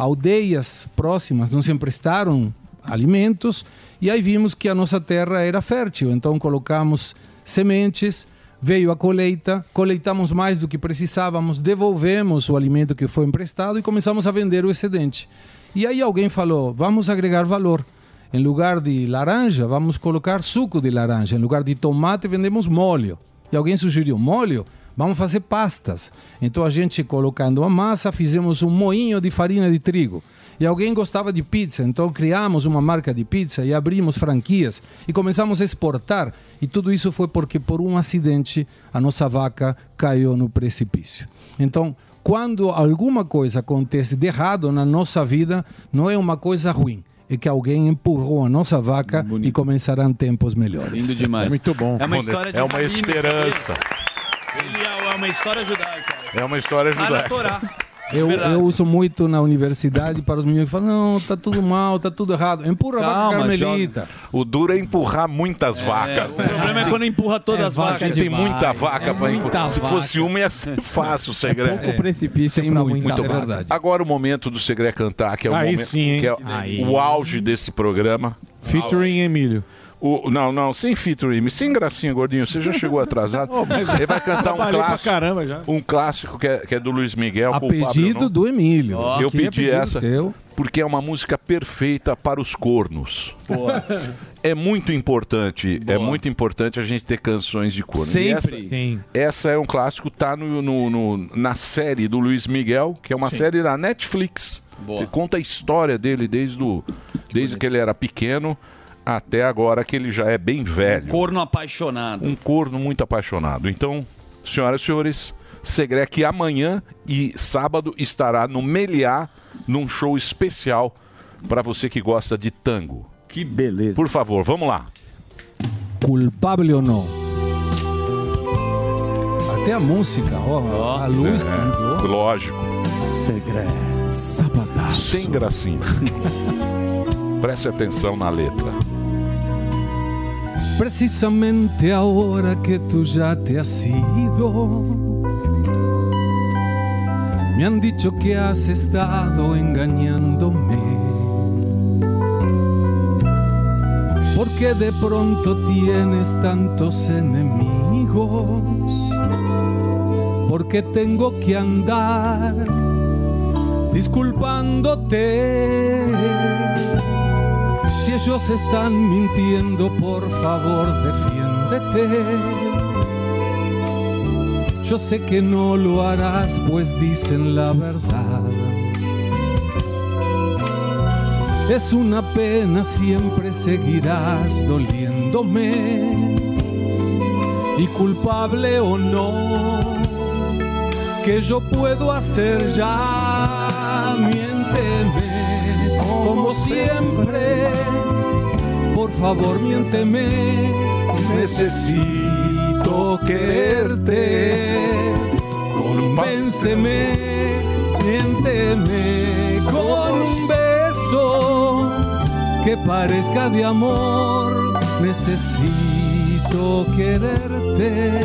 [SPEAKER 20] Aldeias próximas nos emprestaram alimentos e aí vimos que a nossa terra era fértil, então colocamos sementes, veio a colheita, coleitamos mais do que precisávamos, devolvemos o alimento que foi emprestado e começamos a vender o excedente. E aí alguém falou: "Vamos agregar valor. Em lugar de laranja, vamos colocar suco de laranja. Em lugar de tomate, vendemos molho." E alguém sugeriu: "Molho? Vamos fazer pastas. Então a gente colocando a massa, fizemos um moinho de farinha de trigo. E alguém gostava de pizza, então criamos uma marca de pizza e abrimos franquias e começamos a exportar. E tudo isso foi porque por um acidente a nossa vaca caiu no precipício. Então, quando alguma coisa acontece de errado na nossa vida, não é uma coisa ruim. É que alguém empurrou a nossa vaca e começarão tempos melhores.
[SPEAKER 14] Lindo demais. É uma história de
[SPEAKER 6] É
[SPEAKER 14] um
[SPEAKER 6] uma
[SPEAKER 14] menino,
[SPEAKER 6] esperança.
[SPEAKER 14] Ele é uma história judaica.
[SPEAKER 6] É uma história
[SPEAKER 14] Tá na
[SPEAKER 6] judaica.
[SPEAKER 14] Torá.
[SPEAKER 20] Eu, eu uso muito na universidade para os meninos que falam, não, tá tudo mal, tá tudo errado. Empurra a vaca carmelita.
[SPEAKER 6] O duro é empurrar muitas vacas. né?
[SPEAKER 14] O problema é quando empurra todas
[SPEAKER 20] É,
[SPEAKER 14] as vacas.
[SPEAKER 6] Tem muita vaca
[SPEAKER 14] É
[SPEAKER 6] pra empurrar.
[SPEAKER 14] muita
[SPEAKER 6] Se
[SPEAKER 14] vaca. É
[SPEAKER 6] fosse uma, é ia ser
[SPEAKER 21] (laughs)
[SPEAKER 6] fácil o
[SPEAKER 21] É
[SPEAKER 6] segredo.
[SPEAKER 14] pouco
[SPEAKER 20] É precipício
[SPEAKER 6] Tem
[SPEAKER 20] pra
[SPEAKER 6] muito,
[SPEAKER 20] muita
[SPEAKER 6] muito
[SPEAKER 20] vaca.
[SPEAKER 6] bom. Então, é Agora o momento do segredo cantar, que é o,
[SPEAKER 21] Aí
[SPEAKER 6] momento-
[SPEAKER 21] sim, hein?
[SPEAKER 6] que é
[SPEAKER 21] Aí.
[SPEAKER 6] o auge desse programa.
[SPEAKER 21] Featuring
[SPEAKER 6] Emílio. não, não, sem featuring, sem gracinha, gordinho. Você já chegou atrasado.
[SPEAKER 21] (laughs) mas-
[SPEAKER 6] Ele vai cantar um
[SPEAKER 21] Trabalhei pra
[SPEAKER 6] clássico.
[SPEAKER 21] caramba já.
[SPEAKER 6] Um clássico que é, que é do Luiz Miguel.
[SPEAKER 20] A
[SPEAKER 6] culpável
[SPEAKER 20] pedido
[SPEAKER 6] não.
[SPEAKER 20] do Emílio.
[SPEAKER 6] Eu
[SPEAKER 20] Aqui é
[SPEAKER 6] pedi
[SPEAKER 20] pedido
[SPEAKER 6] essa
[SPEAKER 20] teu.
[SPEAKER 6] porque é uma música perfeita para os cornos.
[SPEAKER 20] Boa.
[SPEAKER 6] É muito importante, é muito importante a gente ter canções de corno. E
[SPEAKER 21] Sempre.
[SPEAKER 6] Essa,
[SPEAKER 21] Sim.
[SPEAKER 6] essa é um clássico, tá no, no- no- na série do Luiz Miguel, que é uma série da Netflix. Que conta a história dele desde, o, desde que ele era pequeno até agora que ele já é bem velho.
[SPEAKER 14] Um Corno apaixonado.
[SPEAKER 6] Um corno muito apaixonado. Então, senhoras e senhores, Segré que amanhã e sábado estará no Meliá, num show especial para você que gosta de tango.
[SPEAKER 14] Que beleza.
[SPEAKER 6] Por favor, vamos lá.
[SPEAKER 20] Culpável ou não? Até a música, ó, a luz.
[SPEAKER 6] É, lógico.
[SPEAKER 20] Segré.
[SPEAKER 6] Sabadão.
[SPEAKER 14] (laughs)
[SPEAKER 6] Sem gracinha. Preste atenção na letra.
[SPEAKER 20] Precisamente ahora que tú ya te has ido. Me han dicho que has estado engañándome. Porque de pronto tienes tantos enemigos. Porque tengo que andar disculpándote. Si ellos están mintiendo, por favor, defiéndete. Yo sé que no lo harás, pues dicen la verdad. Es una pena, siempre seguirás doliéndome. Y culpable o no,
[SPEAKER 14] que yo puedo hacer ya. Miénteme, como siempre. Por favor, miénteme. Necesito quererte. Convénceme, miénteme con un beso que parezca de amor. Necesito quererte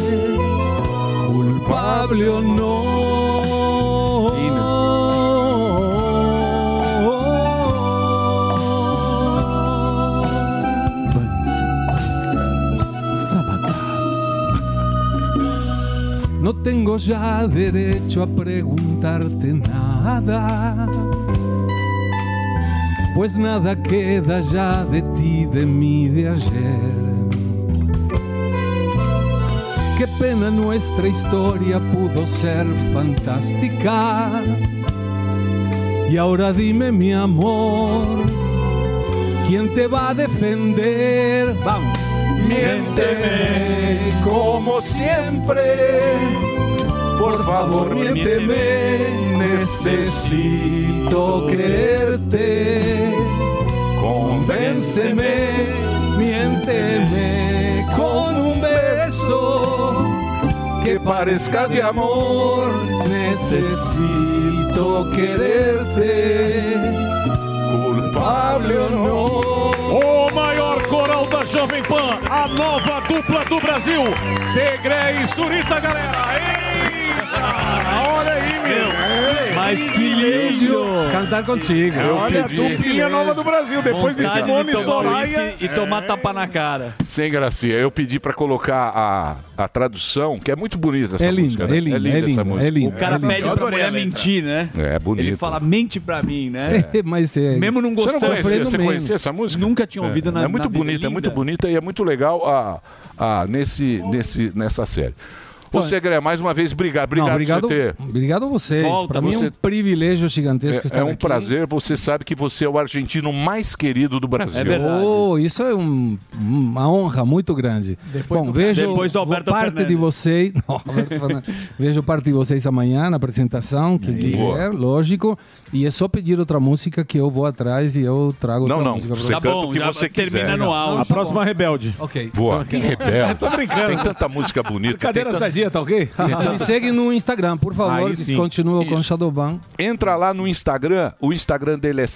[SPEAKER 14] culpable o no. Sabatazo. No tengo ya derecho a preguntarte nada. Pues nada queda ya de ti, de mí, de ayer. Qué pena nuestra historia pudo ser fantástica. Y ahora dime mi amor, ¿quién te va a defender? Vamos. Miénteme como siempre. Por favor, miénteme. Necesito creerte. Convénceme, miénteme con un beso que parezca de amor. Necesito quererte, culpable o
[SPEAKER 20] O maior coral da Jovem Pan, a nova dupla do Brasil, Segré e Surita, galera. Eita, olha aí, meu.
[SPEAKER 14] Mas que lindo! Cantar contigo.
[SPEAKER 20] É, Olha,
[SPEAKER 14] pedi.
[SPEAKER 20] duplinha nova do Brasil, depois de
[SPEAKER 6] Vontade de
[SPEAKER 20] Simone e
[SPEAKER 6] tomar
[SPEAKER 20] Soraya.
[SPEAKER 6] uísque e tomar
[SPEAKER 20] tapa na cara.
[SPEAKER 6] Sem gracinha. Eu pedi pra colocar a, a tradução, que é muito bonita essa
[SPEAKER 14] É linda,
[SPEAKER 6] música. né?
[SPEAKER 14] é linda, é linda, é linda.
[SPEAKER 20] O cara
[SPEAKER 14] É linda.
[SPEAKER 20] pede
[SPEAKER 14] Eu
[SPEAKER 20] pra
[SPEAKER 14] adorei a
[SPEAKER 20] mulher
[SPEAKER 14] letra.
[SPEAKER 20] mentir, né?
[SPEAKER 6] É bonito.
[SPEAKER 20] Ele fala, mente pra mim, né? (laughs)
[SPEAKER 14] Mas é.
[SPEAKER 20] Mesmo não
[SPEAKER 6] Você
[SPEAKER 20] gostando.
[SPEAKER 6] não conhecia, você conhecia essa música?
[SPEAKER 20] Nunca tinha ouvido
[SPEAKER 6] é,
[SPEAKER 20] na
[SPEAKER 6] É muito
[SPEAKER 20] na vida.
[SPEAKER 6] bonita, é muito bonita e é muito legal a, a, nesse, nesse, nessa série. Ô, Segré, mais uma vez, obrigado.
[SPEAKER 14] Não,
[SPEAKER 6] Obrigado, por você ter.
[SPEAKER 14] obrigado a vocês.
[SPEAKER 6] Volta,
[SPEAKER 14] Para mim é
[SPEAKER 6] você-
[SPEAKER 14] um privilégio gigantesco
[SPEAKER 6] É,
[SPEAKER 14] estar
[SPEAKER 6] é um
[SPEAKER 14] aqui.
[SPEAKER 6] prazer, você sabe que você é o argentino mais querido do
[SPEAKER 20] É
[SPEAKER 6] Brasil.
[SPEAKER 14] Oh, isso é um- uma honra muito grande.
[SPEAKER 20] Depois
[SPEAKER 14] Bom,
[SPEAKER 20] do-
[SPEAKER 14] vejo
[SPEAKER 20] Depois do Alberto
[SPEAKER 14] parte de
[SPEAKER 20] Fernandes.
[SPEAKER 14] vocês. (laughs) Não, Alberto Fernandes. vejo parte de vocês amanhã na apresentação, quem
[SPEAKER 6] Aí.
[SPEAKER 14] quiser, lógico. E é só pedir outra música que eu vou atrás e eu trago
[SPEAKER 6] Não,
[SPEAKER 14] outra
[SPEAKER 6] não,
[SPEAKER 14] música pra
[SPEAKER 6] você
[SPEAKER 14] vocês.
[SPEAKER 6] canta o
[SPEAKER 20] Tá
[SPEAKER 6] que você quiser.
[SPEAKER 14] Não,
[SPEAKER 10] A
[SPEAKER 14] tá
[SPEAKER 10] próxima
[SPEAKER 14] bom.
[SPEAKER 10] é Rebelde.
[SPEAKER 14] Ok.
[SPEAKER 6] Boa, que
[SPEAKER 14] (laughs)
[SPEAKER 6] rebelde.
[SPEAKER 10] Tô brincando.
[SPEAKER 6] Tem tanta música bonita.
[SPEAKER 10] Brincadeira
[SPEAKER 6] tem tanta-
[SPEAKER 10] sadia, tá ok?
[SPEAKER 6] Então-
[SPEAKER 20] (laughs)
[SPEAKER 14] Me segue no Instagram, por favor.
[SPEAKER 6] Aí sim.
[SPEAKER 14] Continua com Shadowban.
[SPEAKER 6] Entra lá no Instagram, o Instagram dele é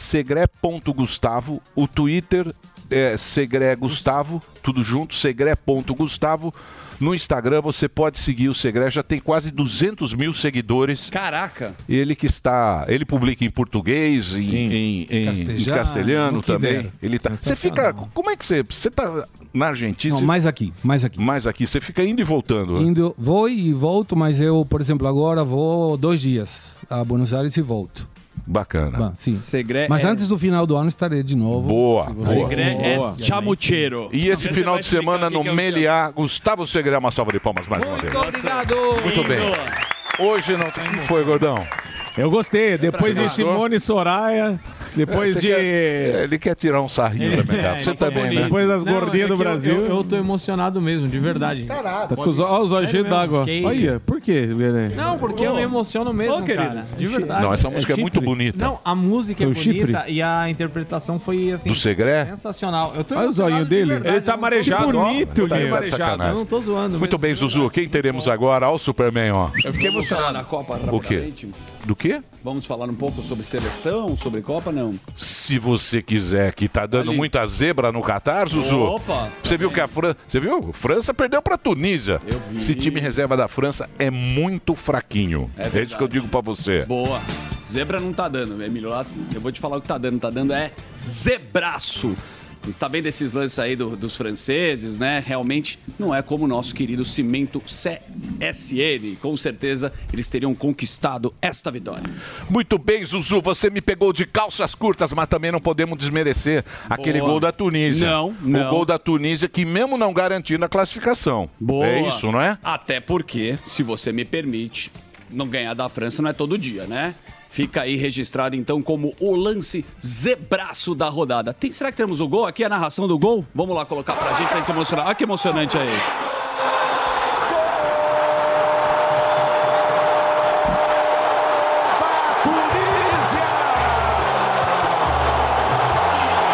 [SPEAKER 6] segre.gustavo, o Twitter é segregustavo, tudo junto, segre.gustavo. No Instagram você pode seguir o Segre, já tem quase 200 mil seguidores.
[SPEAKER 20] Caraca!
[SPEAKER 6] Ele que está, ele publica em português, em, em- em- em
[SPEAKER 14] Castelhano,
[SPEAKER 6] castelhano
[SPEAKER 14] o que
[SPEAKER 6] também.
[SPEAKER 14] der.
[SPEAKER 6] Ele tá. Você fica, como é que você, você tá na Argentina?
[SPEAKER 14] Não, mais aqui, mais aqui.
[SPEAKER 6] Mais aqui, você fica indo e voltando. né?
[SPEAKER 14] Indo, vou e volto, mas eu, por exemplo, agora vou dois dias a Buenos Aires e volto.
[SPEAKER 6] Bacana.
[SPEAKER 14] sim.
[SPEAKER 20] Segre
[SPEAKER 14] Mas
[SPEAKER 20] é-
[SPEAKER 14] antes do final do ano estarei de novo.
[SPEAKER 6] Boa. boa.
[SPEAKER 20] Segre é chamuchero.
[SPEAKER 6] E esse final de semana no
[SPEAKER 9] é
[SPEAKER 6] Meliá, Gustavo Segre, uma salva de palmas mais uma vez.
[SPEAKER 14] obrigado.
[SPEAKER 6] Muito bem. Hoje não tem. O que foi, gordão?
[SPEAKER 10] Eu gostei. Depois
[SPEAKER 6] pra cá.
[SPEAKER 10] de Simone Soraya, depois
[SPEAKER 6] É, Você
[SPEAKER 10] de.
[SPEAKER 6] quer- Ele quer tirar um sarrinho
[SPEAKER 20] É,
[SPEAKER 6] também, cara.
[SPEAKER 20] tá
[SPEAKER 6] Você também, né?
[SPEAKER 10] Depois das
[SPEAKER 8] Não, é
[SPEAKER 10] gordinhas do
[SPEAKER 8] que eu-
[SPEAKER 10] Brasil.
[SPEAKER 8] Eu, eu tô emocionado mesmo, de verdade.
[SPEAKER 10] Tá com os, ó, os olhos
[SPEAKER 8] Sério
[SPEAKER 10] cheios
[SPEAKER 8] mesmo,
[SPEAKER 10] d'água.
[SPEAKER 8] fiquei-
[SPEAKER 10] Olha, por quê, Lelê?
[SPEAKER 8] Não, porque eu me emociono mesmo,
[SPEAKER 10] Ô, querida.
[SPEAKER 8] cara.
[SPEAKER 10] É
[SPEAKER 8] De
[SPEAKER 10] chi-
[SPEAKER 8] verdade.
[SPEAKER 10] Não, essa música é muito
[SPEAKER 8] chifre.
[SPEAKER 10] bonita.
[SPEAKER 8] Não, a música é
[SPEAKER 10] Foi o
[SPEAKER 8] bonita
[SPEAKER 10] chifre?
[SPEAKER 8] e a interpretação foi assim.
[SPEAKER 6] Do Segré?
[SPEAKER 8] Sensacional. Eu tô
[SPEAKER 6] Olha o
[SPEAKER 8] emocionado
[SPEAKER 6] zoinho
[SPEAKER 8] de
[SPEAKER 6] dele.
[SPEAKER 8] verdade,
[SPEAKER 6] Ele tá
[SPEAKER 8] eu não tô-
[SPEAKER 6] marejado,
[SPEAKER 8] Que
[SPEAKER 6] ó.
[SPEAKER 8] bonito,
[SPEAKER 6] Tá aí
[SPEAKER 8] Leo.
[SPEAKER 6] marejado.
[SPEAKER 8] Eu não tô zoando. né?
[SPEAKER 6] Muito bem, Zuzu. Quem teremos agora? Olha o Superman, ó.
[SPEAKER 9] Eu fiquei emocionado. Na Copa,
[SPEAKER 6] O quê?
[SPEAKER 9] rapidamente.
[SPEAKER 6] Do quê?
[SPEAKER 9] Vamos falar um pouco sobre seleção, sobre Copa, não?
[SPEAKER 6] Se você quiser, que tá dando
[SPEAKER 9] Ali.
[SPEAKER 6] muita zebra no Catar, Zuzu.
[SPEAKER 9] Opa,
[SPEAKER 6] Você viu que a França. Você viu? França perdeu pra Tunísia. Esse time reserva da França é muito fraquinho.
[SPEAKER 9] É
[SPEAKER 6] É, isso
[SPEAKER 9] verdade.
[SPEAKER 6] que eu digo pra você.
[SPEAKER 9] Boa. Zebra não tá dando, Emílio. Lá, Eu vou te falar o que tá dando. Tá dando é zebraço. E Tá vendo esses lances aí do- dos franceses, né? Realmente não é como o nosso querido Cimento CSN. Com certeza eles teriam conquistado esta vitória.
[SPEAKER 6] Muito bem, Zuzu, você me pegou de calças curtas, mas também não podemos desmerecer aquele
[SPEAKER 9] Boa.
[SPEAKER 6] gol da Tunísia.
[SPEAKER 9] Não, não.
[SPEAKER 6] O gol da Tunísia que mesmo não garantindo a classificação.
[SPEAKER 9] Boa.
[SPEAKER 6] É isso, não é?
[SPEAKER 9] Até porque, se você me permite, não ganhar da França não é todo dia, né? Fica aí registrado então como o lance zebraço da rodada. Tem- será que temos o gol aqui, a narração do gol? Vamos lá colocar pra gente pra gente se emocionar. Olha que emocionante aí.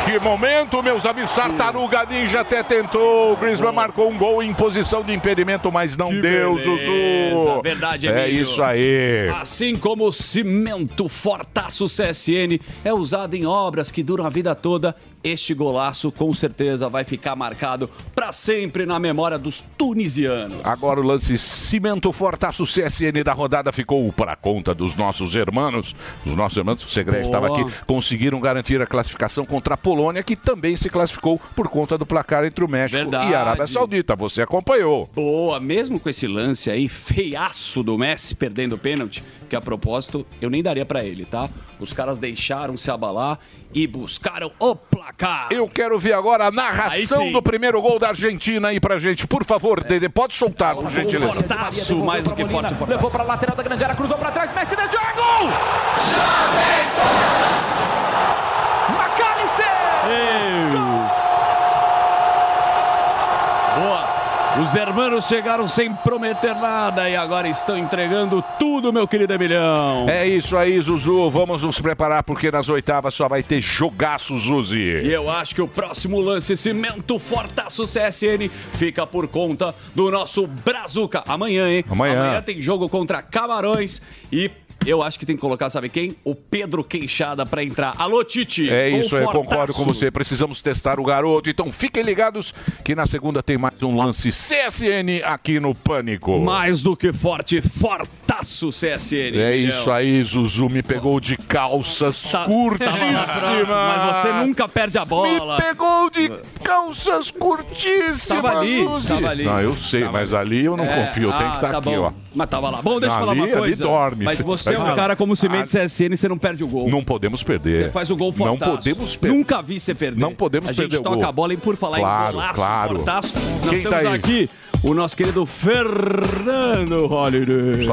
[SPEAKER 6] de momento, meus amigos. Tartaruga Ninja até tentou. O Griezmann marcou um gol em posição de impedimento, mas não deu, Zuzu.
[SPEAKER 9] Verdade,
[SPEAKER 6] É
[SPEAKER 9] Emílio.
[SPEAKER 6] isso aí.
[SPEAKER 9] Assim como o cimento Fortaço CSN é usado em obras que duram a vida toda, este golaço com certeza vai ficar marcado para sempre na memória dos tunisianos.
[SPEAKER 6] Agora o lance Cimento Fortaço CSN da rodada ficou para conta dos nossos irmãos. Os nossos irmãos, o Segredo
[SPEAKER 9] Boa.
[SPEAKER 6] estava aqui, conseguiram garantir a classificação contra a Polônia, que também se classificou por conta do placar entre o México
[SPEAKER 9] Verdade.
[SPEAKER 6] Tipo, e a Arábia Saudita. Você acompanhou.
[SPEAKER 9] Boa, mesmo com esse lance aí feiaço do Messi perdendo o pênalti, que a propósito eu nem daria pra ele, tá? Os caras deixaram se abalar e buscaram o placar.
[SPEAKER 6] Eu quero ver agora a
[SPEAKER 9] Aí
[SPEAKER 6] narração
[SPEAKER 9] sim. É.
[SPEAKER 6] do primeiro gol da Argentina aí pra gente, por favor, Dede, pode soltar, por gentileza.
[SPEAKER 9] Fortaço, mais
[SPEAKER 6] um
[SPEAKER 9] do que forte, forte.
[SPEAKER 1] Levou para a lateral da grande área, cruzou para trás, Messi desviou, é gol!
[SPEAKER 9] Boa. Os hermanos chegaram sem prometer nada e agora estão entregando tudo, meu querido Emilhão.
[SPEAKER 6] É isso aí, Zuzu. Vamos nos preparar porque nas oitavas só vai ter jogaço,
[SPEAKER 9] E
[SPEAKER 6] Zuzi.
[SPEAKER 9] eu acho que o próximo lance, Cimento Fortaço CSN, fica por conta do nosso Brazuca. Amanhã, hein?
[SPEAKER 6] Amanhã.
[SPEAKER 9] tem jogo contra Camarões e eu acho que tem que colocar, sabe quem? O Pedro Queixada pra entrar. Alô, Titi.
[SPEAKER 6] É isso aí,
[SPEAKER 9] Confortaço.
[SPEAKER 6] concordo com você. Precisamos testar o garoto. Então fiquem ligados que na segunda tem mais um lance CSN aqui no Pânico.
[SPEAKER 9] Mais do que forte, Fortaço CSN.
[SPEAKER 6] É isso aí, Zuzu. Me pegou de calças curtíssimas.
[SPEAKER 9] Mas você nunca perde a bola.
[SPEAKER 6] Me pegou de calças curtíssimas.
[SPEAKER 9] Tava ali,
[SPEAKER 6] Zuzi.
[SPEAKER 9] tava ali.
[SPEAKER 6] Não, eu sei, mas ali eu não
[SPEAKER 9] É,
[SPEAKER 6] confio. Tem que
[SPEAKER 9] ah,
[SPEAKER 6] estar
[SPEAKER 9] tá
[SPEAKER 6] aqui,
[SPEAKER 9] bom.
[SPEAKER 6] ó.
[SPEAKER 9] Mas tava lá. Bom, deixa eu
[SPEAKER 6] Não,
[SPEAKER 9] falar uma
[SPEAKER 6] ali- ali
[SPEAKER 9] coisa.
[SPEAKER 6] dorme,
[SPEAKER 9] Mas
[SPEAKER 6] cê
[SPEAKER 9] você é um
[SPEAKER 6] sabe. Ah,
[SPEAKER 9] cara como Cimento CSN, você não perde o gol.
[SPEAKER 6] Não podemos perder.
[SPEAKER 9] Você faz o gol
[SPEAKER 6] Não
[SPEAKER 9] fortaço.
[SPEAKER 6] podemos perder.
[SPEAKER 9] Nunca vi você perder.
[SPEAKER 6] Não podemos
[SPEAKER 9] a gente
[SPEAKER 6] perder o
[SPEAKER 9] toca
[SPEAKER 6] gol.
[SPEAKER 9] a bola e por falar
[SPEAKER 6] Claro,
[SPEAKER 9] em golaço,
[SPEAKER 6] claro.
[SPEAKER 9] fortaço, nós
[SPEAKER 6] Quem
[SPEAKER 9] temos
[SPEAKER 6] tá aí?
[SPEAKER 9] aqui o nosso querido Fernando Holliday.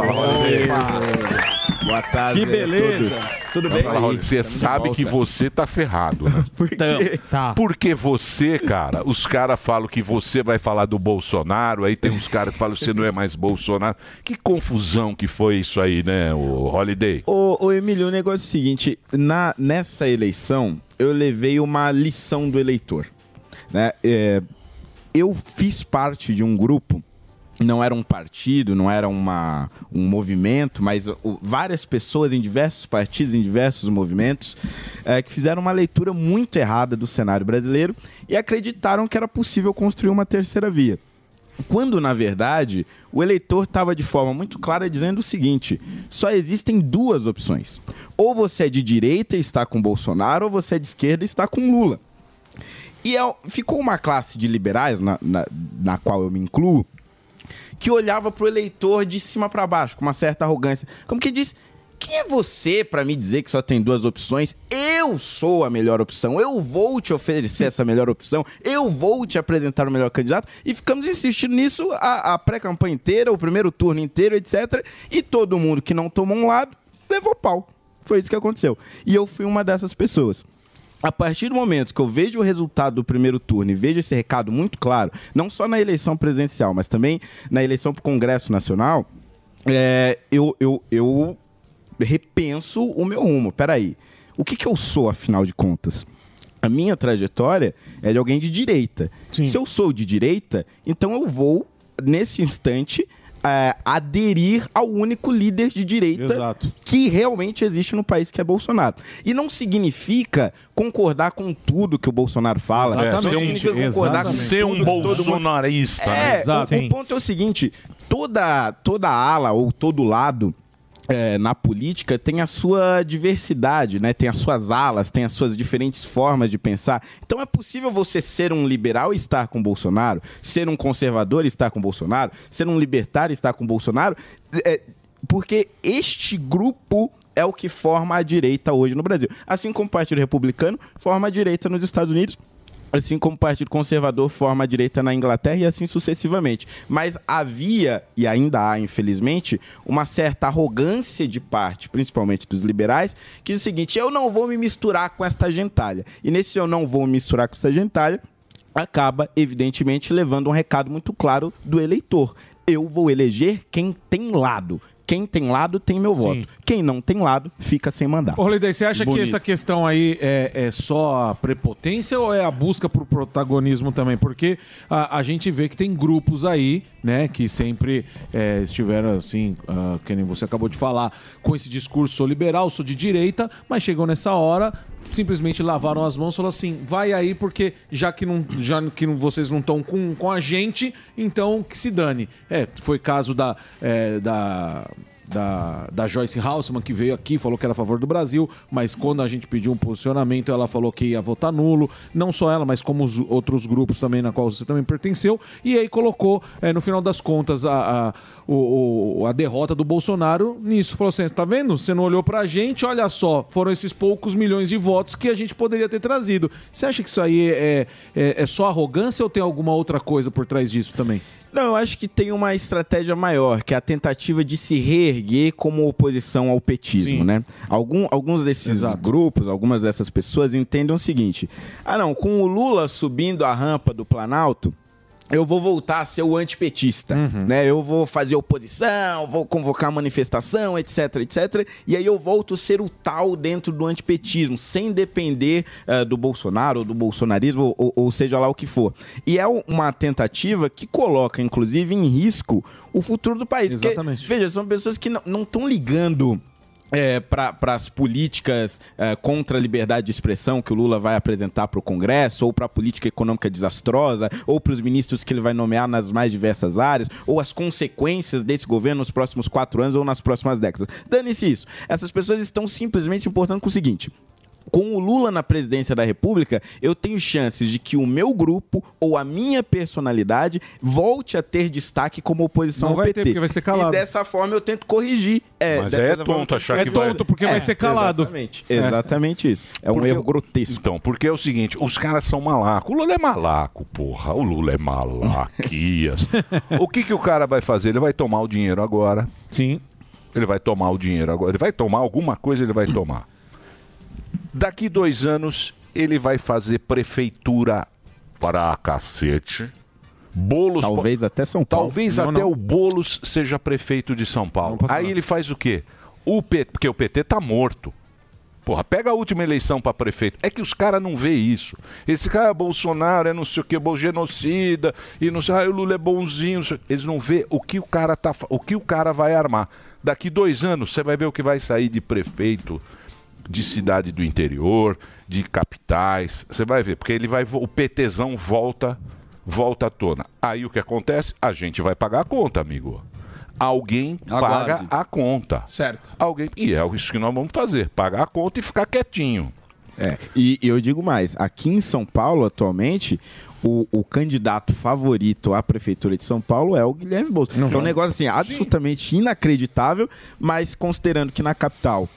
[SPEAKER 25] Boa tarde
[SPEAKER 9] Que
[SPEAKER 25] a
[SPEAKER 9] beleza.
[SPEAKER 25] todos.
[SPEAKER 9] Tudo bem?
[SPEAKER 6] Fala, Raul, você sabe que você tá ferrado,
[SPEAKER 9] (laughs)
[SPEAKER 6] né? Por
[SPEAKER 9] quê? Tá.
[SPEAKER 6] Porque você, cara, os caras falam que você vai falar do Bolsonaro, aí tem uns caras que falam que você não é mais Bolsonaro. Que confusão que foi isso aí, né, o Holiday?
[SPEAKER 25] Ô, ô Emílio, o negócio é o seguinte: na, nessa eleição, eu levei uma lição do eleitor. Né? É, eu fiz parte de um grupo, não era um partido, não era uma, um movimento, mas o- várias pessoas em diversos partidos, em diversos movimentos, é, que fizeram uma leitura muito errada do cenário brasileiro e acreditaram que era possível construir uma terceira via. Quando, na verdade, o eleitor estava de forma muito clara dizendo o seguinte: só existem duas opções. Ou você é de direita e está com Bolsonaro, ou você é de esquerda e está com Lula. E é- ficou uma classe de liberais, na, na- na qual eu me incluo, que olhava pro eleitor de cima para baixo, com uma certa arrogância. Como que diz: quem é você para me dizer que só tem duas opções? Eu sou a melhor opção, eu vou te oferecer essa melhor opção, eu vou te apresentar o melhor candidato. E ficamos insistindo nisso a, a pré-campanha inteira, o primeiro turno inteiro, etc. E todo mundo que não tomou um lado levou pau. Foi isso que aconteceu. E eu fui uma dessas pessoas. A partir do momento que eu vejo o resultado do primeiro turno e vejo esse recado muito claro, não só na eleição presidencial, mas também na eleição para o Congresso Nacional, é, eu, eu, eu repenso o meu rumo. Peraí, o que, que eu sou, afinal de contas? A minha trajetória é de alguém de direita. Se eu sou de direita, então eu vou, nesse instante, é, aderir ao único líder de direita que realmente existe no país, que é Bolsonaro. E não significa concordar com tudo que o Bolsonaro fala.
[SPEAKER 6] É,
[SPEAKER 25] não
[SPEAKER 6] ser um-
[SPEAKER 25] significa concordar com
[SPEAKER 6] ser um
[SPEAKER 25] tudo que todo mundo-
[SPEAKER 6] bolsonarista. né?
[SPEAKER 25] é, o- O, ponto é o seguinte: toda, toda ala ou todo lado. é, na política tem a sua diversidade, né? Tem as suas alas, tem as suas diferentes formas de pensar. Então é possível você ser um liberal e estar com Bolsonaro, ser um conservador e estar com Bolsonaro, ser um libertário e estar com Bolsonaro, é, porque este grupo é o que forma a direita hoje no Brasil. Assim como o Partido Republicano forma a direita nos Estados Unidos, assim como o Partido Conservador forma a direita na Inglaterra e assim sucessivamente. Mas havia, e ainda há, infelizmente, uma certa arrogância de parte, principalmente dos liberais, que diz o seguinte: eu não vou me misturar com esta gentalha. E nesse eu não vou me misturar com essa gentalha, acaba, evidentemente, levando um recado muito claro do eleitor. Eu vou eleger quem tem lado, Quem tem lado tem meu voto. Quem não tem lado fica sem mandato.
[SPEAKER 10] Ô, Holiday, você acha
[SPEAKER 25] Bonito.
[SPEAKER 10] que essa questão aí é, é só a prepotência ou é a busca por protagonismo também? Porque a, a gente vê que tem grupos aí, né, que sempre é, estiveram assim, ah, que nem você acabou de falar, com esse discurso sou liberal, sou de direita, mas chegou nessa hora, simplesmente lavaram as mãos e falaram assim, vai aí porque já que, não, já que não- vocês não estão com, com a gente, então que se dane. É, foi caso da... é, da da, da Joyce Haussmann, que veio aqui, falou que era a favor do Brasil, mas quando a gente pediu um posicionamento, ela falou que ia votar nulo. Não só ela, mas como os outros grupos também, na qual você também pertenceu. E aí colocou, eh, no final das contas, a, a, o- o- a derrota do Bolsonaro nisso. Falou assim: tá vendo? Você não olhou pra gente, olha só, foram esses poucos milhões de votos que a gente poderia ter trazido. Você acha que isso aí é, é, é só arrogância ou tem alguma outra coisa por trás disso também?
[SPEAKER 25] Não, eu acho que tem uma estratégia maior, que é a tentativa de se reerguer como oposição ao petismo, né? Algum- alguns desses grupos, algumas dessas pessoas entendem o seguinte: ah, não, com o Lula subindo a rampa do Planalto. Eu vou voltar a ser o antipetista, né? Eu vou fazer oposição, vou convocar manifestação, etc, etc. E aí eu volto a ser o tal dentro do antipetismo, sem depender eh, do Bolsonaro, ou do bolsonarismo, ou, ou seja lá o que for. E é um- uma tentativa que coloca, inclusive, em risco o futuro do país. Porque, veja, são pessoas que não- não estão ligando. para as políticas eh, contra a liberdade de expressão que o Lula vai apresentar para o Congresso, ou para a política econômica desastrosa, ou para os ministros que ele vai nomear nas mais diversas áreas, ou as consequências desse governo nos próximos quatro anos ou nas próximas décadas. Dane-se isso. Essas pessoas estão simplesmente se importando com o seguinte: com o Lula na presidência da República, eu tenho chances de que o meu grupo ou a minha personalidade volte a ter destaque como oposição
[SPEAKER 10] Não
[SPEAKER 25] ao
[SPEAKER 10] vai
[SPEAKER 25] PT.
[SPEAKER 10] ter, porque vai ser calado.
[SPEAKER 25] E dessa forma eu tento corrigir. É,
[SPEAKER 6] Mas
[SPEAKER 25] dessa
[SPEAKER 6] é
[SPEAKER 25] forma eu
[SPEAKER 6] tonto
[SPEAKER 25] tento
[SPEAKER 6] achar que
[SPEAKER 25] corrigir.
[SPEAKER 6] vai- É,
[SPEAKER 25] Exatamente, exatamente isso. É um
[SPEAKER 6] Porque
[SPEAKER 25] erro
[SPEAKER 6] o-
[SPEAKER 25] grotesco.
[SPEAKER 6] Então, porque é o seguinte, os caras são malacos. O Lula é malaco, porra. O Lula é (laughs) malaquias. o que, que o cara vai fazer? Ele vai tomar o dinheiro agora.
[SPEAKER 10] Sim.
[SPEAKER 6] Ele vai tomar o dinheiro agora. Ele vai tomar alguma coisa, ele vai tomar. Daqui dois anos, ele vai fazer prefeitura para cacete. Bolos
[SPEAKER 25] Talvez até São Paulo.
[SPEAKER 6] Talvez
[SPEAKER 25] Não,
[SPEAKER 6] até
[SPEAKER 25] não.
[SPEAKER 6] o Bolos seja prefeito de São Paulo. Aí ele faz o quê? O P... Porque o PT tá morto. Porra, pega a última eleição para prefeito. É que os caras não vê isso. Esse cara é Bolsonaro, é não sei o que, bom genocida, e não sei, ah, o Lula é bonzinho. não sei- Eles não vê o que o cara tá, fa- o que o cara vai armar. Daqui dois anos você vai ver o que vai sair de prefeito de cidade do interior, de capitais. Você vai ver, porque ele vai vo- o PTzão volta, volta à tona. Aí o que acontece? A gente vai pagar a conta, amigo. Alguém
[SPEAKER 20] Aguarde.
[SPEAKER 6] paga a conta.
[SPEAKER 10] Certo.
[SPEAKER 6] Alguém, e é isso que nós vamos fazer, pagar a conta e ficar quietinho.
[SPEAKER 25] É, e eu digo mais, aqui em São Paulo, atualmente, o, o candidato favorito à prefeitura de São Paulo é o Guilherme Bolsonaro. Então, é um negócio assim, absolutamente inacreditável, mas considerando que na capital.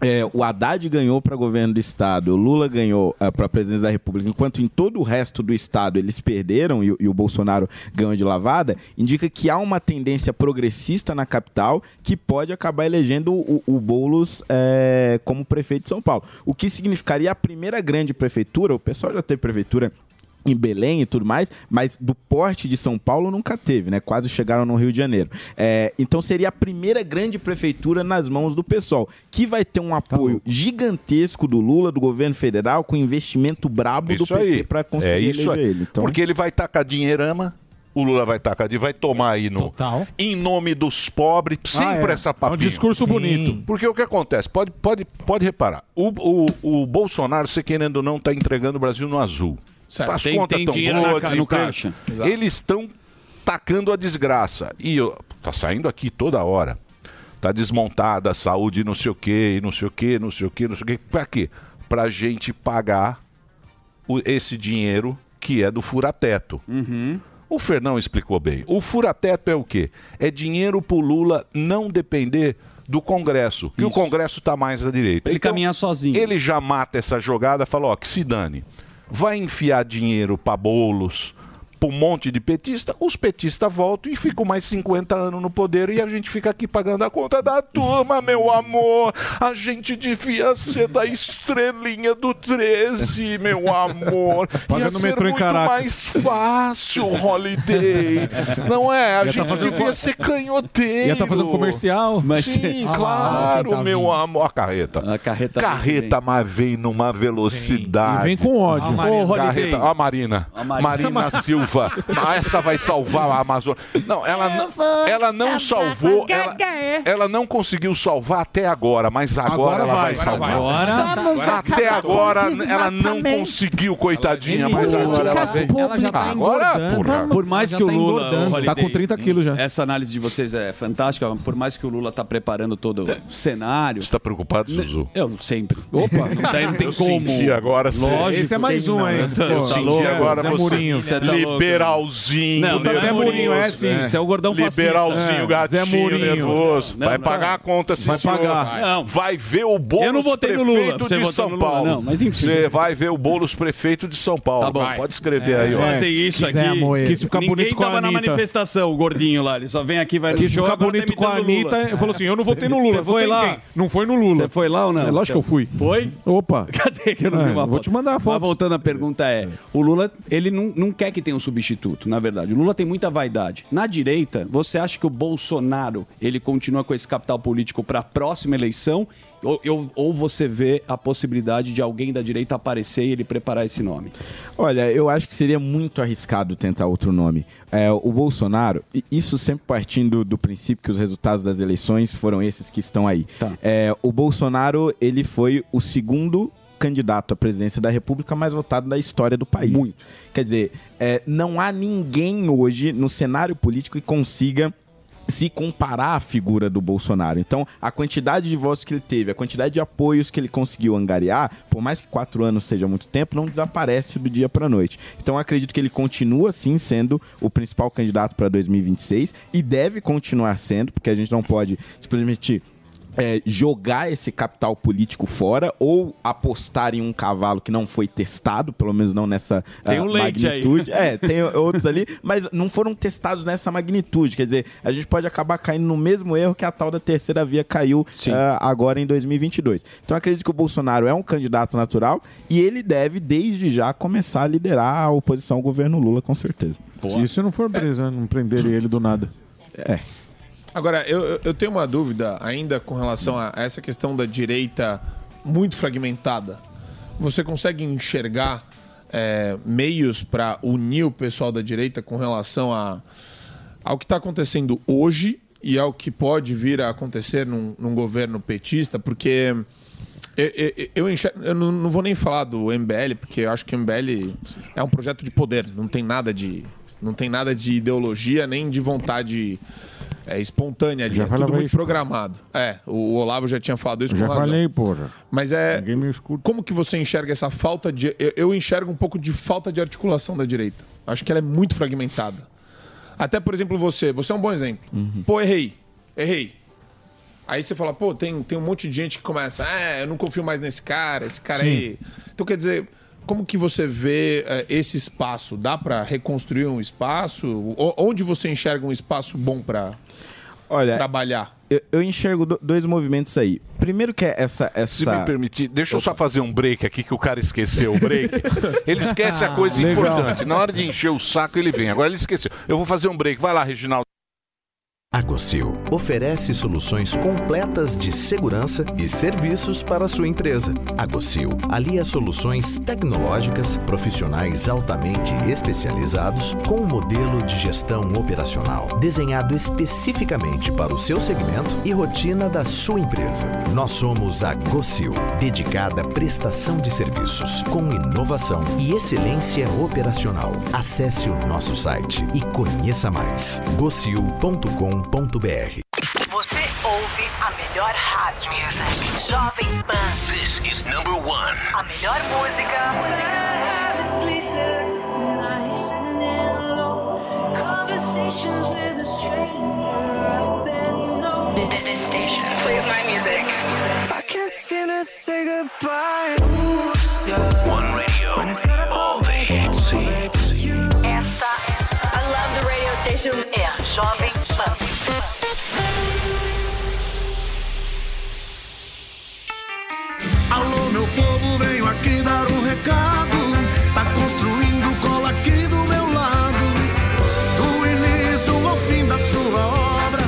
[SPEAKER 25] é, o Haddad ganhou para governo do estado, o Lula ganhou para presidência da República, enquanto em todo o resto do estado eles perderam e, o- e o Bolsonaro ganhou de lavada, indica que há uma tendência progressista na capital que pode acabar elegendo o, o Boulos é, como prefeito de São Paulo. O que significaria a primeira grande prefeitura, o pessoal já teve prefeitura em Belém e tudo mais, mas do porte de São Paulo nunca teve, né? Quase chegaram no Rio de Janeiro. É, então seria a primeira grande prefeitura nas mãos do pessoal, que vai ter
[SPEAKER 6] Tá
[SPEAKER 25] um apoio gigantesco do Lula, do governo federal, com investimento brabo do
[SPEAKER 6] Isso
[SPEAKER 25] PT
[SPEAKER 6] aí.
[SPEAKER 25] para conseguir
[SPEAKER 6] é isso
[SPEAKER 25] eleger
[SPEAKER 6] aí.
[SPEAKER 25] ele. Então,
[SPEAKER 6] Porque ele vai tacar dinheirama, o Lula vai tacar dinheiro, vai tomar aí no. Em nome dos pobres, sempre
[SPEAKER 10] é.
[SPEAKER 6] essa papinha.
[SPEAKER 10] É um discurso Sim. bonito.
[SPEAKER 6] Porque o que acontece? Pode, pode, pode reparar. O, o, o Bolsonaro, você querendo ou não, está entregando o Brasil no azul.
[SPEAKER 10] Certo.
[SPEAKER 6] As
[SPEAKER 10] Tem-
[SPEAKER 6] contas
[SPEAKER 10] tem
[SPEAKER 6] estão
[SPEAKER 10] dinheiro na
[SPEAKER 6] boas,
[SPEAKER 10] ca- no
[SPEAKER 6] desemprego.
[SPEAKER 10] caixa. Exato.
[SPEAKER 6] Eles estão tacando a desgraça. E ó, tá saindo aqui toda hora. Tá desmontada a saúde, não sei o quê, e não sei o quê, não sei o quê, não sei o quê. Pra quê? Pra gente pagar o- esse dinheiro que é do furateto. O Fernão explicou bem. O furateto é o quê? É dinheiro pro Lula não depender do Congresso, que o Congresso tá mais à direita. Ele caminhar sozinho. Ele já mata essa jogada, fala, ó, que se dane. Vai enfiar dinheiro pra bolos, para um monte de petista, os petistas voltam e ficam mais 50 anos no poder e a gente fica aqui pagando a conta da turma, meu amor. A gente devia ser da estrelinha do 13, meu
[SPEAKER 10] (laughs)
[SPEAKER 6] amor.
[SPEAKER 10] Paga
[SPEAKER 6] Ia
[SPEAKER 10] no
[SPEAKER 6] ser
[SPEAKER 10] metrô em
[SPEAKER 6] muito
[SPEAKER 10] Caracas.
[SPEAKER 6] mais fácil, Holiday. Não é? A
[SPEAKER 10] Ia tá
[SPEAKER 6] gente
[SPEAKER 10] fazendo
[SPEAKER 6] devia
[SPEAKER 10] co-
[SPEAKER 6] ser canhoteiro.
[SPEAKER 10] Ia tá fazendo comercial. Mas-
[SPEAKER 6] Sim, (laughs)
[SPEAKER 10] Ah,
[SPEAKER 6] claro,
[SPEAKER 10] quem tá
[SPEAKER 6] meu
[SPEAKER 10] vindo.
[SPEAKER 6] amor. A carreta. A carreta.
[SPEAKER 10] vem.
[SPEAKER 6] mas vem numa velocidade.
[SPEAKER 10] E vem com ódio. Ó a Marina.
[SPEAKER 6] Ô, Carreta,
[SPEAKER 10] Holiday.
[SPEAKER 6] ó a Marina.
[SPEAKER 10] A
[SPEAKER 6] Marina.
[SPEAKER 10] Marina.
[SPEAKER 6] (laughs) Silva. Ah, Essa vai salvar a Amazônia. Não, ela não, ela não salvou. Ela, ela não conseguiu salvar até agora, mas agora,
[SPEAKER 14] Agora
[SPEAKER 6] ela vai,
[SPEAKER 14] vai,
[SPEAKER 6] salvar.
[SPEAKER 14] agora vai. Vamos
[SPEAKER 6] até
[SPEAKER 14] acabar
[SPEAKER 6] agora
[SPEAKER 14] com o
[SPEAKER 6] ela não
[SPEAKER 14] desmatamento.
[SPEAKER 6] conseguiu, coitadinha,
[SPEAKER 14] Esse
[SPEAKER 6] mas agora ela
[SPEAKER 14] políticas
[SPEAKER 6] vem.
[SPEAKER 14] públicas. Ela já tá
[SPEAKER 6] agora, porra.
[SPEAKER 9] Por mais que o Lula. o
[SPEAKER 6] Tá
[SPEAKER 9] Holiday,
[SPEAKER 6] com 30
[SPEAKER 9] quilos já. Essa análise de vocês é fantástica. Por mais que o Lula tá preparando todo o cenário. Você
[SPEAKER 6] está tá preocupado, Zuzu?
[SPEAKER 9] Eu sempre.
[SPEAKER 6] Opa.
[SPEAKER 9] Daí não tem
[SPEAKER 6] Eu
[SPEAKER 9] como.
[SPEAKER 6] senti agora, sim.
[SPEAKER 9] Lógico.
[SPEAKER 6] Esse é mais um, hein?
[SPEAKER 9] Não,
[SPEAKER 6] Eu
[SPEAKER 9] tá
[SPEAKER 6] senti
[SPEAKER 9] louco.
[SPEAKER 6] agora
[SPEAKER 9] Zé
[SPEAKER 6] você.
[SPEAKER 9] Murinho. Você tá louco.
[SPEAKER 6] Liberalzinho.
[SPEAKER 9] Não, não é Murinho, é
[SPEAKER 6] nervoso,
[SPEAKER 9] sim.
[SPEAKER 6] né?
[SPEAKER 9] Você é o gordão fascista.
[SPEAKER 6] Liberalzinho,
[SPEAKER 9] É, Zé
[SPEAKER 6] gatinho,
[SPEAKER 9] Murinho.
[SPEAKER 6] nervoso.
[SPEAKER 9] Não,
[SPEAKER 6] vai
[SPEAKER 9] não.
[SPEAKER 6] pagar a conta, sim,
[SPEAKER 9] Vai
[SPEAKER 6] senhor.
[SPEAKER 9] pagar. Não.
[SPEAKER 6] Vai ver o Boulos
[SPEAKER 9] Eu não votei no Lula,
[SPEAKER 6] prefeito
[SPEAKER 9] você
[SPEAKER 6] de
[SPEAKER 9] votou
[SPEAKER 6] São
[SPEAKER 9] no Lula,
[SPEAKER 6] Paulo.
[SPEAKER 9] não, mas enfim.
[SPEAKER 6] Você vai ver o Boulos prefeito de São Paulo.
[SPEAKER 9] Tá bom.
[SPEAKER 6] Vai, Pode escrever
[SPEAKER 9] É,
[SPEAKER 6] aí.
[SPEAKER 9] eles
[SPEAKER 6] ó.
[SPEAKER 9] fazem isso aqui. Ninguém tava na manifestação, o gordinho lá. Ele só vem aqui, vai no
[SPEAKER 10] Quis
[SPEAKER 9] show,
[SPEAKER 10] ficar
[SPEAKER 9] agora tá
[SPEAKER 10] bonito com a
[SPEAKER 9] imitando o
[SPEAKER 10] Anitta.
[SPEAKER 9] Lula.
[SPEAKER 10] e Falou assim: eu não votei no Lula.
[SPEAKER 9] Você foi
[SPEAKER 10] votei em
[SPEAKER 9] lá?
[SPEAKER 10] quem? Não foi no Lula.
[SPEAKER 9] Você foi lá ou não?
[SPEAKER 10] É lógico que eu fui.
[SPEAKER 9] Foi?
[SPEAKER 10] Opa.
[SPEAKER 9] (laughs) Cadê que eu não
[SPEAKER 10] É,
[SPEAKER 9] vi uma
[SPEAKER 10] eu
[SPEAKER 9] foto?
[SPEAKER 10] vou te mandar a
[SPEAKER 9] Mas voltando à pergunta é, o Lula, ele não, não quer que tenha um substituto, na verdade. O Lula tem muita vaidade. Na direita, você acha que o Bolsonaro, ele continua com esse capital político para a próxima eleição? Ou, eu- ou você vê a possibilidade de alguém da direita aparecer e ele preparar esse nome?
[SPEAKER 25] Olha, eu acho que seria muito arriscado tentar outro nome. É, o Bolsonaro, e isso sempre partindo do princípio que os resultados das eleições foram esses que estão aí. É, o Bolsonaro, ele foi o segundo candidato à presidência da República mais votado da história do país. Muito. Quer dizer, é, não há ninguém hoje no cenário político que consiga se comparar à figura do Bolsonaro. Então, a quantidade de votos que ele teve, a quantidade de apoios que ele conseguiu angariar, por mais que quatro anos seja muito tempo, não desaparece do dia para noite. Então, eu acredito que ele continua, sim, sendo o principal candidato para 2026 e deve continuar sendo, porque a gente não pode simplesmente é, jogar esse capital político fora ou apostar em um cavalo que não foi testado, pelo menos não nessa
[SPEAKER 9] Tem
[SPEAKER 25] ah,
[SPEAKER 9] um leite aí. (laughs)
[SPEAKER 25] magnitude. É, tem outros ali, mas não foram testados nessa magnitude. Quer dizer, a gente pode acabar caindo no mesmo erro que a tal da terceira via caiu ah, agora em 2022. Então eu acredito que o Bolsonaro é um candidato natural e ele deve, desde já, começar a liderar a oposição ao governo Lula, com certeza.
[SPEAKER 10] Se isso não for preso, né? não prenderem ele do nada.
[SPEAKER 25] É.
[SPEAKER 13] Agora, eu- eu, eu tenho uma dúvida ainda com relação a essa questão da direita muito fragmentada. Você consegue enxergar é, meios para unir o pessoal da direita com relação a, ao que está acontecendo hoje e ao que pode vir a acontecer num, num governo petista? Porque eu, eu- eu enxergo- eu não, não vou nem falar do MBL, porque eu acho que o MBL é um projeto de poder, não tem nada de, não tem nada de ideologia nem de vontade é, espontânea ali.
[SPEAKER 10] Já
[SPEAKER 13] é
[SPEAKER 10] falava
[SPEAKER 13] tudo muito
[SPEAKER 10] isso,
[SPEAKER 13] programado. É, o o Olavo já tinha falado isso
[SPEAKER 10] Eu já
[SPEAKER 13] com razão.
[SPEAKER 10] falei, porra.
[SPEAKER 13] Mas é. Como que você enxerga essa falta de. Eu, eu enxergo um pouco de falta de articulação da direita. Acho que ela é muito fragmentada. Até, por exemplo, você. Você é um bom exemplo. Pô, errei. Errei. Aí você fala, pô, tem, tem um monte de gente que começa, ah, eu não confio mais nesse cara, esse cara
[SPEAKER 14] Sim.
[SPEAKER 13] aí. Então, quer dizer, como que você vê eh, esse espaço? Dá pra reconstruir um espaço? O- onde você enxerga um espaço bom pra
[SPEAKER 25] Olha,
[SPEAKER 13] trabalhar?
[SPEAKER 25] Eu, eu enxergo do- dois movimentos aí. Primeiro que é essa... essa...
[SPEAKER 6] Se me permitir, deixa eu só fazer um break aqui que o cara esqueceu o
[SPEAKER 9] (laughs)
[SPEAKER 6] break. Ele esquece
[SPEAKER 9] Ah,
[SPEAKER 6] a coisa
[SPEAKER 14] Legal.
[SPEAKER 6] importante. Na hora de encher o saco, ele vem. Agora ele esqueceu. Eu vou fazer um break. Vai lá, Reginaldo.
[SPEAKER 22] Agosil oferece soluções completas de segurança e serviços para a sua empresa. Agosil alia soluções tecnológicas, profissionais altamente especializados com um modelo de gestão operacional desenhado especificamente para o seu segmento e rotina da sua empresa. Nós somos a Gocil, dedicada à prestação de serviços com inovação e excelência operacional. Acesse o nosso site e conheça mais. gocil.com.br
[SPEAKER 4] Você ouve a melhor rádio. Jovem Pan. This is number one. A melhor música. This station plays my music.
[SPEAKER 26] I can't seem to say goodbye. Ooh, yeah.
[SPEAKER 4] Esta
[SPEAKER 11] é Station é a Jovem Pan.
[SPEAKER 17] Alô, meu povo, venho aqui dar um recado. Tá construindo cola aqui do meu lado. Do início ao fim da sua obra.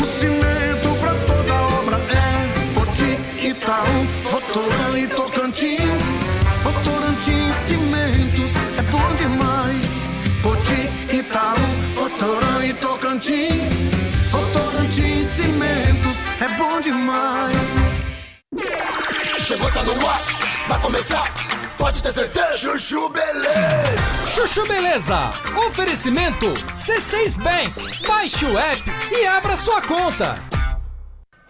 [SPEAKER 17] O cimento pra toda obra é Poti, Itaú, Votoran e Tocantins. Votorantim, cimentos, é bom demais. Poti, Itaú, Votoran e Tocantins. Votorantim, cimentos, é bom demais.
[SPEAKER 26] Chegou, tá no ar, vai começar, pode ter certeza. Chuchu Beleza.
[SPEAKER 3] Chuchu Beleza. Oferecimento C6 Bank. Baixe o app e abra sua conta.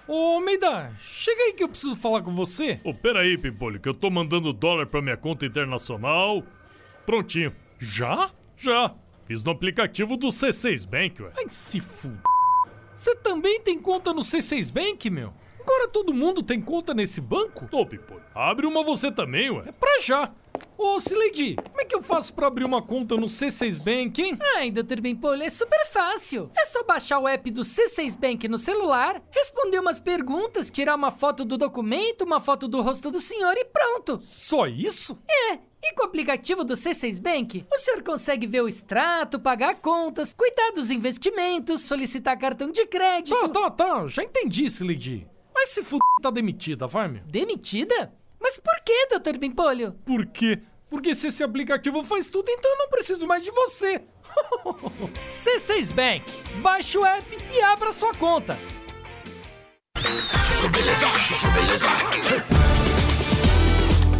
[SPEAKER 3] Ô, Meida, chega aí que eu preciso falar com você.
[SPEAKER 15] Ô, peraí, Pimpolho, que eu tô mandando dólar pra minha conta internacional. Prontinho. Já? Já. Fiz no aplicativo do C6 Bank, ué.
[SPEAKER 3] Ai, se f... Você também tem conta no C6 Bank, meu? Agora todo mundo tem conta nesse banco?
[SPEAKER 15] Ô, Pimpolho, abre uma você também, ué.
[SPEAKER 3] É pra já. Ô, Sileidi, como é que eu faço pra abrir uma conta no C6 Bank, hein?
[SPEAKER 18] Ai, Dr. Bempolho, é super fácil. É só baixar o app do C6 Bank no celular, responder umas perguntas, tirar uma foto do documento, uma foto do rosto do senhor e pronto.
[SPEAKER 3] Só isso?
[SPEAKER 18] É. E com o aplicativo do C6 Bank, o senhor consegue ver o extrato, pagar contas, cuidar dos investimentos, solicitar cartão de crédito.
[SPEAKER 3] Tá, tá, tá. Já entendi, Sileidi. Mas se f... tá demitida, vai, meu.
[SPEAKER 18] Demitida? Mas por que, Dr. Bimpolho?
[SPEAKER 3] Por quê? Porque se esse aplicativo faz tudo, então eu não preciso mais de você. (laughs) C6 Bank. Baixe o app e abra sua conta.
[SPEAKER 26] Chuchu Beleza, Chuchu Beleza.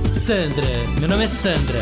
[SPEAKER 27] Sandra, meu nome é Sandra.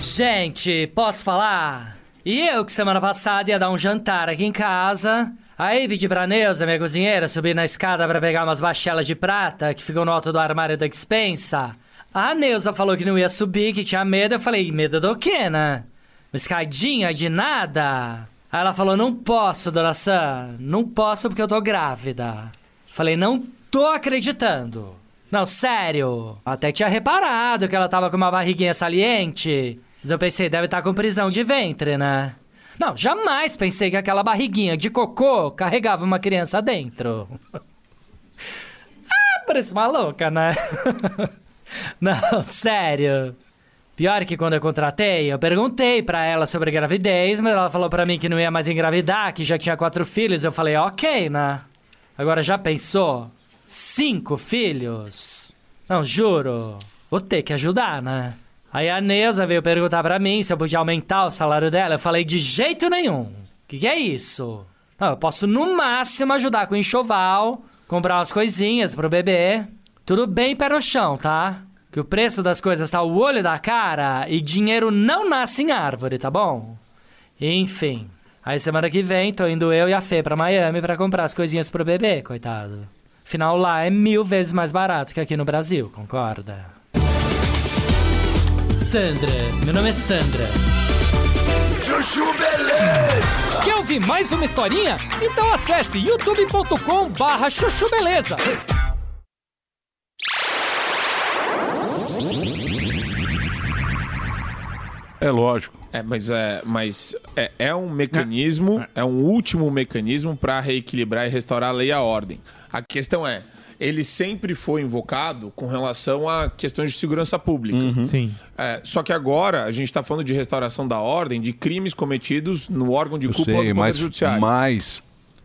[SPEAKER 27] Gente, posso falar? E eu que semana passada ia dar um jantar aqui em casa. Aí pedi pra Neuza, minha cozinheira, subir na escada pra pegar umas bachelas de prata que ficam no alto do armário da dispensa. A Neuza falou que não ia subir, que tinha medo. Eu falei, medo do quê, né? Uma escadinha de nada? Aí ela falou, não posso, dona Sam. Não posso porque eu tô grávida. Falei, não tô acreditando. Não, sério. Até tinha reparado que ela tava com uma barriguinha saliente. Mas eu pensei, deve estar com prisão de ventre, né? Não, jamais pensei que aquela barriguinha de cocô carregava uma criança dentro. (laughs) ah, parece uma louca, né? (laughs) Não, sério. Pior que quando eu contratei, eu perguntei pra ela sobre gravidez, mas ela falou pra mim que não ia mais engravidar, que já tinha quatro filhos. Eu falei, ok, né? Agora já pensou? Cinco filhos? Não, juro. Vou ter que ajudar, né? Aí a Neuza veio perguntar pra mim se eu podia aumentar o salário dela. Eu falei, de jeito nenhum. Que que é isso? Não, eu posso no máximo ajudar com enxoval, comprar umas coisinhas pro bebê. Tudo bem pé no chão, tá? Que o preço das coisas tá o olho da cara e dinheiro não nasce em árvore, tá bom? Enfim. Aí semana que vem tô indo eu e a Fê pra Miami pra comprar as coisinhas pro bebê, coitado. Afinal, lá é mil vezes mais barato que aqui no Brasil, concorda? Sandra, meu nome é Sandra.
[SPEAKER 26] Chuchu Beleza.
[SPEAKER 3] Quer ouvir mais uma historinha? Então acesse youtube.com barra chuchu beleza.
[SPEAKER 13] É lógico. É, mas é, mas é, é um mecanismo, é um último mecanismo para reequilibrar e restaurar a lei e a ordem. A questão é, ele sempre foi invocado com relação a questões de segurança pública.
[SPEAKER 21] Sim.
[SPEAKER 13] É, só que agora a gente está falando de restauração da ordem de crimes cometidos no órgão de
[SPEAKER 28] Eu
[SPEAKER 13] culpa ou
[SPEAKER 28] sei,
[SPEAKER 13] do Poder
[SPEAKER 28] mas,
[SPEAKER 13] Judiciário.
[SPEAKER 28] mas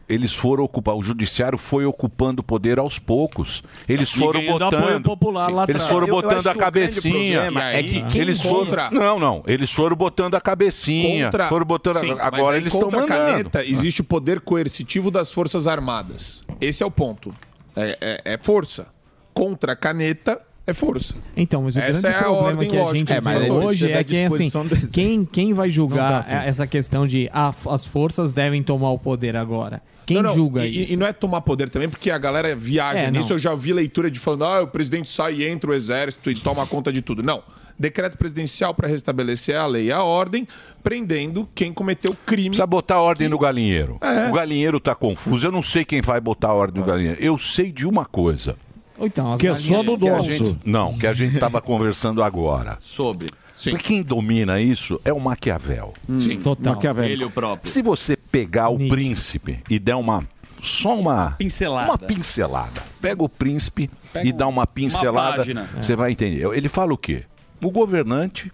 [SPEAKER 28] eles foram ocupar, o judiciário foi ocupando o poder aos poucos. Eles
[SPEAKER 13] E
[SPEAKER 28] foram
[SPEAKER 13] ganhando apoio
[SPEAKER 28] botando,
[SPEAKER 13] popular lá
[SPEAKER 28] eles
[SPEAKER 13] atrás.
[SPEAKER 28] foram
[SPEAKER 13] Eu- eu
[SPEAKER 28] botando
[SPEAKER 13] acho
[SPEAKER 28] a
[SPEAKER 13] que o grande
[SPEAKER 28] cabecinha.
[SPEAKER 13] problema é que quem
[SPEAKER 28] eles
[SPEAKER 13] contra-
[SPEAKER 28] foram, não, não, eles foram botando a cabecinha,
[SPEAKER 13] Contra-
[SPEAKER 28] foram botando. a-
[SPEAKER 13] Sim, mas
[SPEAKER 28] agora
[SPEAKER 13] aí
[SPEAKER 28] eles estão
[SPEAKER 13] contra a
[SPEAKER 28] mandando. Ah.
[SPEAKER 13] caneta, existe o poder coercitivo das Forças Armadas. Esse é o ponto. É, é- é força. Contra a caneta é força.
[SPEAKER 21] Então, mas o
[SPEAKER 13] Essa
[SPEAKER 21] grande
[SPEAKER 13] é a
[SPEAKER 21] problema
[SPEAKER 13] ordem
[SPEAKER 21] que a
[SPEAKER 13] lógica.
[SPEAKER 21] gente
[SPEAKER 13] É, mas
[SPEAKER 21] vê
[SPEAKER 13] aí você
[SPEAKER 21] hoje
[SPEAKER 13] precisa
[SPEAKER 21] é
[SPEAKER 13] da
[SPEAKER 21] quem, assim,
[SPEAKER 13] disposição
[SPEAKER 21] quem, quem
[SPEAKER 6] tá
[SPEAKER 21] vai
[SPEAKER 13] Não
[SPEAKER 21] julgar é
[SPEAKER 13] dá, filho.
[SPEAKER 21] essa questão de ah, as forças devem tomar o poder agora? Quem
[SPEAKER 13] Não, não,
[SPEAKER 21] julga
[SPEAKER 13] e,
[SPEAKER 21] isso?
[SPEAKER 13] E não é tomar poder também, porque a galera viaja
[SPEAKER 21] É,
[SPEAKER 13] nisso.
[SPEAKER 21] não.
[SPEAKER 13] Eu já ouvi leitura de falando, ah, o presidente sai e entra o exército e toma conta de tudo. Não. Decreto presidencial para restabelecer a lei e a ordem, prendendo quem cometeu crime.
[SPEAKER 28] Precisa botar a ordem no galinheiro.
[SPEAKER 13] É.
[SPEAKER 28] O galinheiro tá confuso. Eu não sei quem vai botar a ordem
[SPEAKER 13] Ah.
[SPEAKER 28] no galinheiro. Eu sei de uma coisa.
[SPEAKER 6] é
[SPEAKER 21] Ou Então, as galinhas-
[SPEAKER 28] Que a gente- Não, que a gente estava conversando agora.
[SPEAKER 7] Sobre.
[SPEAKER 6] Porque quem domina isso é o Maquiavel.
[SPEAKER 10] Hum, Sim, total. Maquiavel.
[SPEAKER 6] Ele o próprio. Se você pegar o príncipe e der uma. Só uma. Pincelada. Uma pincelada. Pega o príncipe
[SPEAKER 9] Pega
[SPEAKER 6] e dá uma pincelada.
[SPEAKER 9] página.
[SPEAKER 6] você vai entender. Ele fala o quê? O governante,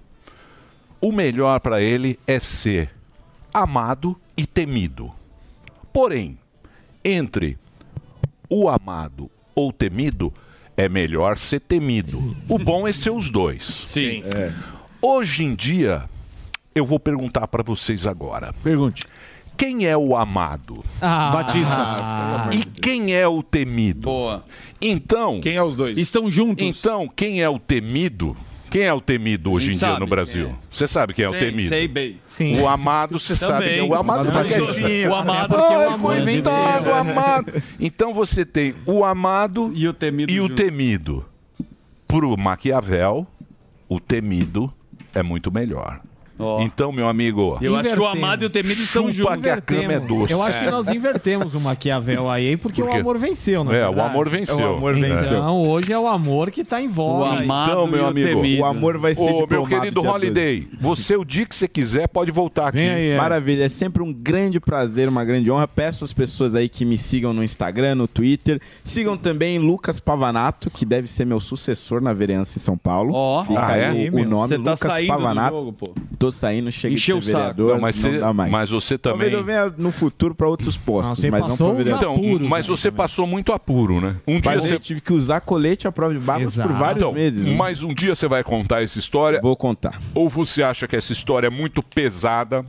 [SPEAKER 6] o melhor para ele é ser amado e temido. Porém, entre o amado ou temido, é melhor ser temido. O bom é ser os dois. Sim. Hoje em dia, eu vou perguntar para vocês agora.
[SPEAKER 10] Pergunte.
[SPEAKER 6] Quem é o amado?
[SPEAKER 10] Ah.
[SPEAKER 6] Batista. E quem é o temido? Boa. Então. Quem é os dois? Estão juntos. Então, quem é o temido? Quem é o temido hoje em
[SPEAKER 9] gente
[SPEAKER 6] dia
[SPEAKER 9] sabe
[SPEAKER 6] no Brasil? Você sabe quem é o temido?
[SPEAKER 9] Sei bem.
[SPEAKER 6] O amado, você sabe
[SPEAKER 9] Também.
[SPEAKER 6] que é o amado tá quietinho.
[SPEAKER 9] O amado que é o
[SPEAKER 6] Ai,
[SPEAKER 9] amor.
[SPEAKER 6] coitado, o amado. Então você tem o amado e o temido. E o temido. Pro Maquiavel, o temido é muito melhor. Então, meu amigo.
[SPEAKER 8] Eu acho que o amado e o temido estão
[SPEAKER 6] Chupa
[SPEAKER 8] juntos.
[SPEAKER 6] que a cama é doce.
[SPEAKER 8] Eu acho que nós invertemos o Maquiavel aí, porque
[SPEAKER 6] Por
[SPEAKER 8] o
[SPEAKER 6] quê?
[SPEAKER 8] amor venceu, na
[SPEAKER 6] É, o
[SPEAKER 8] verdade.
[SPEAKER 6] amor venceu. É, o amor venceu.
[SPEAKER 8] Então, hoje é o amor que tá em voga.
[SPEAKER 6] então, meu amigo, Ô, meu
[SPEAKER 25] diplomado
[SPEAKER 6] querido
[SPEAKER 25] dia
[SPEAKER 6] Holiday, você o dia que você quiser pode voltar aqui.
[SPEAKER 25] Maravilha, é sempre um grande prazer, uma grande honra. Peço às pessoas aí que me sigam no Instagram, no Twitter. Sigam também Lucas Pavanato, que deve ser meu sucessor na vereança em São Paulo.
[SPEAKER 9] Ó,
[SPEAKER 25] Fica
[SPEAKER 6] Ah, é?
[SPEAKER 25] aí o
[SPEAKER 6] Meu.
[SPEAKER 25] nome
[SPEAKER 6] Você tá
[SPEAKER 25] Lucas
[SPEAKER 6] saindo do
[SPEAKER 25] Pavanato.
[SPEAKER 6] jogo,
[SPEAKER 25] Tô saindo, cheguei
[SPEAKER 6] Encheu
[SPEAKER 25] de
[SPEAKER 6] o
[SPEAKER 25] ser
[SPEAKER 6] saco.
[SPEAKER 25] vereador,
[SPEAKER 6] Não, mas
[SPEAKER 25] não
[SPEAKER 6] você-
[SPEAKER 25] dá mais.
[SPEAKER 6] mas você
[SPEAKER 25] Talvez
[SPEAKER 6] também-
[SPEAKER 25] eu venha no futuro para outros postos,
[SPEAKER 6] Nossa,
[SPEAKER 25] mas não pra vereador.
[SPEAKER 6] Então, mas você
[SPEAKER 25] né?
[SPEAKER 6] passou muito apuro, né? Um dia
[SPEAKER 25] Mas
[SPEAKER 6] você
[SPEAKER 25] eu tive que usar colete à prova de balas por vários
[SPEAKER 6] Então,
[SPEAKER 25] meses. né?
[SPEAKER 6] Mas um dia você vai contar essa história?
[SPEAKER 25] Vou contar.
[SPEAKER 6] Ou você acha que essa história é muito pesada?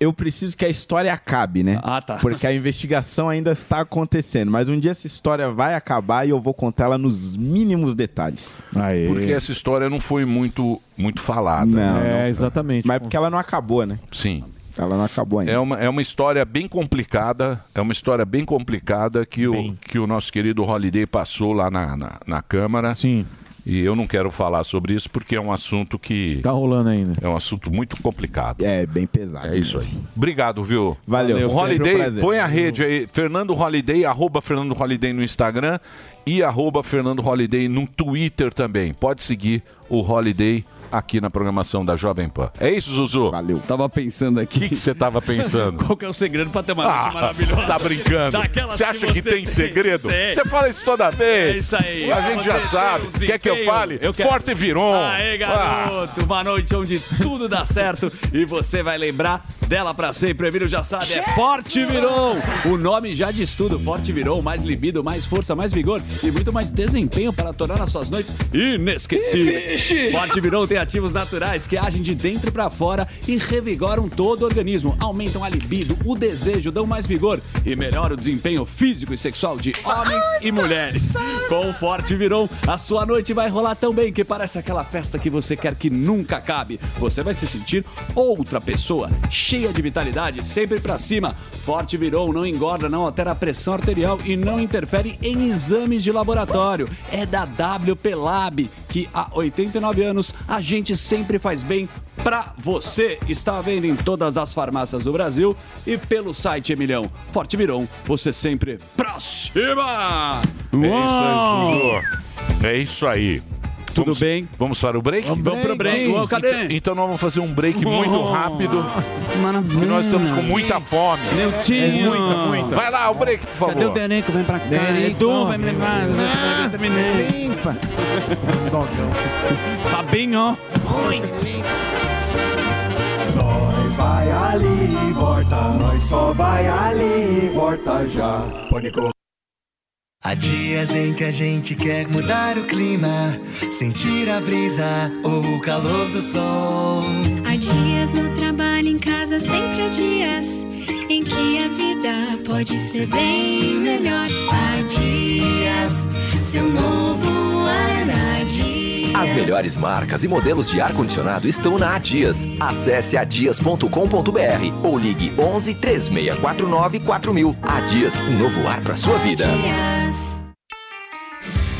[SPEAKER 25] Eu preciso que a história acabe, né? Ah, tá. Porque a investigação ainda está acontecendo. Mas um dia essa história vai acabar e eu vou contar ela nos mínimos detalhes.
[SPEAKER 10] Aê.
[SPEAKER 6] Porque essa história não foi muito, muito falada.
[SPEAKER 25] Não,
[SPEAKER 6] né?
[SPEAKER 25] não foi.
[SPEAKER 10] É, exatamente.
[SPEAKER 25] Mas é porque ela não acabou, né?
[SPEAKER 6] Sim.
[SPEAKER 25] Ela não acabou ainda.
[SPEAKER 6] É uma, é uma história bem complicada, é uma história bem complicada que, o, que o nosso querido Holiday passou lá na, na, na Câmara.
[SPEAKER 10] Sim.
[SPEAKER 6] E eu não quero falar sobre isso porque é um assunto que.
[SPEAKER 10] Tá rolando ainda.
[SPEAKER 6] É um assunto muito complicado.
[SPEAKER 25] É, bem pesado.
[SPEAKER 6] É isso aí. Obrigado, viu?
[SPEAKER 25] Valeu,
[SPEAKER 6] O
[SPEAKER 25] sempre
[SPEAKER 6] Holiday,
[SPEAKER 25] um prazer.
[SPEAKER 6] põe a rede aí. Fernando Holiday, arroba Fernando Holiday no Instagram e arroba Fernando Holiday no Twitter também. Pode seguir o Holiday aqui na programação da Jovem Pan. É isso, Zuzu?
[SPEAKER 25] Valeu.
[SPEAKER 6] Tava pensando aqui. O que você tava Tá
[SPEAKER 9] (laughs)
[SPEAKER 6] pensando?
[SPEAKER 9] Qual que é o segredo pra ter uma noite
[SPEAKER 6] Ah,
[SPEAKER 9] maravilhosa?
[SPEAKER 6] Tá brincando.
[SPEAKER 9] Daquela
[SPEAKER 6] Você acha que tem segredo?
[SPEAKER 9] Sei.
[SPEAKER 6] Você fala isso toda vez.
[SPEAKER 9] É isso aí.
[SPEAKER 6] A gente já
[SPEAKER 9] Você
[SPEAKER 6] sabe.
[SPEAKER 9] tem um
[SPEAKER 6] Quer que eu
[SPEAKER 9] desempenho?
[SPEAKER 6] fale?
[SPEAKER 9] Eu quero.
[SPEAKER 6] Forte Ah. Viron.
[SPEAKER 9] Aê, garoto. Uma noite onde tudo dá certo e você vai lembrar dela pra sempre. Emílio já sabe, é Forte Viron. O nome já diz tudo. Forte Viron, mais libido, mais força, mais vigor e muito mais desempenho para tornar as suas noites inesquecíveis.
[SPEAKER 29] Vixe.
[SPEAKER 9] Forte Viron tem ativos naturais que agem de dentro pra fora e revigoram todo o organismo, aumentam a libido, o desejo, dão mais vigor e melhora o desempenho físico e sexual de homens e mulheres. Com o Forte Viron, a sua noite vai rolar tão bem que parece aquela festa que você quer que nunca acabe. Você vai se sentir outra pessoa, cheia de vitalidade, sempre pra cima. Forte Viron não engorda, não altera a pressão arterial e não interfere em exames de laboratório. É da WP Lab, que há 89 anos a gente sempre faz bem pra você. Está à venda em todas as farmácias do Brasil e pelo site Emilhão. Forte Viron, você sempre pra cima! Uau!
[SPEAKER 6] É isso aí, Zuzu. É isso aí. Tudo
[SPEAKER 9] bem?
[SPEAKER 6] Vamos para o break?
[SPEAKER 9] Vamos pro Vamos pro break. break. Uou, cadê? Uhum.
[SPEAKER 6] Então, então nós vamos fazer um break muito
[SPEAKER 9] Uou.
[SPEAKER 6] rápido. Porque nós estamos com muita fome.
[SPEAKER 9] Neutinho.
[SPEAKER 6] Muita, muita. Vai lá, o break, por favor.
[SPEAKER 9] Cadê o Teneco? Vem pra cá. Edu, vai me levar. Limpa. Fabinho.
[SPEAKER 26] Nós vai É ali e volta, nós só vai ali e volta já. Pânico.
[SPEAKER 30] Há dias em que a gente quer mudar o clima, sentir a brisa ou o calor do sol.
[SPEAKER 4] Há dias no trabalho, em casa, sempre há dias em que a vida pode ser bem melhor. Há dias, seu novo ar, há dias.
[SPEAKER 5] As melhores marcas e modelos de ar-condicionado estão na Adias. Acesse adias.com.br ou ligue 11 3649 4000. Adias, um novo ar para sua vida.